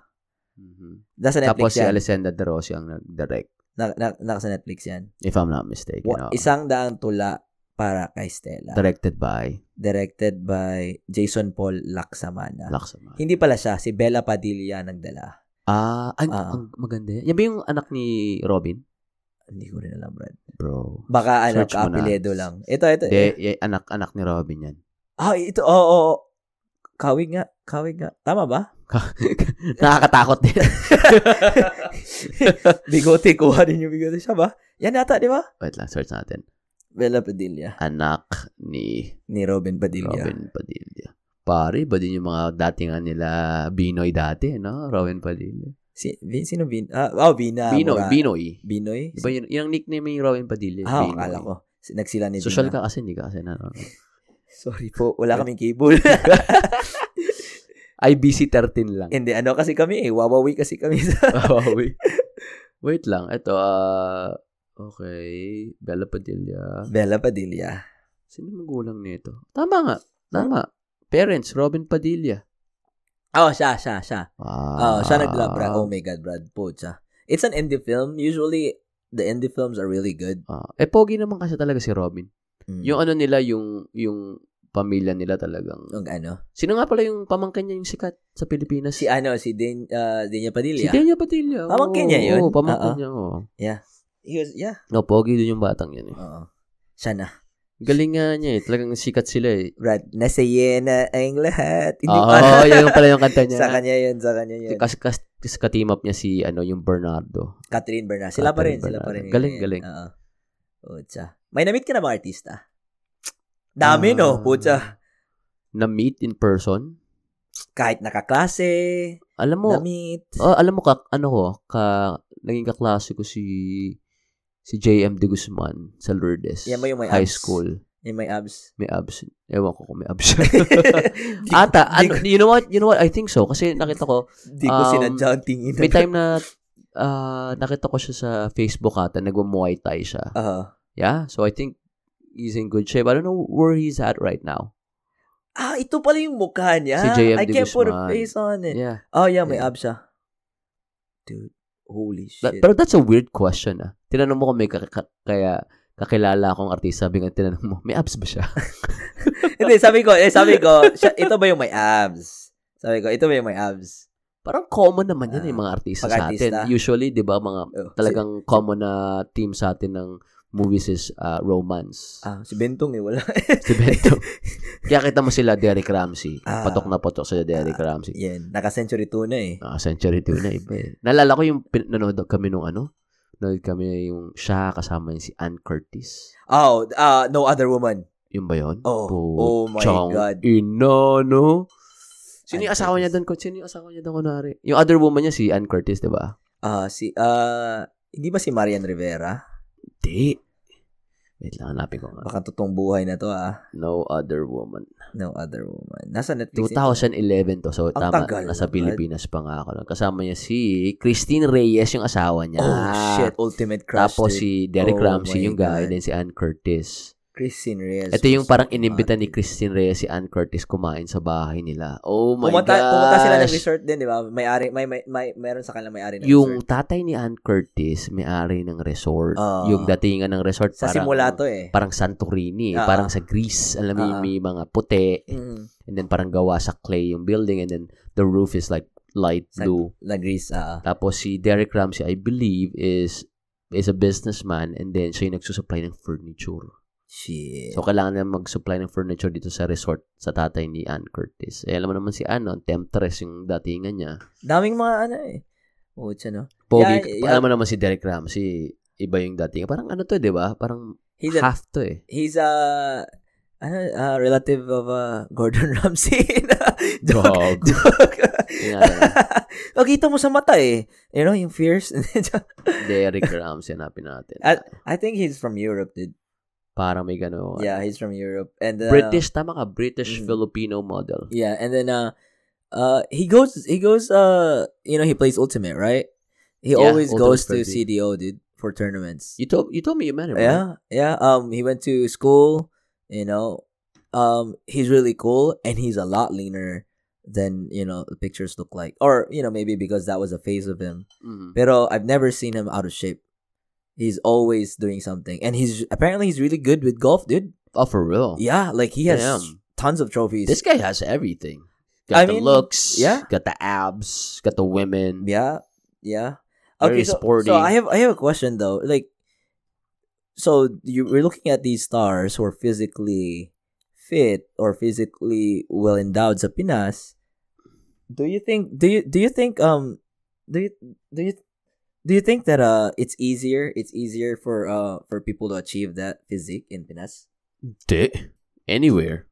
[SPEAKER 1] Mhm.
[SPEAKER 2] nasa Netflix
[SPEAKER 1] Tapos si
[SPEAKER 2] yan.
[SPEAKER 1] Alessandra De Rossi ang nag-direct,
[SPEAKER 2] na, na, nasa Netflix yan.
[SPEAKER 1] if I'm not mistaken.
[SPEAKER 2] Wa-
[SPEAKER 1] oo.
[SPEAKER 2] Isang daang tula para kay Stella.
[SPEAKER 1] Directed by
[SPEAKER 2] Directed by Jason Paul Laksamana.
[SPEAKER 1] Laksamana.
[SPEAKER 2] Hindi pala siya, si Bella Padilla nagdala.
[SPEAKER 1] Ah, ang,
[SPEAKER 2] Ah.
[SPEAKER 1] ang maganda. yan. Yan ba yung anak ni Robin?
[SPEAKER 2] Hindi ko rin alam, Brad.
[SPEAKER 1] Bro.
[SPEAKER 2] Baka ano,
[SPEAKER 1] Search mo na. Eh,
[SPEAKER 2] kaapelido lang. Ito, ito.
[SPEAKER 1] De, anak, anak ni Robin yan.
[SPEAKER 2] Ah, ito, oo, oo. Kawig nga. Kawig nga. Tama ba?
[SPEAKER 1] Nakakatakot din.
[SPEAKER 2] bigote. Kuha din yung bigote. Siya ba? Yan yata, di ba?
[SPEAKER 1] Wait lang, search natin.
[SPEAKER 2] Bella Padilla.
[SPEAKER 1] Anak ni
[SPEAKER 2] Ni Robin Padilla.
[SPEAKER 1] Robin Padilla. Pare, ba din yung mga datingan nila Binoy dati, no? Robin Padilla.
[SPEAKER 2] Si, Vin, sino Vin? Ah, oh, Vina.
[SPEAKER 1] Binoy,
[SPEAKER 2] Mora-
[SPEAKER 1] Binoy.
[SPEAKER 2] Binoy?
[SPEAKER 1] Di ba yun, yun ang nickname ni Robin Padilla?
[SPEAKER 2] Ah,
[SPEAKER 1] Binoy.
[SPEAKER 2] akala ko. Si- Nagsila ni
[SPEAKER 1] Social
[SPEAKER 2] Vina.
[SPEAKER 1] ka kasi, hindi ka kasi na.
[SPEAKER 2] Sorry po. Wala kaming cable.
[SPEAKER 1] IBC 13 lang.
[SPEAKER 2] Hindi, ano kasi kami eh. Wawawi kasi kami sa...
[SPEAKER 1] Huawei. Wait lang. Ito, ah... okay. Bella Padilla.
[SPEAKER 2] Bella Padilla.
[SPEAKER 1] Sino magulang nito? Tama nga. Tama. Parents, Robin Padilla. Ah,
[SPEAKER 2] Oh, siya, siya, siya.
[SPEAKER 1] Wow.
[SPEAKER 2] Oh, siya naglabra. Oh my God, Brad po siya. It's an indie film. Usually, the indie films are really good.
[SPEAKER 1] Ah, eh, pogi naman kasi talaga si Robin.
[SPEAKER 2] Mm.
[SPEAKER 1] Yung ano nila, yung, yung pamilya nila talagang.
[SPEAKER 2] Yung ano.
[SPEAKER 1] Sino nga pala yung pamangkin niya yung sikat sa Pilipinas?
[SPEAKER 2] Si ano, si Dan, uh, Dania
[SPEAKER 1] Si
[SPEAKER 2] Padilla.
[SPEAKER 1] Denya Padilla. oo.
[SPEAKER 2] Pamangkin niya yun? Ah,
[SPEAKER 1] Oo, pamangkin
[SPEAKER 2] Oo.
[SPEAKER 1] niya. Oo.
[SPEAKER 2] He was, yeah.
[SPEAKER 1] No, pogi din yung batang yun. Eh.
[SPEAKER 2] Oo. Siya na.
[SPEAKER 1] Galing nga niya eh. Talagang sikat sila eh.
[SPEAKER 2] Brad, nasaya na ang lahat. Hindi
[SPEAKER 1] Oo,
[SPEAKER 2] pa.
[SPEAKER 1] oh, yun pala yung kanta niya.
[SPEAKER 2] sa kanya yun, sa kanya yun.
[SPEAKER 1] Kasi kas, kas, ka-team up niya si ano yung Bernardo.
[SPEAKER 2] Catherine Bernal. Sila pa rin,
[SPEAKER 1] Catherine
[SPEAKER 2] sila pa rin.
[SPEAKER 1] Bernal. Galing,
[SPEAKER 2] Ngayon.
[SPEAKER 1] galing.
[SPEAKER 2] Oo. Pucha. May na-meet ka na mga artista? Dami, no?
[SPEAKER 1] Ah,
[SPEAKER 2] Pucha.
[SPEAKER 1] Na meet in person.
[SPEAKER 2] Kahit nakaklase,
[SPEAKER 1] Alam mo,
[SPEAKER 2] na-meet.
[SPEAKER 1] oh, alam mo ka ano ko, ka naging kaklase ko si si JM De Guzman sa Lourdes.
[SPEAKER 2] Yan ba yung may
[SPEAKER 1] high
[SPEAKER 2] abs?
[SPEAKER 1] school.
[SPEAKER 2] Yung may abs.
[SPEAKER 1] May abs. Ewan ko kung may abs. Ata, ano, you know what? You know what? I think so. Kasi nakita ko,
[SPEAKER 2] Di ko
[SPEAKER 1] Um,
[SPEAKER 2] sinadya ang tingin.
[SPEAKER 1] may time na ah, nakita ko siya sa Facebook ata, nagwa-muay thai siya.
[SPEAKER 2] Oo.
[SPEAKER 1] Yeah, so I think he's in good shape. I don't know where he's at right now.
[SPEAKER 2] Ah, ito pala yung mukha niya.
[SPEAKER 1] Si JM
[SPEAKER 2] I
[SPEAKER 1] De
[SPEAKER 2] can't put a
[SPEAKER 1] Guzman.
[SPEAKER 2] face on it.
[SPEAKER 1] Yeah.
[SPEAKER 2] Oh, yeah, may
[SPEAKER 1] Yeah.
[SPEAKER 2] abs siya. Dude, holy
[SPEAKER 1] That-
[SPEAKER 2] shit.
[SPEAKER 1] pero that's a weird question ah. Tinanong mo kung may ka- ka- kaya kakilala akong artista, sabi nga tinanong mo, may abs ba siya?
[SPEAKER 2] Hindi, sabi ko, eh, sabi ko, siya, ito ba yung may abs? Sabi ko, ito ba yung may abs?
[SPEAKER 1] Parang common naman yan
[SPEAKER 2] Ah,
[SPEAKER 1] eh, mga artista sa
[SPEAKER 2] pag-artista.
[SPEAKER 1] atin. Usually, di ba, mga
[SPEAKER 2] Oh,
[SPEAKER 1] talagang common na team sa atin ng movies is ah, romance.
[SPEAKER 2] Si, ah, si Bentong eh, wala.
[SPEAKER 1] Si Bento. kaya kita mo sila Derek Ramsey.
[SPEAKER 2] Ah.
[SPEAKER 1] patok na patok sila Derek Ramsey.
[SPEAKER 2] Yan, naka-century 2 na eh.
[SPEAKER 1] Ah, century 2 na iba eh. Nalala ko yung pin- nanood kami nung ano, nanood kami yung siya kasama yung si Ann Curtis.
[SPEAKER 2] Oh, uh, no other woman.
[SPEAKER 1] Yun ba yun?
[SPEAKER 2] Oh, oh my
[SPEAKER 1] Putsang
[SPEAKER 2] God.
[SPEAKER 1] Ina, no? Sino yung
[SPEAKER 2] Ann
[SPEAKER 1] asawa
[SPEAKER 2] Curtis.
[SPEAKER 1] niya doon? Coach? Sino yung asawa niya doon, kunwari? Yung other woman niya, si Ann Curtis, di ba?
[SPEAKER 2] Ah, si ah hindi ba si Marian Rivera?
[SPEAKER 1] Hindi. Wait lang, hanapin ko nga.
[SPEAKER 2] Baka totoong buhay na to ah.
[SPEAKER 1] No other woman.
[SPEAKER 2] No other woman. Nasa Netflix. eh.
[SPEAKER 1] 2011 to. So,
[SPEAKER 2] Ang
[SPEAKER 1] tama.
[SPEAKER 2] tagal
[SPEAKER 1] Nasa
[SPEAKER 2] naman.
[SPEAKER 1] Pilipinas pa nga ako. nun. Kasama niya si Christine Reyes, yung asawa niya.
[SPEAKER 2] Oh shit, ultimate crush.
[SPEAKER 1] Tapos
[SPEAKER 2] dude.
[SPEAKER 1] si Derek
[SPEAKER 2] Oh
[SPEAKER 1] Ramsey,
[SPEAKER 2] my
[SPEAKER 1] yung guy.
[SPEAKER 2] God.
[SPEAKER 1] Then si Ann Curtis.
[SPEAKER 2] Christine Reyes.
[SPEAKER 1] Ito yung parang
[SPEAKER 2] Puso
[SPEAKER 1] inimbita
[SPEAKER 2] natin.
[SPEAKER 1] ni Christine Reyes si Ann Curtis kumain sa bahay nila. Oh my
[SPEAKER 2] Pumunta,
[SPEAKER 1] gosh.
[SPEAKER 2] pumunta sila ng resort din, di ba? May ari, may, may, may, meron sa kanila may ari ng
[SPEAKER 1] Yung
[SPEAKER 2] resort.
[SPEAKER 1] tatay ni Ann Curtis, may-ari ng resort.
[SPEAKER 2] Ah.
[SPEAKER 1] yung datingan ng resort,
[SPEAKER 2] Sa
[SPEAKER 1] parang,
[SPEAKER 2] simula to eh.
[SPEAKER 1] parang Santorini, eh.
[SPEAKER 2] Ah.
[SPEAKER 1] parang sa Greece. Alam mo,
[SPEAKER 2] Ah.
[SPEAKER 1] yung may mga puti,
[SPEAKER 2] Mm,
[SPEAKER 1] and then parang gawa sa clay yung building, and then the roof is like light
[SPEAKER 2] Sa-
[SPEAKER 1] blue.
[SPEAKER 2] La Grease, ah.
[SPEAKER 1] Tapos si Derek Ramsey, I believe, is is a businessman, and then siya yung nagsusupply ng furniture.
[SPEAKER 2] Shit.
[SPEAKER 1] So, kailangan niya mag-supply ng furniture dito sa resort sa tatay ni Ann Curtis. Eh, alam mo naman si Ann, no? temptress yung datingan niya.
[SPEAKER 2] Daming mga ano eh. Oh, no?
[SPEAKER 1] Pogi,
[SPEAKER 2] Yeah, yeah.
[SPEAKER 1] alam mo naman si Derek Ramsey, iba yung datingan. Parang ano to, di ba? Parang
[SPEAKER 2] He's a
[SPEAKER 1] half to eh.
[SPEAKER 2] he's a ano, a relative of uh, Gordon Ramsay. joke,
[SPEAKER 1] Dog.
[SPEAKER 2] joke.
[SPEAKER 1] Yun nga, yun.
[SPEAKER 2] Nakita mo sa mata eh. You know, yung fierce.
[SPEAKER 1] Derek Ramsey, hanapin natin.
[SPEAKER 2] At- I think he's from Europe, dude.
[SPEAKER 1] Parang may gano'n.
[SPEAKER 2] Yeah, he's from Europe. And uh,
[SPEAKER 1] British, tama ka, British
[SPEAKER 2] Mm.
[SPEAKER 1] Filipino model.
[SPEAKER 2] Yeah, and then uh uh he goes he goes uh you know, he plays Ultimate, right? He
[SPEAKER 1] Yeah,
[SPEAKER 2] always
[SPEAKER 1] Ultimate
[SPEAKER 2] goes to
[SPEAKER 1] Frisbee.
[SPEAKER 2] CDO, dude, for tournaments.
[SPEAKER 1] You told, you told me you met him, right?
[SPEAKER 2] Yeah, yeah. Um, he went to school. You know, um, he's really cool, and he's a lot leaner than you know the pictures look like, or you know maybe because that was a phase of him.
[SPEAKER 1] Mhm.
[SPEAKER 2] Pero I've never seen him out of shape. He's always doing something, and he's apparently he's really good with golf, dude.
[SPEAKER 1] Oh, for real?
[SPEAKER 2] Yeah, like he has
[SPEAKER 1] Damn.
[SPEAKER 2] tons of trophies.
[SPEAKER 1] This guy has everything. Got
[SPEAKER 2] I
[SPEAKER 1] the
[SPEAKER 2] mean,
[SPEAKER 1] looks,
[SPEAKER 2] yeah.
[SPEAKER 1] got the abs, got the women.
[SPEAKER 2] yeah, yeah.
[SPEAKER 1] Very
[SPEAKER 2] so,
[SPEAKER 1] sporty.
[SPEAKER 2] so I have I have a question though, like. So you we're looking at these stars who are physically fit or physically well endowed sa Pinas, do you think do you do you think um do you do you do you think that uh it's easier it's easier for uh for people to achieve that physique in Pinas?
[SPEAKER 1] Di. Anywhere.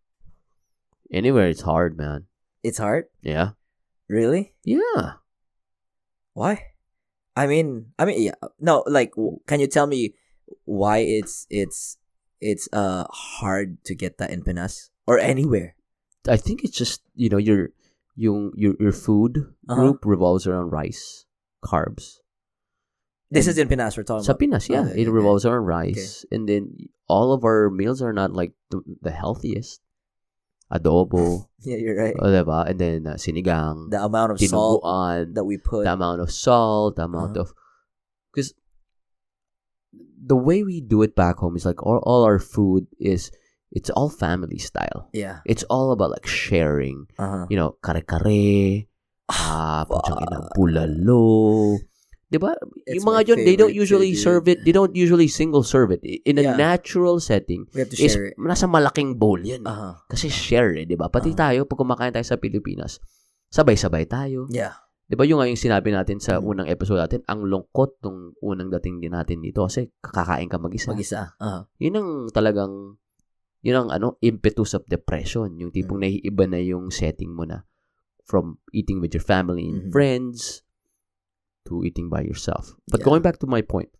[SPEAKER 1] Anywhere it's hard, man.
[SPEAKER 2] It's hard,
[SPEAKER 1] Yeah.
[SPEAKER 2] really.
[SPEAKER 1] Yeah.
[SPEAKER 2] Why? I mean, I mean, yeah, no, like, w- can you tell me why it's it's it's uh hard to get that in Pinas or anywhere?
[SPEAKER 1] I think it's just, you know, your yung your your food
[SPEAKER 2] Uh-huh.
[SPEAKER 1] group revolves around rice, carbs.
[SPEAKER 2] This is in Pinas we're talking
[SPEAKER 1] Sa
[SPEAKER 2] about.
[SPEAKER 1] Pinas, yeah,
[SPEAKER 2] Um,
[SPEAKER 1] it
[SPEAKER 2] Okay, okay.
[SPEAKER 1] revolves around rice. And then all of our meals are not like the, the healthiest. Adobo,
[SPEAKER 2] Yeah, you're right.
[SPEAKER 1] o, diba? and then uh, sinigang,
[SPEAKER 2] The amount of salt
[SPEAKER 1] tinuguan,
[SPEAKER 2] that we put.
[SPEAKER 1] the amount of salt, the amount
[SPEAKER 2] Uh-huh.
[SPEAKER 1] of because the way we do it back home is like all, all our food is it's all family style.
[SPEAKER 2] yeah.
[SPEAKER 1] It's all about like sharing.
[SPEAKER 2] Uh-huh.
[SPEAKER 1] You know, kare kare, ah, puchang ina, bulalo. Diba?
[SPEAKER 2] It's
[SPEAKER 1] yung mga
[SPEAKER 2] my
[SPEAKER 1] yun, they don't
[SPEAKER 2] favorite
[SPEAKER 1] usually
[SPEAKER 2] too, dude.
[SPEAKER 1] serve it, they don't usually single serve it. I- In a
[SPEAKER 2] Yeah.
[SPEAKER 1] natural setting,
[SPEAKER 2] We have to
[SPEAKER 1] is
[SPEAKER 2] share it.
[SPEAKER 1] nasa malaking bowl yan. eh.
[SPEAKER 2] Uh-huh.
[SPEAKER 1] Kasi share eh, di ba? Pati tayo, pag kumakain tayo sa Pilipinas, sabay-sabay tayo.
[SPEAKER 2] Yeah.
[SPEAKER 1] Di ba yung nga yung sinabi natin sa
[SPEAKER 2] Mhm.
[SPEAKER 1] unang episode natin, ang lungkot nung unang dating din natin dito kasi kakain ka mag-isa.
[SPEAKER 2] Mag-isa. Uh-huh.
[SPEAKER 1] Yun ang talagang, yun ang ano, impetus of depression. Yung
[SPEAKER 2] Mm.
[SPEAKER 1] tipong naiiba na yung setting mo na from eating with your family and
[SPEAKER 2] Mhm.
[SPEAKER 1] friends to eating by yourself. But
[SPEAKER 2] Yeah.
[SPEAKER 1] going back to my point,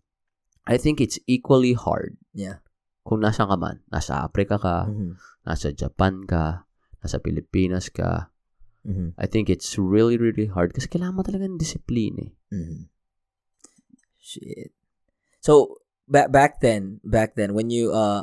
[SPEAKER 1] I think it's equally hard
[SPEAKER 2] Yeah.
[SPEAKER 1] kung nasa ka man, nasa Africa ka,
[SPEAKER 2] Mhm.
[SPEAKER 1] nasa Japan ka, nasa Pilipinas ka.
[SPEAKER 2] Mhm.
[SPEAKER 1] I think it's really, really hard kasi kailangan mo talaga ng disiplina eh.
[SPEAKER 2] Mhm. Shit. So back back then, back then when you uh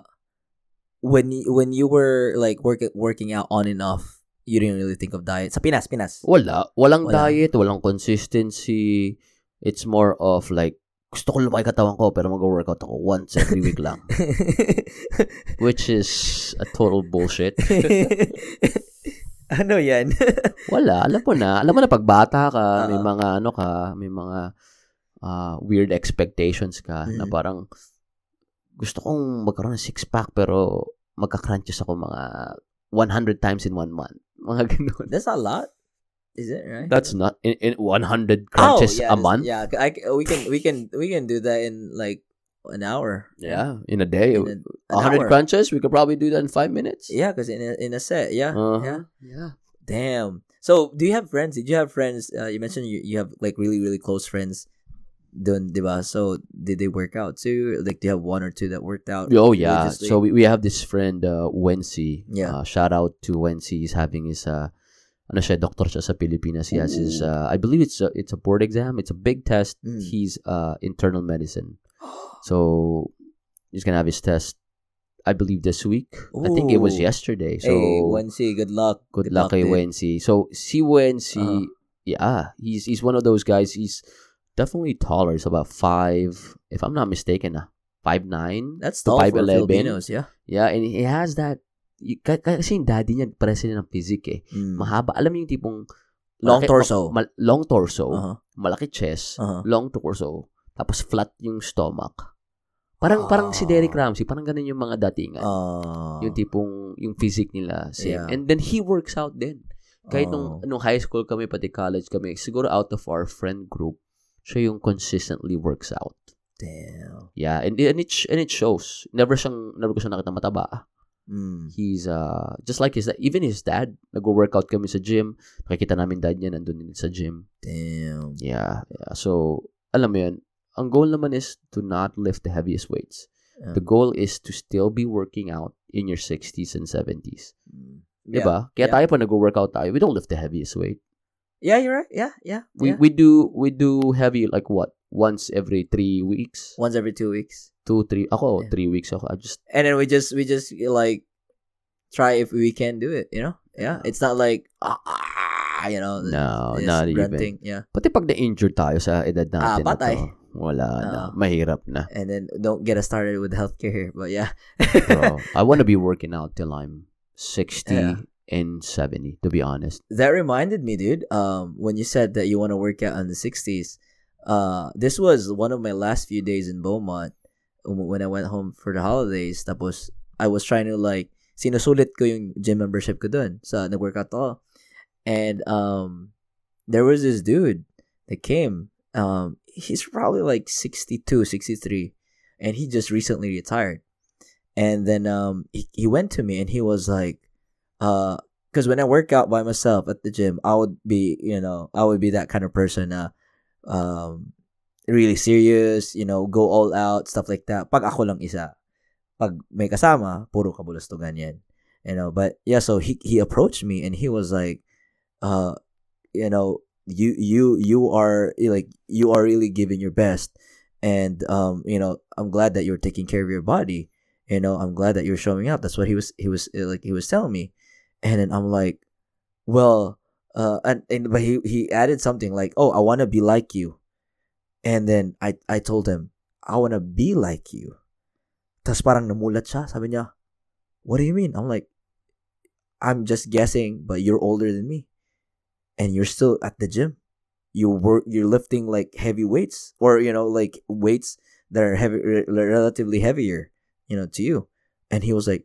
[SPEAKER 2] when you, when you were like work, working out on and off, you didn't really think of diet. Sa Pinas, Pinas.
[SPEAKER 1] Wala. Walang
[SPEAKER 2] Wala.
[SPEAKER 1] diet, walang consistency. It's more of like, gusto ko lumaki katawan ko pero mag-workout ako once every week lang. Which is a total bullshit.
[SPEAKER 2] ano 'yan?
[SPEAKER 1] Wala. Alam mo na. Alam mo na pag bata ka, may
[SPEAKER 2] Oo.
[SPEAKER 1] mga ano ka, may mga ah, weird expectations ka na
[SPEAKER 2] Mm.
[SPEAKER 1] parang gusto kong magkaroon ng six-pack pero magka-crunches ako mga 100 times in one month. Mga ganun.
[SPEAKER 2] That's a lot. Is it right?
[SPEAKER 1] That's not, in, in 100 crunches a
[SPEAKER 2] yeah,
[SPEAKER 1] month?
[SPEAKER 2] Oh, Yeah, I, c- we can we can we can do that in like an hour.
[SPEAKER 1] Yeah, in a day.
[SPEAKER 2] In
[SPEAKER 1] 100
[SPEAKER 2] a, an hour.
[SPEAKER 1] crunches, we could probably do that in five minutes.
[SPEAKER 2] Yeah, because in a, in a set, yeah,
[SPEAKER 1] Uh-huh.
[SPEAKER 2] yeah.
[SPEAKER 1] Yeah.
[SPEAKER 2] Damn. So, do you have friends? Did you have friends? Uh, you mentioned you, you have like really really close friends, dun, diba? So, did they work out too? Like, do you have one or two that worked out?
[SPEAKER 1] Oh, yeah.
[SPEAKER 2] religiously?
[SPEAKER 1] So we, we have this friend, uh, Wensi.
[SPEAKER 2] Yeah.
[SPEAKER 1] Uh, shout out to Wensi. He's having his, uh, ano siya, doctor siya sa Pilipinas. He has his, uh, I believe it's a, it's a board exam. It's a big test.
[SPEAKER 2] Mm.
[SPEAKER 1] He's uh, internal medicine. So he's going to have his test, I believe, this week. I think it was
[SPEAKER 2] Ooh.
[SPEAKER 1] yesterday. So
[SPEAKER 2] hey, Wensi, good luck.
[SPEAKER 1] good luck kay
[SPEAKER 2] dude.
[SPEAKER 1] Wensi. So si Wensi,
[SPEAKER 2] Uh-huh.
[SPEAKER 1] yeah, he's he's one of those guys. He's definitely taller. He's about five, if I'm not mistaken, ah, five nine.
[SPEAKER 2] That's
[SPEAKER 1] To
[SPEAKER 2] tall for
[SPEAKER 1] 5'11".
[SPEAKER 2] Filipinos, yeah.
[SPEAKER 1] Yeah, and he has that. y- ka- Kasi yung daddy niya, pare sila ng physique eh.
[SPEAKER 2] Mm.
[SPEAKER 1] Mahaba. Alam mo yung tipong...
[SPEAKER 2] Long
[SPEAKER 1] malaki-
[SPEAKER 2] torso.
[SPEAKER 1] ma- mal- long torso.
[SPEAKER 2] Uh-huh.
[SPEAKER 1] Malaki chest.
[SPEAKER 2] Uh-huh.
[SPEAKER 1] Long torso. Tapos flat yung stomach. Parang parang si
[SPEAKER 2] Ah.
[SPEAKER 1] Derek Ramsey. Parang ganun yung mga datingan.
[SPEAKER 2] Uh,
[SPEAKER 1] yung tipong... Yung physique nila. Same.
[SPEAKER 2] Yeah.
[SPEAKER 1] And then he works out din. Kahit nung,
[SPEAKER 2] Oh.
[SPEAKER 1] nung high school kami, pati college kami, siguro out of our friend group, siya yung consistently works out.
[SPEAKER 2] damn.
[SPEAKER 1] Yeah, and, and, it, sh- and it shows. Never siyang, never ko siya nakita mataba.
[SPEAKER 2] Mm.
[SPEAKER 1] he's uh just like his even his dad nagwo-workout kami sa gym nakikita namin dad niya nandun din sa gym
[SPEAKER 2] Damn.
[SPEAKER 1] yeah, yeah. so alam mo yun ang goal naman is to not lift the heaviest weights
[SPEAKER 2] Yeah.
[SPEAKER 1] the goal is to still be working out in your 60s and 70s
[SPEAKER 2] Mm.
[SPEAKER 1] diba kaya
[SPEAKER 2] Yeah.
[SPEAKER 1] tayo pa nagwo-workout tayo we don't lift the heaviest weight
[SPEAKER 2] Yeah, you're right. Yeah, yeah.
[SPEAKER 1] we
[SPEAKER 2] yeah.
[SPEAKER 1] we do we do heavy like what once every three weeks
[SPEAKER 2] Once every two weeks.
[SPEAKER 1] two three ako
[SPEAKER 2] Yeah.
[SPEAKER 1] three weeks ako I just
[SPEAKER 2] and then we just we just eh, like try if we can do it you know yeah it's not like ah, ah, you know
[SPEAKER 1] No,
[SPEAKER 2] it's
[SPEAKER 1] not even.
[SPEAKER 2] grunting, yeah
[SPEAKER 1] pati pag na-injure tayo sa edad natin na
[SPEAKER 2] Ah, patay.
[SPEAKER 1] to, wala na
[SPEAKER 2] Ah.
[SPEAKER 1] mahirap na
[SPEAKER 2] and then don't get us started with healthcare here but yeah
[SPEAKER 1] bro. I want to be working out till I'm 60
[SPEAKER 2] Yeah.
[SPEAKER 1] and 70, to be honest.
[SPEAKER 2] that reminded me dude um when you said that you want to work out in the 60s uh this was one of my last few days in beaumont um, when i went home for the holidays that was i was trying to like sinusulit ko yung gym membership ko dun. So, nag-workout ako. And, um, there was this dude that came. Um, he's probably like 62, 63. And he just recently retired. And then, um, he, he went to me and he was like, uh, because when I work out by myself at the gym, I would be, you know, I would be that kind of person, uh, um, really serious, you know, go all out, stuff like that. Pag ako lang isa, pag may kasama, puro kabulastugan yan. You know, but yeah, so he he approached me and he was like, uh, you know, you you you are like you are really giving your best, and um, you know, I'm glad that you're taking care of your body. You know, I'm glad that you're showing up. That's what he was he was uh, like he was telling me, and then I'm like, well, uh, and, and but he he added something like, oh, I want to be like you, and then I I told him I want to be like you. Tapos parang namulat siya. Sabi niya, what do you mean? I'm like, I'm just guessing, but you're older than me. And you're still at the gym. You work, you're lifting like heavy weights or, you know, like weights that are heavy, re- relatively heavier, you know, to you. And he was like,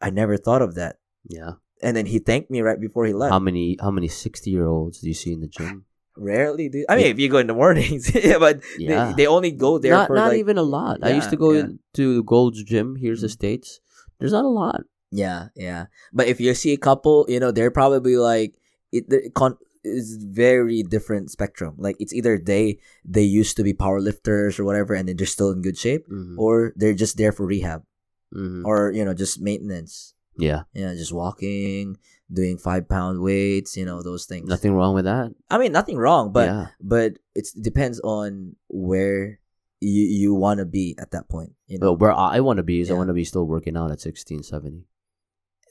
[SPEAKER 2] I never thought of that.
[SPEAKER 1] Yeah.
[SPEAKER 2] And then he thanked me right before he left.
[SPEAKER 1] How many how many 60-year-olds do you see in the gym?
[SPEAKER 2] Rarely do. I mean, if you go in the mornings, yeah, but
[SPEAKER 1] Yeah.
[SPEAKER 2] they, they only go there
[SPEAKER 1] not
[SPEAKER 2] for
[SPEAKER 1] not
[SPEAKER 2] like,
[SPEAKER 1] even a lot. I used to
[SPEAKER 2] Yeah,
[SPEAKER 1] go
[SPEAKER 2] yeah. Mm.
[SPEAKER 1] to Gold's Gym here in the States. There's not a lot.
[SPEAKER 2] Yeah, yeah. But if you see a couple, you know, they're probably like it the con is very different spectrum. Like it's either they they used to be power lifters or whatever and then they're still in good shape
[SPEAKER 1] Mhm.
[SPEAKER 2] or they're just there for rehab
[SPEAKER 1] Mhm.
[SPEAKER 2] or you know, just maintenance.
[SPEAKER 1] Yeah.
[SPEAKER 2] You know, just walking, doing 5 pound weights, you know, those things.
[SPEAKER 1] Nothing wrong with that.
[SPEAKER 2] I mean, nothing wrong, but
[SPEAKER 1] yeah.
[SPEAKER 2] but it's it depends on where you you want to be at that point, you
[SPEAKER 1] But Oh,
[SPEAKER 2] know.
[SPEAKER 1] where I want to be is I
[SPEAKER 2] Yeah.
[SPEAKER 1] want to be still working out at 16, 70.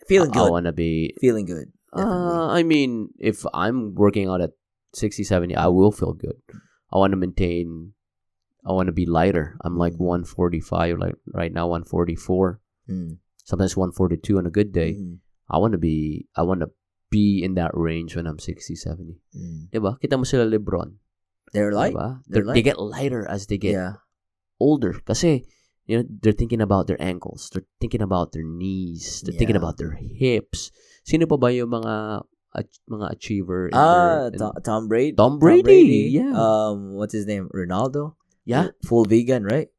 [SPEAKER 2] feeling
[SPEAKER 1] oh, I,
[SPEAKER 2] good.
[SPEAKER 1] want to be
[SPEAKER 2] feeling good. Definitely.
[SPEAKER 1] Uh, I mean, if I'm working out at 60, 70, I will feel good. I want to maintain, I want to be lighter. I'm like 145, like right now, 144,
[SPEAKER 2] Mm.
[SPEAKER 1] sometimes 142 on a good day.
[SPEAKER 2] Mm.
[SPEAKER 1] I want to be, I want to be in that range when I'm 60, 70.
[SPEAKER 2] Mm.
[SPEAKER 1] Diba? Kita mo sila Lebron.
[SPEAKER 2] They're like
[SPEAKER 1] diba?
[SPEAKER 2] They're
[SPEAKER 1] They're- They get lighter as they get
[SPEAKER 2] yeah.
[SPEAKER 1] older. Kasi, you know, they're thinking about their ankles. They're thinking about their knees. They're thinking
[SPEAKER 2] Yeah.
[SPEAKER 1] about their hips. Sino pa ba yung mga ach- mga achiever? in
[SPEAKER 2] Ah,
[SPEAKER 1] their- in-
[SPEAKER 2] Tom, Tom Brady.
[SPEAKER 1] Tom Brady, yeah.
[SPEAKER 2] Um, what's his name? Ronaldo.
[SPEAKER 1] yeah.
[SPEAKER 2] Full vegan, right?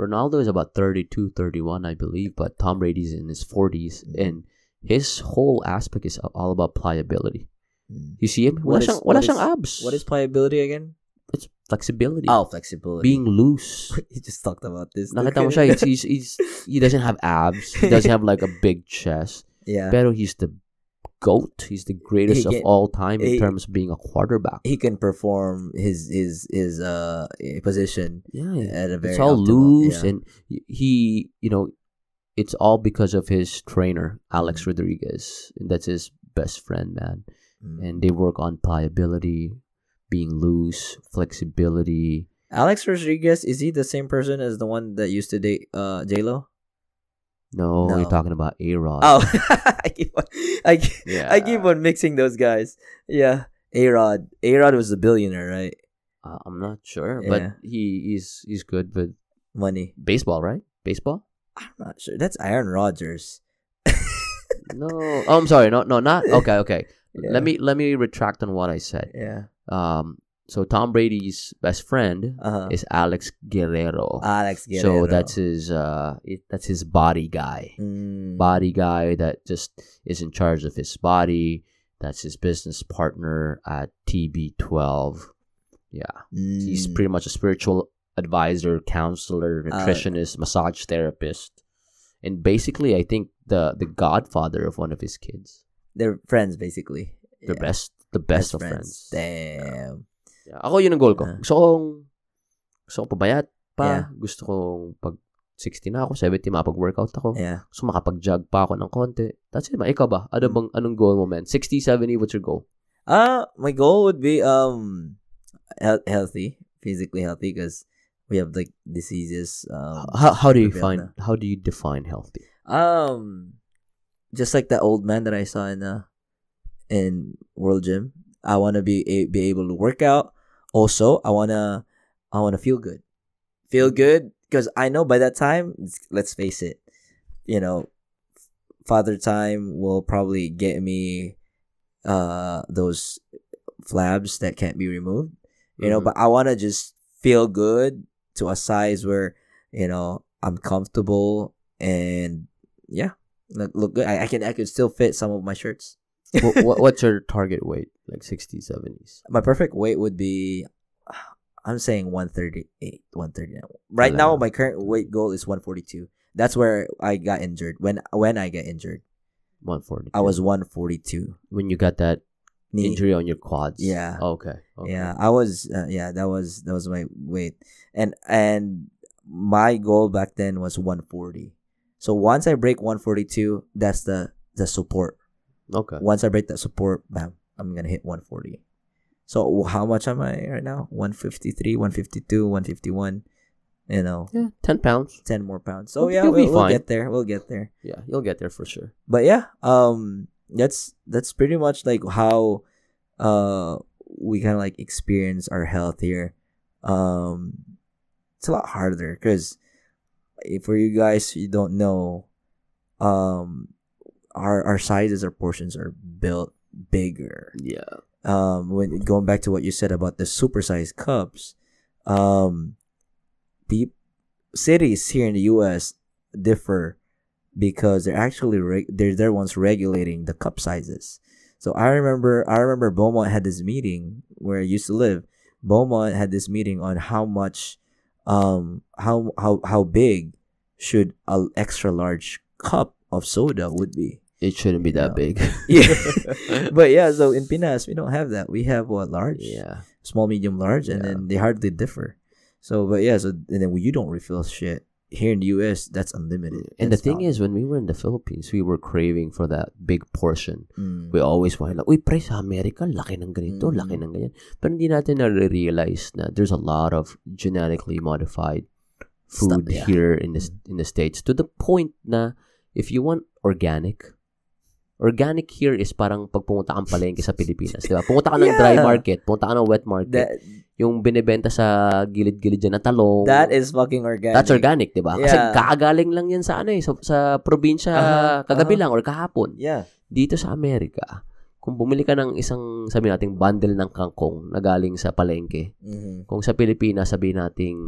[SPEAKER 1] Ronaldo is about 32, 31, I believe, but Tom Brady's in his 40s,
[SPEAKER 2] Mhm.
[SPEAKER 1] and his whole aspect is all about pliability. You see him? Wala
[SPEAKER 2] What is-
[SPEAKER 1] siyang, wala
[SPEAKER 2] what is-
[SPEAKER 1] siyang abs.
[SPEAKER 2] What is pliability again?
[SPEAKER 1] It's flexibility.
[SPEAKER 2] Oh, flexibility.
[SPEAKER 1] Being loose.
[SPEAKER 2] you just talked about this.
[SPEAKER 1] Nakita mo siya, he's, he's, he's- he doesn't have abs. He doesn't have like a big chest.
[SPEAKER 2] yeah.
[SPEAKER 1] Pero he's the GOAT. He's the greatest
[SPEAKER 2] He
[SPEAKER 1] of
[SPEAKER 2] can-
[SPEAKER 1] all time in
[SPEAKER 2] he-
[SPEAKER 1] terms of being a quarterback.
[SPEAKER 2] He can perform his his his uh position
[SPEAKER 1] Yeah.
[SPEAKER 2] at a
[SPEAKER 1] It's
[SPEAKER 2] very
[SPEAKER 1] all
[SPEAKER 2] optimal-
[SPEAKER 1] loose,
[SPEAKER 2] yeah.
[SPEAKER 1] and he, you know, it's all because of his trainer, Alex Rodriguez. That's his best friend, man.
[SPEAKER 2] Mm.
[SPEAKER 1] And they work on pliability, being loose, flexibility.
[SPEAKER 2] Alex Rodriguez is he the same person as the one that used to date uh J Lo?
[SPEAKER 1] No,
[SPEAKER 2] No.
[SPEAKER 1] you're talking about A Rod.
[SPEAKER 2] Oh, I keep on, I keep,
[SPEAKER 1] yeah.
[SPEAKER 2] I keep on mixing those guys. Yeah, A Rod. A Rod was a billionaire, right?
[SPEAKER 1] Uh, I'm not sure,
[SPEAKER 2] Yeah.
[SPEAKER 1] but he he's he's good with
[SPEAKER 2] Money.
[SPEAKER 1] baseball, right? Baseball.
[SPEAKER 2] I'm not sure. That's Aaron Rodgers.
[SPEAKER 1] No, oh, I'm sorry. No, no, not okay. Okay,
[SPEAKER 2] Yeah.
[SPEAKER 1] let me let me retract on what I said.
[SPEAKER 2] Yeah.
[SPEAKER 1] Um, so Tom Brady's best friend
[SPEAKER 2] Uh-huh.
[SPEAKER 1] is Alex Guerrero.
[SPEAKER 2] Alex
[SPEAKER 1] So
[SPEAKER 2] Guerrero.
[SPEAKER 1] that's his uh, it, that's his body guy,
[SPEAKER 2] Mm.
[SPEAKER 1] body guy that just is in charge of his body. That's his business partner at TB12. Yeah,
[SPEAKER 2] Mm. Uh,
[SPEAKER 1] he's pretty much a spiritual advisor, counselor, nutritionist, massage therapist, and basically, I think the the godfather of one of his kids.
[SPEAKER 2] They're friends basically.
[SPEAKER 1] The
[SPEAKER 2] Yeah.
[SPEAKER 1] best, the best of friends.
[SPEAKER 2] Damn.
[SPEAKER 1] Yeah. Ako yun ang goal ko.
[SPEAKER 2] Ah.
[SPEAKER 1] Gusto kong, gusto kong pabayat pa.
[SPEAKER 2] Yeah.
[SPEAKER 1] Gusto kong pag 60 na ako, 70, mapag-workout ako.
[SPEAKER 2] Yeah.
[SPEAKER 1] Gusto makapag-jog pa ako ng konti. That's it. Ma. Ikaw ba?
[SPEAKER 2] Mm.
[SPEAKER 1] Ano bang, anong goal mo, man? 60, 70, what's your goal?
[SPEAKER 2] Uh my goal would be um he- healthy, physically healthy because we have like diseases um
[SPEAKER 1] How, how do you
[SPEAKER 2] Reveal
[SPEAKER 1] find, how do you define healthy?
[SPEAKER 2] um just like that old man that I saw in uh in World Gym. I want to be a- be able to work out. Also, I want to I want to feel good. Feel good because I know by that time, let's face it, you know, Father Time will probably get me uh those flabs that can't be removed. You know,
[SPEAKER 1] Mhm.
[SPEAKER 2] but I want to just feel good to a size where, you know, I'm comfortable and yeah, look, look good. I, I can I could still fit some of my shirts.
[SPEAKER 1] Wha- wha- what's your target weight? Like 60s, 70s?
[SPEAKER 2] my perfect weight would be I'm saying 138, 139. Right now
[SPEAKER 1] Talaga.
[SPEAKER 2] my current weight goal is 142. That's where I got injured. When when I got injured,
[SPEAKER 1] 140.
[SPEAKER 2] I was 142.
[SPEAKER 1] When you got that
[SPEAKER 2] Knee.
[SPEAKER 1] injury on your quads. Oh,
[SPEAKER 2] Yeah.
[SPEAKER 1] Okay. okay.
[SPEAKER 2] Yeah, I was uh, yeah, that was that was my weight. And and my goal back then was 140. So once I break 142, that's the the support.
[SPEAKER 1] Okay.
[SPEAKER 2] Once I break that support, bam, I'm going to hit 140. So how much am I right now? 153, 152, 151, you know,
[SPEAKER 1] Yeah. 10 pounds.
[SPEAKER 2] 10 more pounds.
[SPEAKER 1] You'll-
[SPEAKER 2] So yeah,
[SPEAKER 1] you'll be
[SPEAKER 2] we'll, we'll
[SPEAKER 1] fine.
[SPEAKER 2] get there. We'll get there.
[SPEAKER 1] Yeah. You'll get there for sure.
[SPEAKER 2] But yeah, um that's that's pretty much like how uh we kind of like experience our health here. Um it's a lot harder cuz for you guys you don't know um our our sizes our portions are built bigger
[SPEAKER 1] Yeah.
[SPEAKER 2] um when going back to what you said about the supersized cups um peop cities here in the US differ because they're actually reg- they're they're ones regulating the cup sizes so i remember i remember Beaumont had this meeting where i used to live Beaumont had this meeting on how much um how how how big should a extra large cup of soda would be
[SPEAKER 1] It shouldn't be that
[SPEAKER 2] Yeah.
[SPEAKER 1] big.
[SPEAKER 2] yeah but yeah, so in Pinas, we don't have that. We have what large,
[SPEAKER 1] yeah.
[SPEAKER 2] small, medium, large, and
[SPEAKER 1] Yeah.
[SPEAKER 2] then they hardly differ. So, but yeah, so and then you don't refill shit here in the US. That's unlimited.
[SPEAKER 1] Mm, And the thing is, when we were in the Philippines, we were craving for that big portion. We always wanted, like, uy, pre, sa America, laki ng ganito, laki
[SPEAKER 2] Mm.
[SPEAKER 1] ng ganyan. Pero hindi natin na-realize na there's a lot of genetically modified
[SPEAKER 2] Stuff,
[SPEAKER 1] food
[SPEAKER 2] yeah. Mm.
[SPEAKER 1] here in the, in the States to the point na if you want organic, organic here is parang pag pumunta kang palengke sa Pilipinas, di ba? Pumunta ka ng dry
[SPEAKER 2] Yeah.
[SPEAKER 1] market, pumunta ka ng wet market,
[SPEAKER 2] that
[SPEAKER 1] yung binibenta sa gilid-gilid dyan na talong.
[SPEAKER 2] that is fucking organic.
[SPEAKER 1] That's organic, di ba? Kasi
[SPEAKER 2] Yeah.
[SPEAKER 1] kakagaling lang yan sa ano eh, sa, sa probinsya
[SPEAKER 2] Aha,
[SPEAKER 1] kagabi
[SPEAKER 2] aha.
[SPEAKER 1] lang or kahapon
[SPEAKER 2] Yeah.
[SPEAKER 1] dito sa Amerika, kung bumili ka ng isang, sabi nating bundle ng kangkong na galing sa palengke,
[SPEAKER 2] Mm-hmm.
[SPEAKER 1] kung sa Pilipinas, sabi nating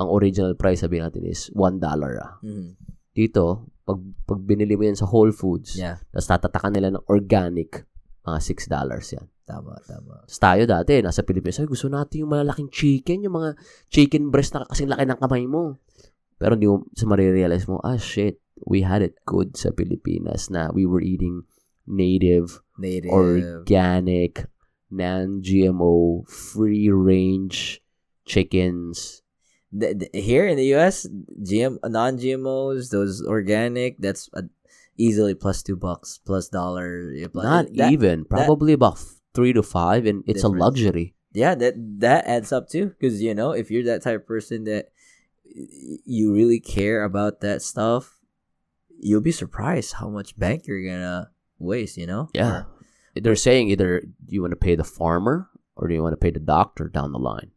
[SPEAKER 1] ang original price, sabi natin is $1. ah.
[SPEAKER 2] Mm-hmm.
[SPEAKER 1] Dito, pag, pag binili mo yan sa Whole Foods,
[SPEAKER 2] Yeah.
[SPEAKER 1] tapos tatatakan nila ng organic, mga $6 yan.
[SPEAKER 2] Tama, tama.
[SPEAKER 1] Tapos tayo dati, nasa Pilipinas, ay gusto natin yung malalaking chicken, yung mga chicken breast na kasing laki ng kamay mo. Pero hindi mo, sa marirealize mo, ah shit, we had it good sa Pilipinas na we were eating native,
[SPEAKER 2] Native.
[SPEAKER 1] organic, non-GMO, free-range chickens.
[SPEAKER 2] the, the- here in the US, GM non-GMOs, those organic, that's uh easily plus 2 bucks, plus dollar, yeah, plus
[SPEAKER 1] Not
[SPEAKER 2] that-
[SPEAKER 1] even, probably about f- three to five and it's a
[SPEAKER 2] Difference.
[SPEAKER 1] luxury.
[SPEAKER 2] yeah that that adds up too because you know if you're that type of person that y- you really care about that stuff you'll be surprised how much bank you're gonna waste you know
[SPEAKER 1] Yeah. They're saying either you want to pay the farmer or do you want to pay the doctor down the line?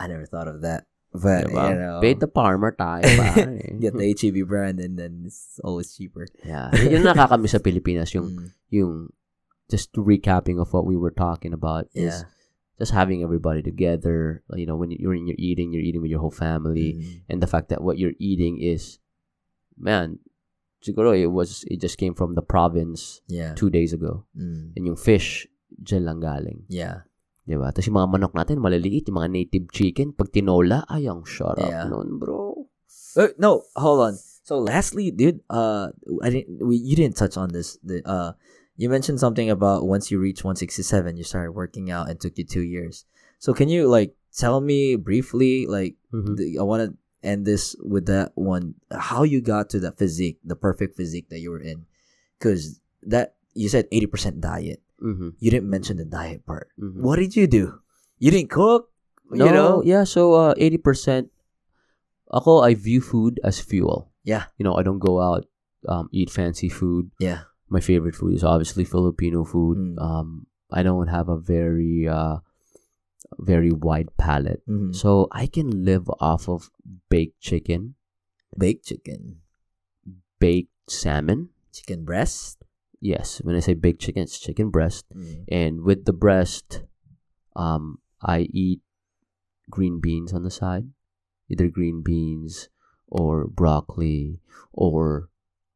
[SPEAKER 2] i never thought of that but
[SPEAKER 1] Diba?
[SPEAKER 2] you know
[SPEAKER 1] Pay the farmer tayo, pare.
[SPEAKER 2] get the heb brand and then it's always cheaper
[SPEAKER 1] Yeah. Yun ang nakakami sa Pilipinas, yung,
[SPEAKER 2] Mm,
[SPEAKER 1] yung, just recapping of what we were talking about is
[SPEAKER 2] yeah
[SPEAKER 1] just having everybody together. like, You know, when you're, when you're eating, you're eating with your whole family.
[SPEAKER 2] Mm.
[SPEAKER 1] And the fact that what you're eating is, man, siguro it was, it just came from the province
[SPEAKER 2] yeah
[SPEAKER 1] two days ago.
[SPEAKER 2] Mm.
[SPEAKER 1] And yung fish, dyan lang galing.
[SPEAKER 2] yeah
[SPEAKER 1] Di ba? Tapos yung mga manok natin, maliliit. Yung mga native chicken, pag tinola, ayang shut up
[SPEAKER 2] Yeah.
[SPEAKER 1] nun, bro.
[SPEAKER 2] Uh, no, hold on. So lastly, dude, uh, I didn't. We, you didn't touch on this. The, uh, you mentioned something about once you reach 167, you started working out and took you two years. So can you like tell me briefly, like
[SPEAKER 1] Mhm.
[SPEAKER 2] the, I want to end this with that one, how you got to that physique, the perfect physique that you were in, because that you said 80% diet.
[SPEAKER 1] Mhm.
[SPEAKER 2] You didn't mention the diet part.
[SPEAKER 1] Mhm.
[SPEAKER 2] What did you do? You didn't cook.
[SPEAKER 1] No,
[SPEAKER 2] you know?
[SPEAKER 1] yeah, so uh, 80%, ako, I view food as fuel.
[SPEAKER 2] Yeah.
[SPEAKER 1] You know, I don't go out, um, eat fancy food.
[SPEAKER 2] Yeah.
[SPEAKER 1] My favorite food is obviously Filipino food.
[SPEAKER 2] Mm.
[SPEAKER 1] Um, I don't have a very, uh, very wide palate.
[SPEAKER 2] Mhm.
[SPEAKER 1] So I can live off of baked chicken,
[SPEAKER 2] Baked chicken.
[SPEAKER 1] baked salmon.
[SPEAKER 2] Chicken breast.
[SPEAKER 1] Yes, when I say baked chicken, it's chicken breast. And with the breast, um, I eat green beans on the side, either green beans or broccoli or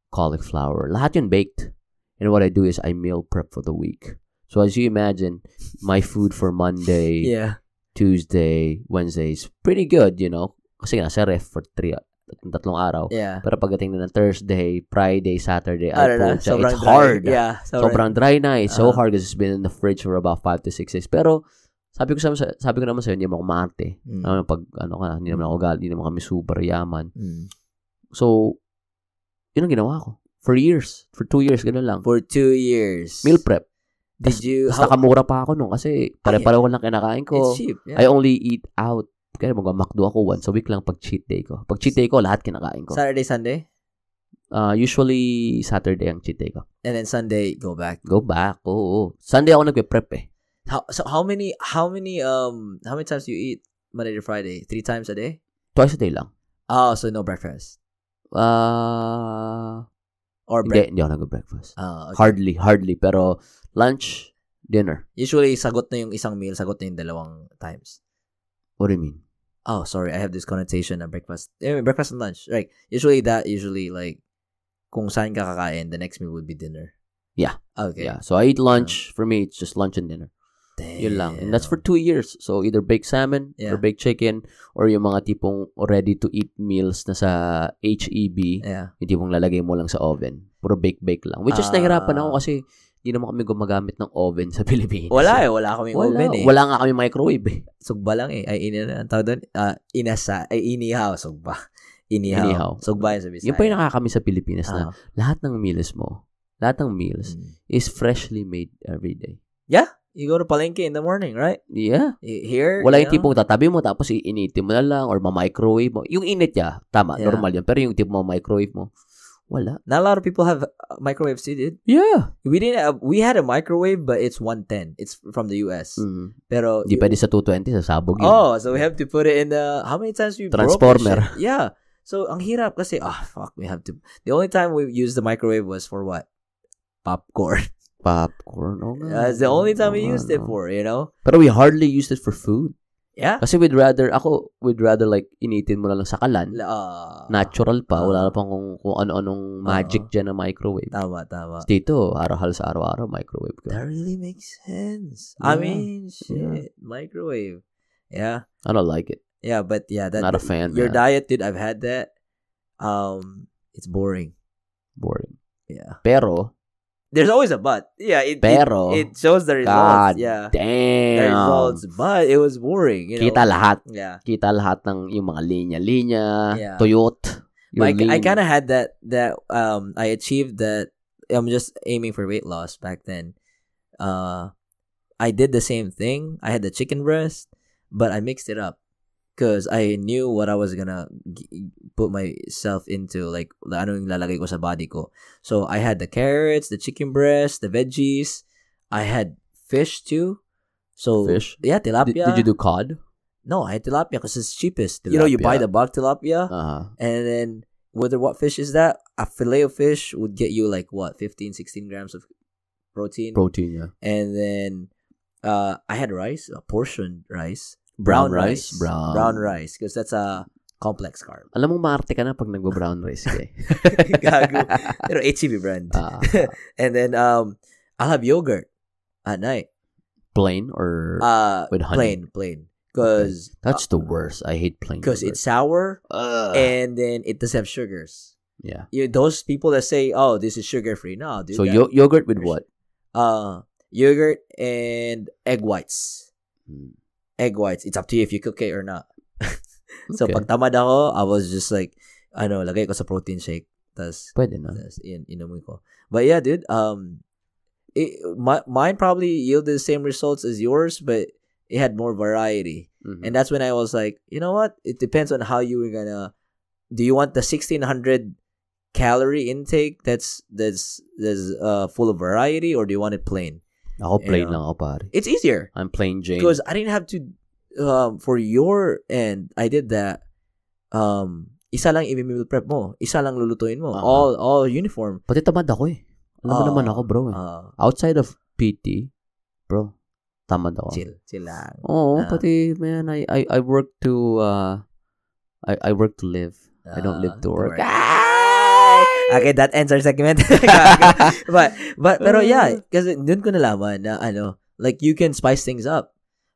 [SPEAKER 1] cauliflower. Lahat yun baked. And what I do is I meal prep for the week. So as you imagine, my food for Monday,
[SPEAKER 2] Yeah.
[SPEAKER 1] Tuesday, Wednesday is pretty good, you know. Kasi nga, sa ref for three, tatlong araw.
[SPEAKER 2] Yeah.
[SPEAKER 1] Pero pagdating na ng Thursday, Friday, Saturday,
[SPEAKER 2] I don't
[SPEAKER 1] ay,
[SPEAKER 2] know.
[SPEAKER 1] pucha,
[SPEAKER 2] Sobrang
[SPEAKER 1] it's hard.
[SPEAKER 2] Dry. Yeah.
[SPEAKER 1] Sobrang dry na. It's so
[SPEAKER 2] Ah.
[SPEAKER 1] hard because it's been in the fridge for about 5 to 6 days. Pero, sabi ko, sa, sabi ko naman sa'yo, hindi naman ako maarte.
[SPEAKER 2] Mm.
[SPEAKER 1] Alam mo, pag, ano ka, hindi naman ako gal, hindi naman kami super yaman.
[SPEAKER 2] Mm.
[SPEAKER 1] So, yun ang ginawa ko. For years. For two years, ganun lang.
[SPEAKER 2] For two years.
[SPEAKER 1] Meal prep.
[SPEAKER 2] Did you...
[SPEAKER 1] Tapos nakamura pa ako nung kasi pare-pareho lang kinakain
[SPEAKER 2] it's
[SPEAKER 1] ko.
[SPEAKER 2] cheap.
[SPEAKER 1] I
[SPEAKER 2] Yeah.
[SPEAKER 1] only eat out. Kaya magmamakdo ako once a week lang pag cheat day ko. Pag cheat day ko, lahat kinakain ko.
[SPEAKER 2] Saturday, Sunday?
[SPEAKER 1] Ah, usually, Saturday ang cheat day ko.
[SPEAKER 2] And then Sunday, go back.
[SPEAKER 1] Go back. Oo. Sunday ako nagpe-prep eh.
[SPEAKER 2] How, so how many, how many, um, how many times do you eat Monday to Friday? Three times a day?
[SPEAKER 1] Twice a day lang.
[SPEAKER 2] Oh, so no breakfast.
[SPEAKER 1] Ah,
[SPEAKER 2] Or
[SPEAKER 1] hindi,
[SPEAKER 2] break.
[SPEAKER 1] hindi ako nag-breakfast.
[SPEAKER 2] Oh, okay.
[SPEAKER 1] Hardly, hardly. Pero lunch, dinner.
[SPEAKER 2] Usually, sagot na yung isang meal, sagot na yung dalawang times.
[SPEAKER 1] What do you mean?
[SPEAKER 2] oh sorry i have this connotation na breakfast eh, breakfast and lunch like usually that usually like kung saan ka kakain the next meal would be dinner
[SPEAKER 1] Yeah.
[SPEAKER 2] okay Uh-huh.
[SPEAKER 1] Yeah. So I eat lunch. For me, it's just lunch and dinner. Yun lang. And that's for two years. So either baked salmon
[SPEAKER 2] Yeah.
[SPEAKER 1] or baked chicken or yung mga tipong ready to eat meals na sa HEB,
[SPEAKER 2] yeah
[SPEAKER 1] yung tipong lalagay mo lang sa oven. Puro bake-bake lang. Which is
[SPEAKER 2] Ah.
[SPEAKER 1] nahirapan ako kasi hindi naman kami gumagamit ng oven sa Pilipinas.
[SPEAKER 2] wala eh wala kaming
[SPEAKER 1] Wala,
[SPEAKER 2] oven eh
[SPEAKER 1] wala nga kami microwave eh.
[SPEAKER 2] sugba lang eh ay ina ang tawag doon Ah, inasa ay inihaw sugba inihaw,
[SPEAKER 1] Inihaw.
[SPEAKER 2] sugba yung sa Bisaya
[SPEAKER 1] Yun pa yung nakakami sa Pilipinas na
[SPEAKER 2] Ah,
[SPEAKER 1] lahat ng meals mo, lahat ng meals
[SPEAKER 2] mm.
[SPEAKER 1] is freshly made every day.
[SPEAKER 2] you go to palengke in the morning right
[SPEAKER 1] Yeah.
[SPEAKER 2] Y- here
[SPEAKER 1] Wala
[SPEAKER 2] you
[SPEAKER 1] yung tipong
[SPEAKER 2] know?
[SPEAKER 1] tatabi mo tapos iinitin mo na lang or ma-microwave mo. Yung init niya, tama,
[SPEAKER 2] Yeah.
[SPEAKER 1] normal yun. Pero yung tipo mo microwave mo, wala.
[SPEAKER 2] not a lot of people have uh, microwaves dude
[SPEAKER 1] Yeah.
[SPEAKER 2] we didn't have, we had a microwave but it's 110 it's from the US
[SPEAKER 1] Mm.
[SPEAKER 2] pero
[SPEAKER 1] Di pwede sa 220, sasabog yun.
[SPEAKER 2] Oh, so we have to put it in the how many times we broke this
[SPEAKER 1] Transformer.
[SPEAKER 2] shit? Yeah. So ang hirap kasi ah fuck we have to. The only time we used the microwave was for what? Popcorn.
[SPEAKER 1] Popcorn. Oh, Ano,
[SPEAKER 2] That's the only time we used it for, you know?
[SPEAKER 1] Pero we hardly used it for food.
[SPEAKER 2] Yeah.
[SPEAKER 1] Kasi we'd rather, ako, we'd rather like initin mo na lang sa kalan.
[SPEAKER 2] Uh,
[SPEAKER 1] Natural pa.
[SPEAKER 2] Ah.
[SPEAKER 1] Wala na pang kung, kung ano-anong magic dyan na microweve.
[SPEAKER 2] tama tama.
[SPEAKER 1] Tapos dito, araw sa araw-araw, microwave ka.
[SPEAKER 2] That really makes sense. I
[SPEAKER 1] Yeah.
[SPEAKER 2] mean, shit,
[SPEAKER 1] Yeah.
[SPEAKER 2] microwave. Yeah.
[SPEAKER 1] I don't like it.
[SPEAKER 2] Yeah, but yeah, that
[SPEAKER 1] Not a fan,
[SPEAKER 2] your
[SPEAKER 1] man.
[SPEAKER 2] diet, dude, I've had that. Um it's boring.
[SPEAKER 1] Boring.
[SPEAKER 2] Yeah.
[SPEAKER 1] Pero,
[SPEAKER 2] There's always a but. Yeah, it it-
[SPEAKER 1] pero,
[SPEAKER 2] it, shows the
[SPEAKER 1] God
[SPEAKER 2] results. yeah. the
[SPEAKER 1] damn.
[SPEAKER 2] results, but it was boring. You know?
[SPEAKER 1] Kita lahat.
[SPEAKER 2] Yeah,
[SPEAKER 1] Kita lahat ng yung mga linya-linya,
[SPEAKER 2] Yeah.
[SPEAKER 1] tuyot. yung
[SPEAKER 2] like I
[SPEAKER 1] linya.
[SPEAKER 2] kind of had that. That um, I achieved that. I'm just aiming for weight loss back then. Uh, I did the same thing. I had the chicken breast, but I mixed it up because I knew what I was gonna g- put myself into. Like ano yung lalagay ko sa body ko. So I had the carrots, the chicken breast, the veggies. I had fish too. So
[SPEAKER 1] Fish?
[SPEAKER 2] yeah,
[SPEAKER 1] Did,
[SPEAKER 2] tilapia.
[SPEAKER 1] did you do cod?
[SPEAKER 2] No, I had tilapia because it's cheapest. You know, you buy
[SPEAKER 1] Tilapia.
[SPEAKER 2] the bulk tilapia,
[SPEAKER 1] Uh,
[SPEAKER 2] and then whether what fish is that, a fillet of fish would get you like what 15, 16 grams of protein,
[SPEAKER 1] protein, yeah.
[SPEAKER 2] and then uh, I had rice, a portion rice,
[SPEAKER 1] Brown rice? Brown.
[SPEAKER 2] brown rice, because that's a complex carb.
[SPEAKER 1] Alam mo, maarte ka na pag nagbo-brown rice ka eh.
[SPEAKER 2] Gago. Pero HEB E brand,
[SPEAKER 1] Ah,
[SPEAKER 2] and then um, I'll have yogurt at night.
[SPEAKER 1] plain or
[SPEAKER 2] Uh,
[SPEAKER 1] with honey?
[SPEAKER 2] plain, plain, because
[SPEAKER 1] That's the worst. I hate plain.
[SPEAKER 2] because
[SPEAKER 1] yogurt. Uh.
[SPEAKER 2] it's sour,
[SPEAKER 1] Ugh.
[SPEAKER 2] and then it doesn't have sugars.
[SPEAKER 1] yeah.
[SPEAKER 2] you those people that say, "Oh, this is sugar free." No, dude.
[SPEAKER 1] So
[SPEAKER 2] that-
[SPEAKER 1] yo- yogurt with what?
[SPEAKER 2] uh, yogurt and egg whites.
[SPEAKER 1] Hmm.
[SPEAKER 2] Egg whites. It's up to you if you cook it or not. So
[SPEAKER 1] Okay.
[SPEAKER 2] pag tamad ako, I was just like, ano, lagay ko sa protein shake. Tas,
[SPEAKER 1] Pwede na.
[SPEAKER 2] tas in, inumin ko. But yeah, dude, um, it, my, mine probably yielded the same results as yours, but it had more variety.
[SPEAKER 1] Mhm.
[SPEAKER 2] And that's when I was like, you know what? It depends on how you were gonna. Do you want the sixteen hundred calorie intake that's that's that's uh full of variety, or do you want it plain?
[SPEAKER 1] Ako plain
[SPEAKER 2] Yeah.
[SPEAKER 1] lang ako, pare.
[SPEAKER 2] It's easier
[SPEAKER 1] I'm plain Jane.
[SPEAKER 2] because I didn't have to. Um, for your end, I did that. Um, isa lang i-meal prep mo, isa lang lulutuin mo,
[SPEAKER 1] Ah.
[SPEAKER 2] all all uniform.
[SPEAKER 1] Pati tamad ako eh. Alam mo
[SPEAKER 2] Oo.
[SPEAKER 1] naman ako, bro. Eh.
[SPEAKER 2] Ah,
[SPEAKER 1] Outside of PT, bro, tamad ako.
[SPEAKER 2] chill, chill lang.
[SPEAKER 1] Oo,
[SPEAKER 2] Ah.
[SPEAKER 1] pati, man, I, I, I work to, uh, I, I work to live. I don't live to work.
[SPEAKER 2] Ah,
[SPEAKER 1] Ah!
[SPEAKER 2] Okay, that ends our segment. but,
[SPEAKER 1] Ah.
[SPEAKER 2] but, pero yeah, kasi dun ko nalaman na ano, like you can spice things up.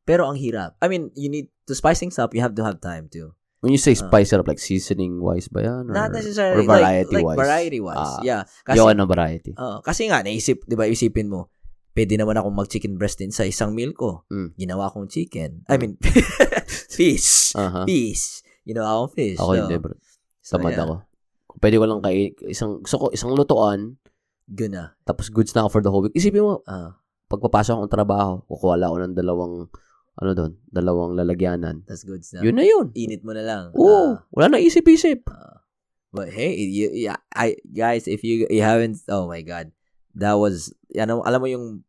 [SPEAKER 2] Pero ang hirap. I mean, you need to spice things up, you have to have time too.
[SPEAKER 1] When you say
[SPEAKER 2] Ah.
[SPEAKER 1] spice it up, like seasoning-wise ba yan? Mm. Or,
[SPEAKER 2] Not necessarily.
[SPEAKER 1] Or variety-wise?
[SPEAKER 2] Like, like variety-wise.
[SPEAKER 1] Ah.
[SPEAKER 2] yeah. Kasi,
[SPEAKER 1] Yawan ng variety.
[SPEAKER 2] Oo, kasi nga, naisip, di ba, isipin mo, pwede naman akong mag-chicken breast din sa isang meal ko.
[SPEAKER 1] Mm.
[SPEAKER 2] Ginawa kong chicken. I mean, fish.
[SPEAKER 1] Aha.
[SPEAKER 2] Fish. Ginawa akong fish.
[SPEAKER 1] Ah. Ako
[SPEAKER 2] Uh-huh. So,
[SPEAKER 1] hindi, bro.
[SPEAKER 2] so,
[SPEAKER 1] Tamad
[SPEAKER 2] yeah.
[SPEAKER 1] ako. Kung pwede ko lang kain, isang, gusto ko, isang lutuan,
[SPEAKER 2] Good na.
[SPEAKER 1] tapos goods na ako for the whole week. Isipin mo,
[SPEAKER 2] Ah,
[SPEAKER 1] pagpapasok akong trabaho, kukuha lang ako ng dalawang, ano doon, dalawang lalagyanan.
[SPEAKER 2] that's good na.
[SPEAKER 1] Yun na yun.
[SPEAKER 2] Init mo na lang.
[SPEAKER 1] Oo.
[SPEAKER 2] Ah,
[SPEAKER 1] wala na isip-isip.
[SPEAKER 2] but hey, you, yeah, I, guys, if you, you haven't, oh my God. That was, ano, alam mo yung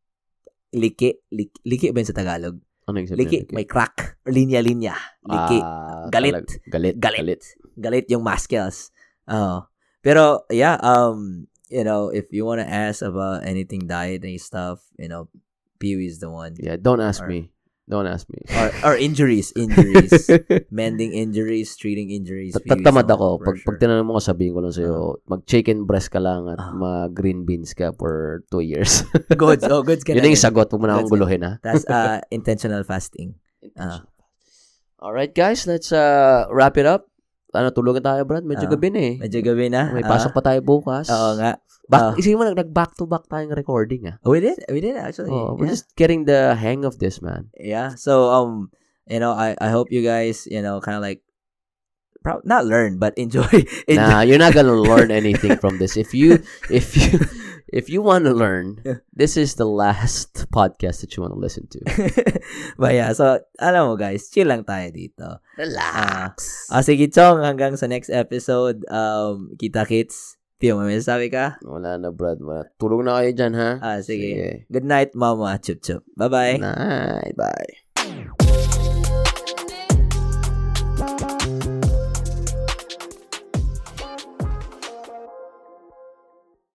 [SPEAKER 2] liki, liki, liki ba yun sa Tagalog?
[SPEAKER 1] Ano yung sabihin?
[SPEAKER 2] Liki, may crack. Linya-linya. Liki.
[SPEAKER 1] Ah,
[SPEAKER 2] galit.
[SPEAKER 1] talag- galit.
[SPEAKER 2] Galit. galit yung maskels. Oh. Pero yeah, um you know, if you want to ask about anything diet and stuff, you know, Pew is the one.
[SPEAKER 1] Yeah, don't ask
[SPEAKER 2] Or-
[SPEAKER 1] me. Don't ask me.
[SPEAKER 2] Or or injuries, injuries. Mending injuries, treating injuries.
[SPEAKER 1] Ta-
[SPEAKER 2] Pew is
[SPEAKER 1] Tatamad
[SPEAKER 2] the one,
[SPEAKER 1] ako.
[SPEAKER 2] oh, for
[SPEAKER 1] Pag, pag
[SPEAKER 2] sure.
[SPEAKER 1] tinanong mo ko, sabihin ko lang sa'yo, mag-chicken breast ka lang at
[SPEAKER 2] Ah.
[SPEAKER 1] mag-green beans ka for two years.
[SPEAKER 2] goods, oh, goods ka
[SPEAKER 1] Yun
[SPEAKER 2] na
[SPEAKER 1] na
[SPEAKER 2] rin.
[SPEAKER 1] yung sagot. Huwag mo na akong
[SPEAKER 2] That's it.
[SPEAKER 1] guluhin, ha?
[SPEAKER 2] That's uh intentional fasting. Ah.
[SPEAKER 1] All right, guys. Let's uh, wrap it up. Ano, tulungan tayo, Brad. Medyo
[SPEAKER 2] Ah.
[SPEAKER 1] gabi na eh.
[SPEAKER 2] Medyo gabi na.
[SPEAKER 1] May pasok pa tayo bukas.
[SPEAKER 2] Ah, oo nga.
[SPEAKER 1] Back,
[SPEAKER 2] Ah. oh,
[SPEAKER 1] isipin mo, nag- nag-back-to-back tayong recording, ah.
[SPEAKER 2] We did. We did actually.
[SPEAKER 1] Oh, we're
[SPEAKER 2] Yeah.
[SPEAKER 1] just getting the hang of this, man.
[SPEAKER 2] yeah so um you know i i hope you guys you know kind of like prob- not learn but enjoy enjoy
[SPEAKER 1] Nah, you're not gonna learn anything from this. If you, if you, if you want to learn,
[SPEAKER 2] Yeah.
[SPEAKER 1] this is the last podcast that you want to listen to.
[SPEAKER 2] but yeah so alam mo guys chill lang tayo dito
[SPEAKER 1] Relax.
[SPEAKER 2] ah sige chong hanggang sa next episode um kita kits Tio, may masasabi ka?
[SPEAKER 1] wala na, Brad. Wala. Tulog na kayo dyan, ha?
[SPEAKER 2] Ah, sige. Good night, mama. Chup, chup. Bye-bye.
[SPEAKER 1] Night. Bye.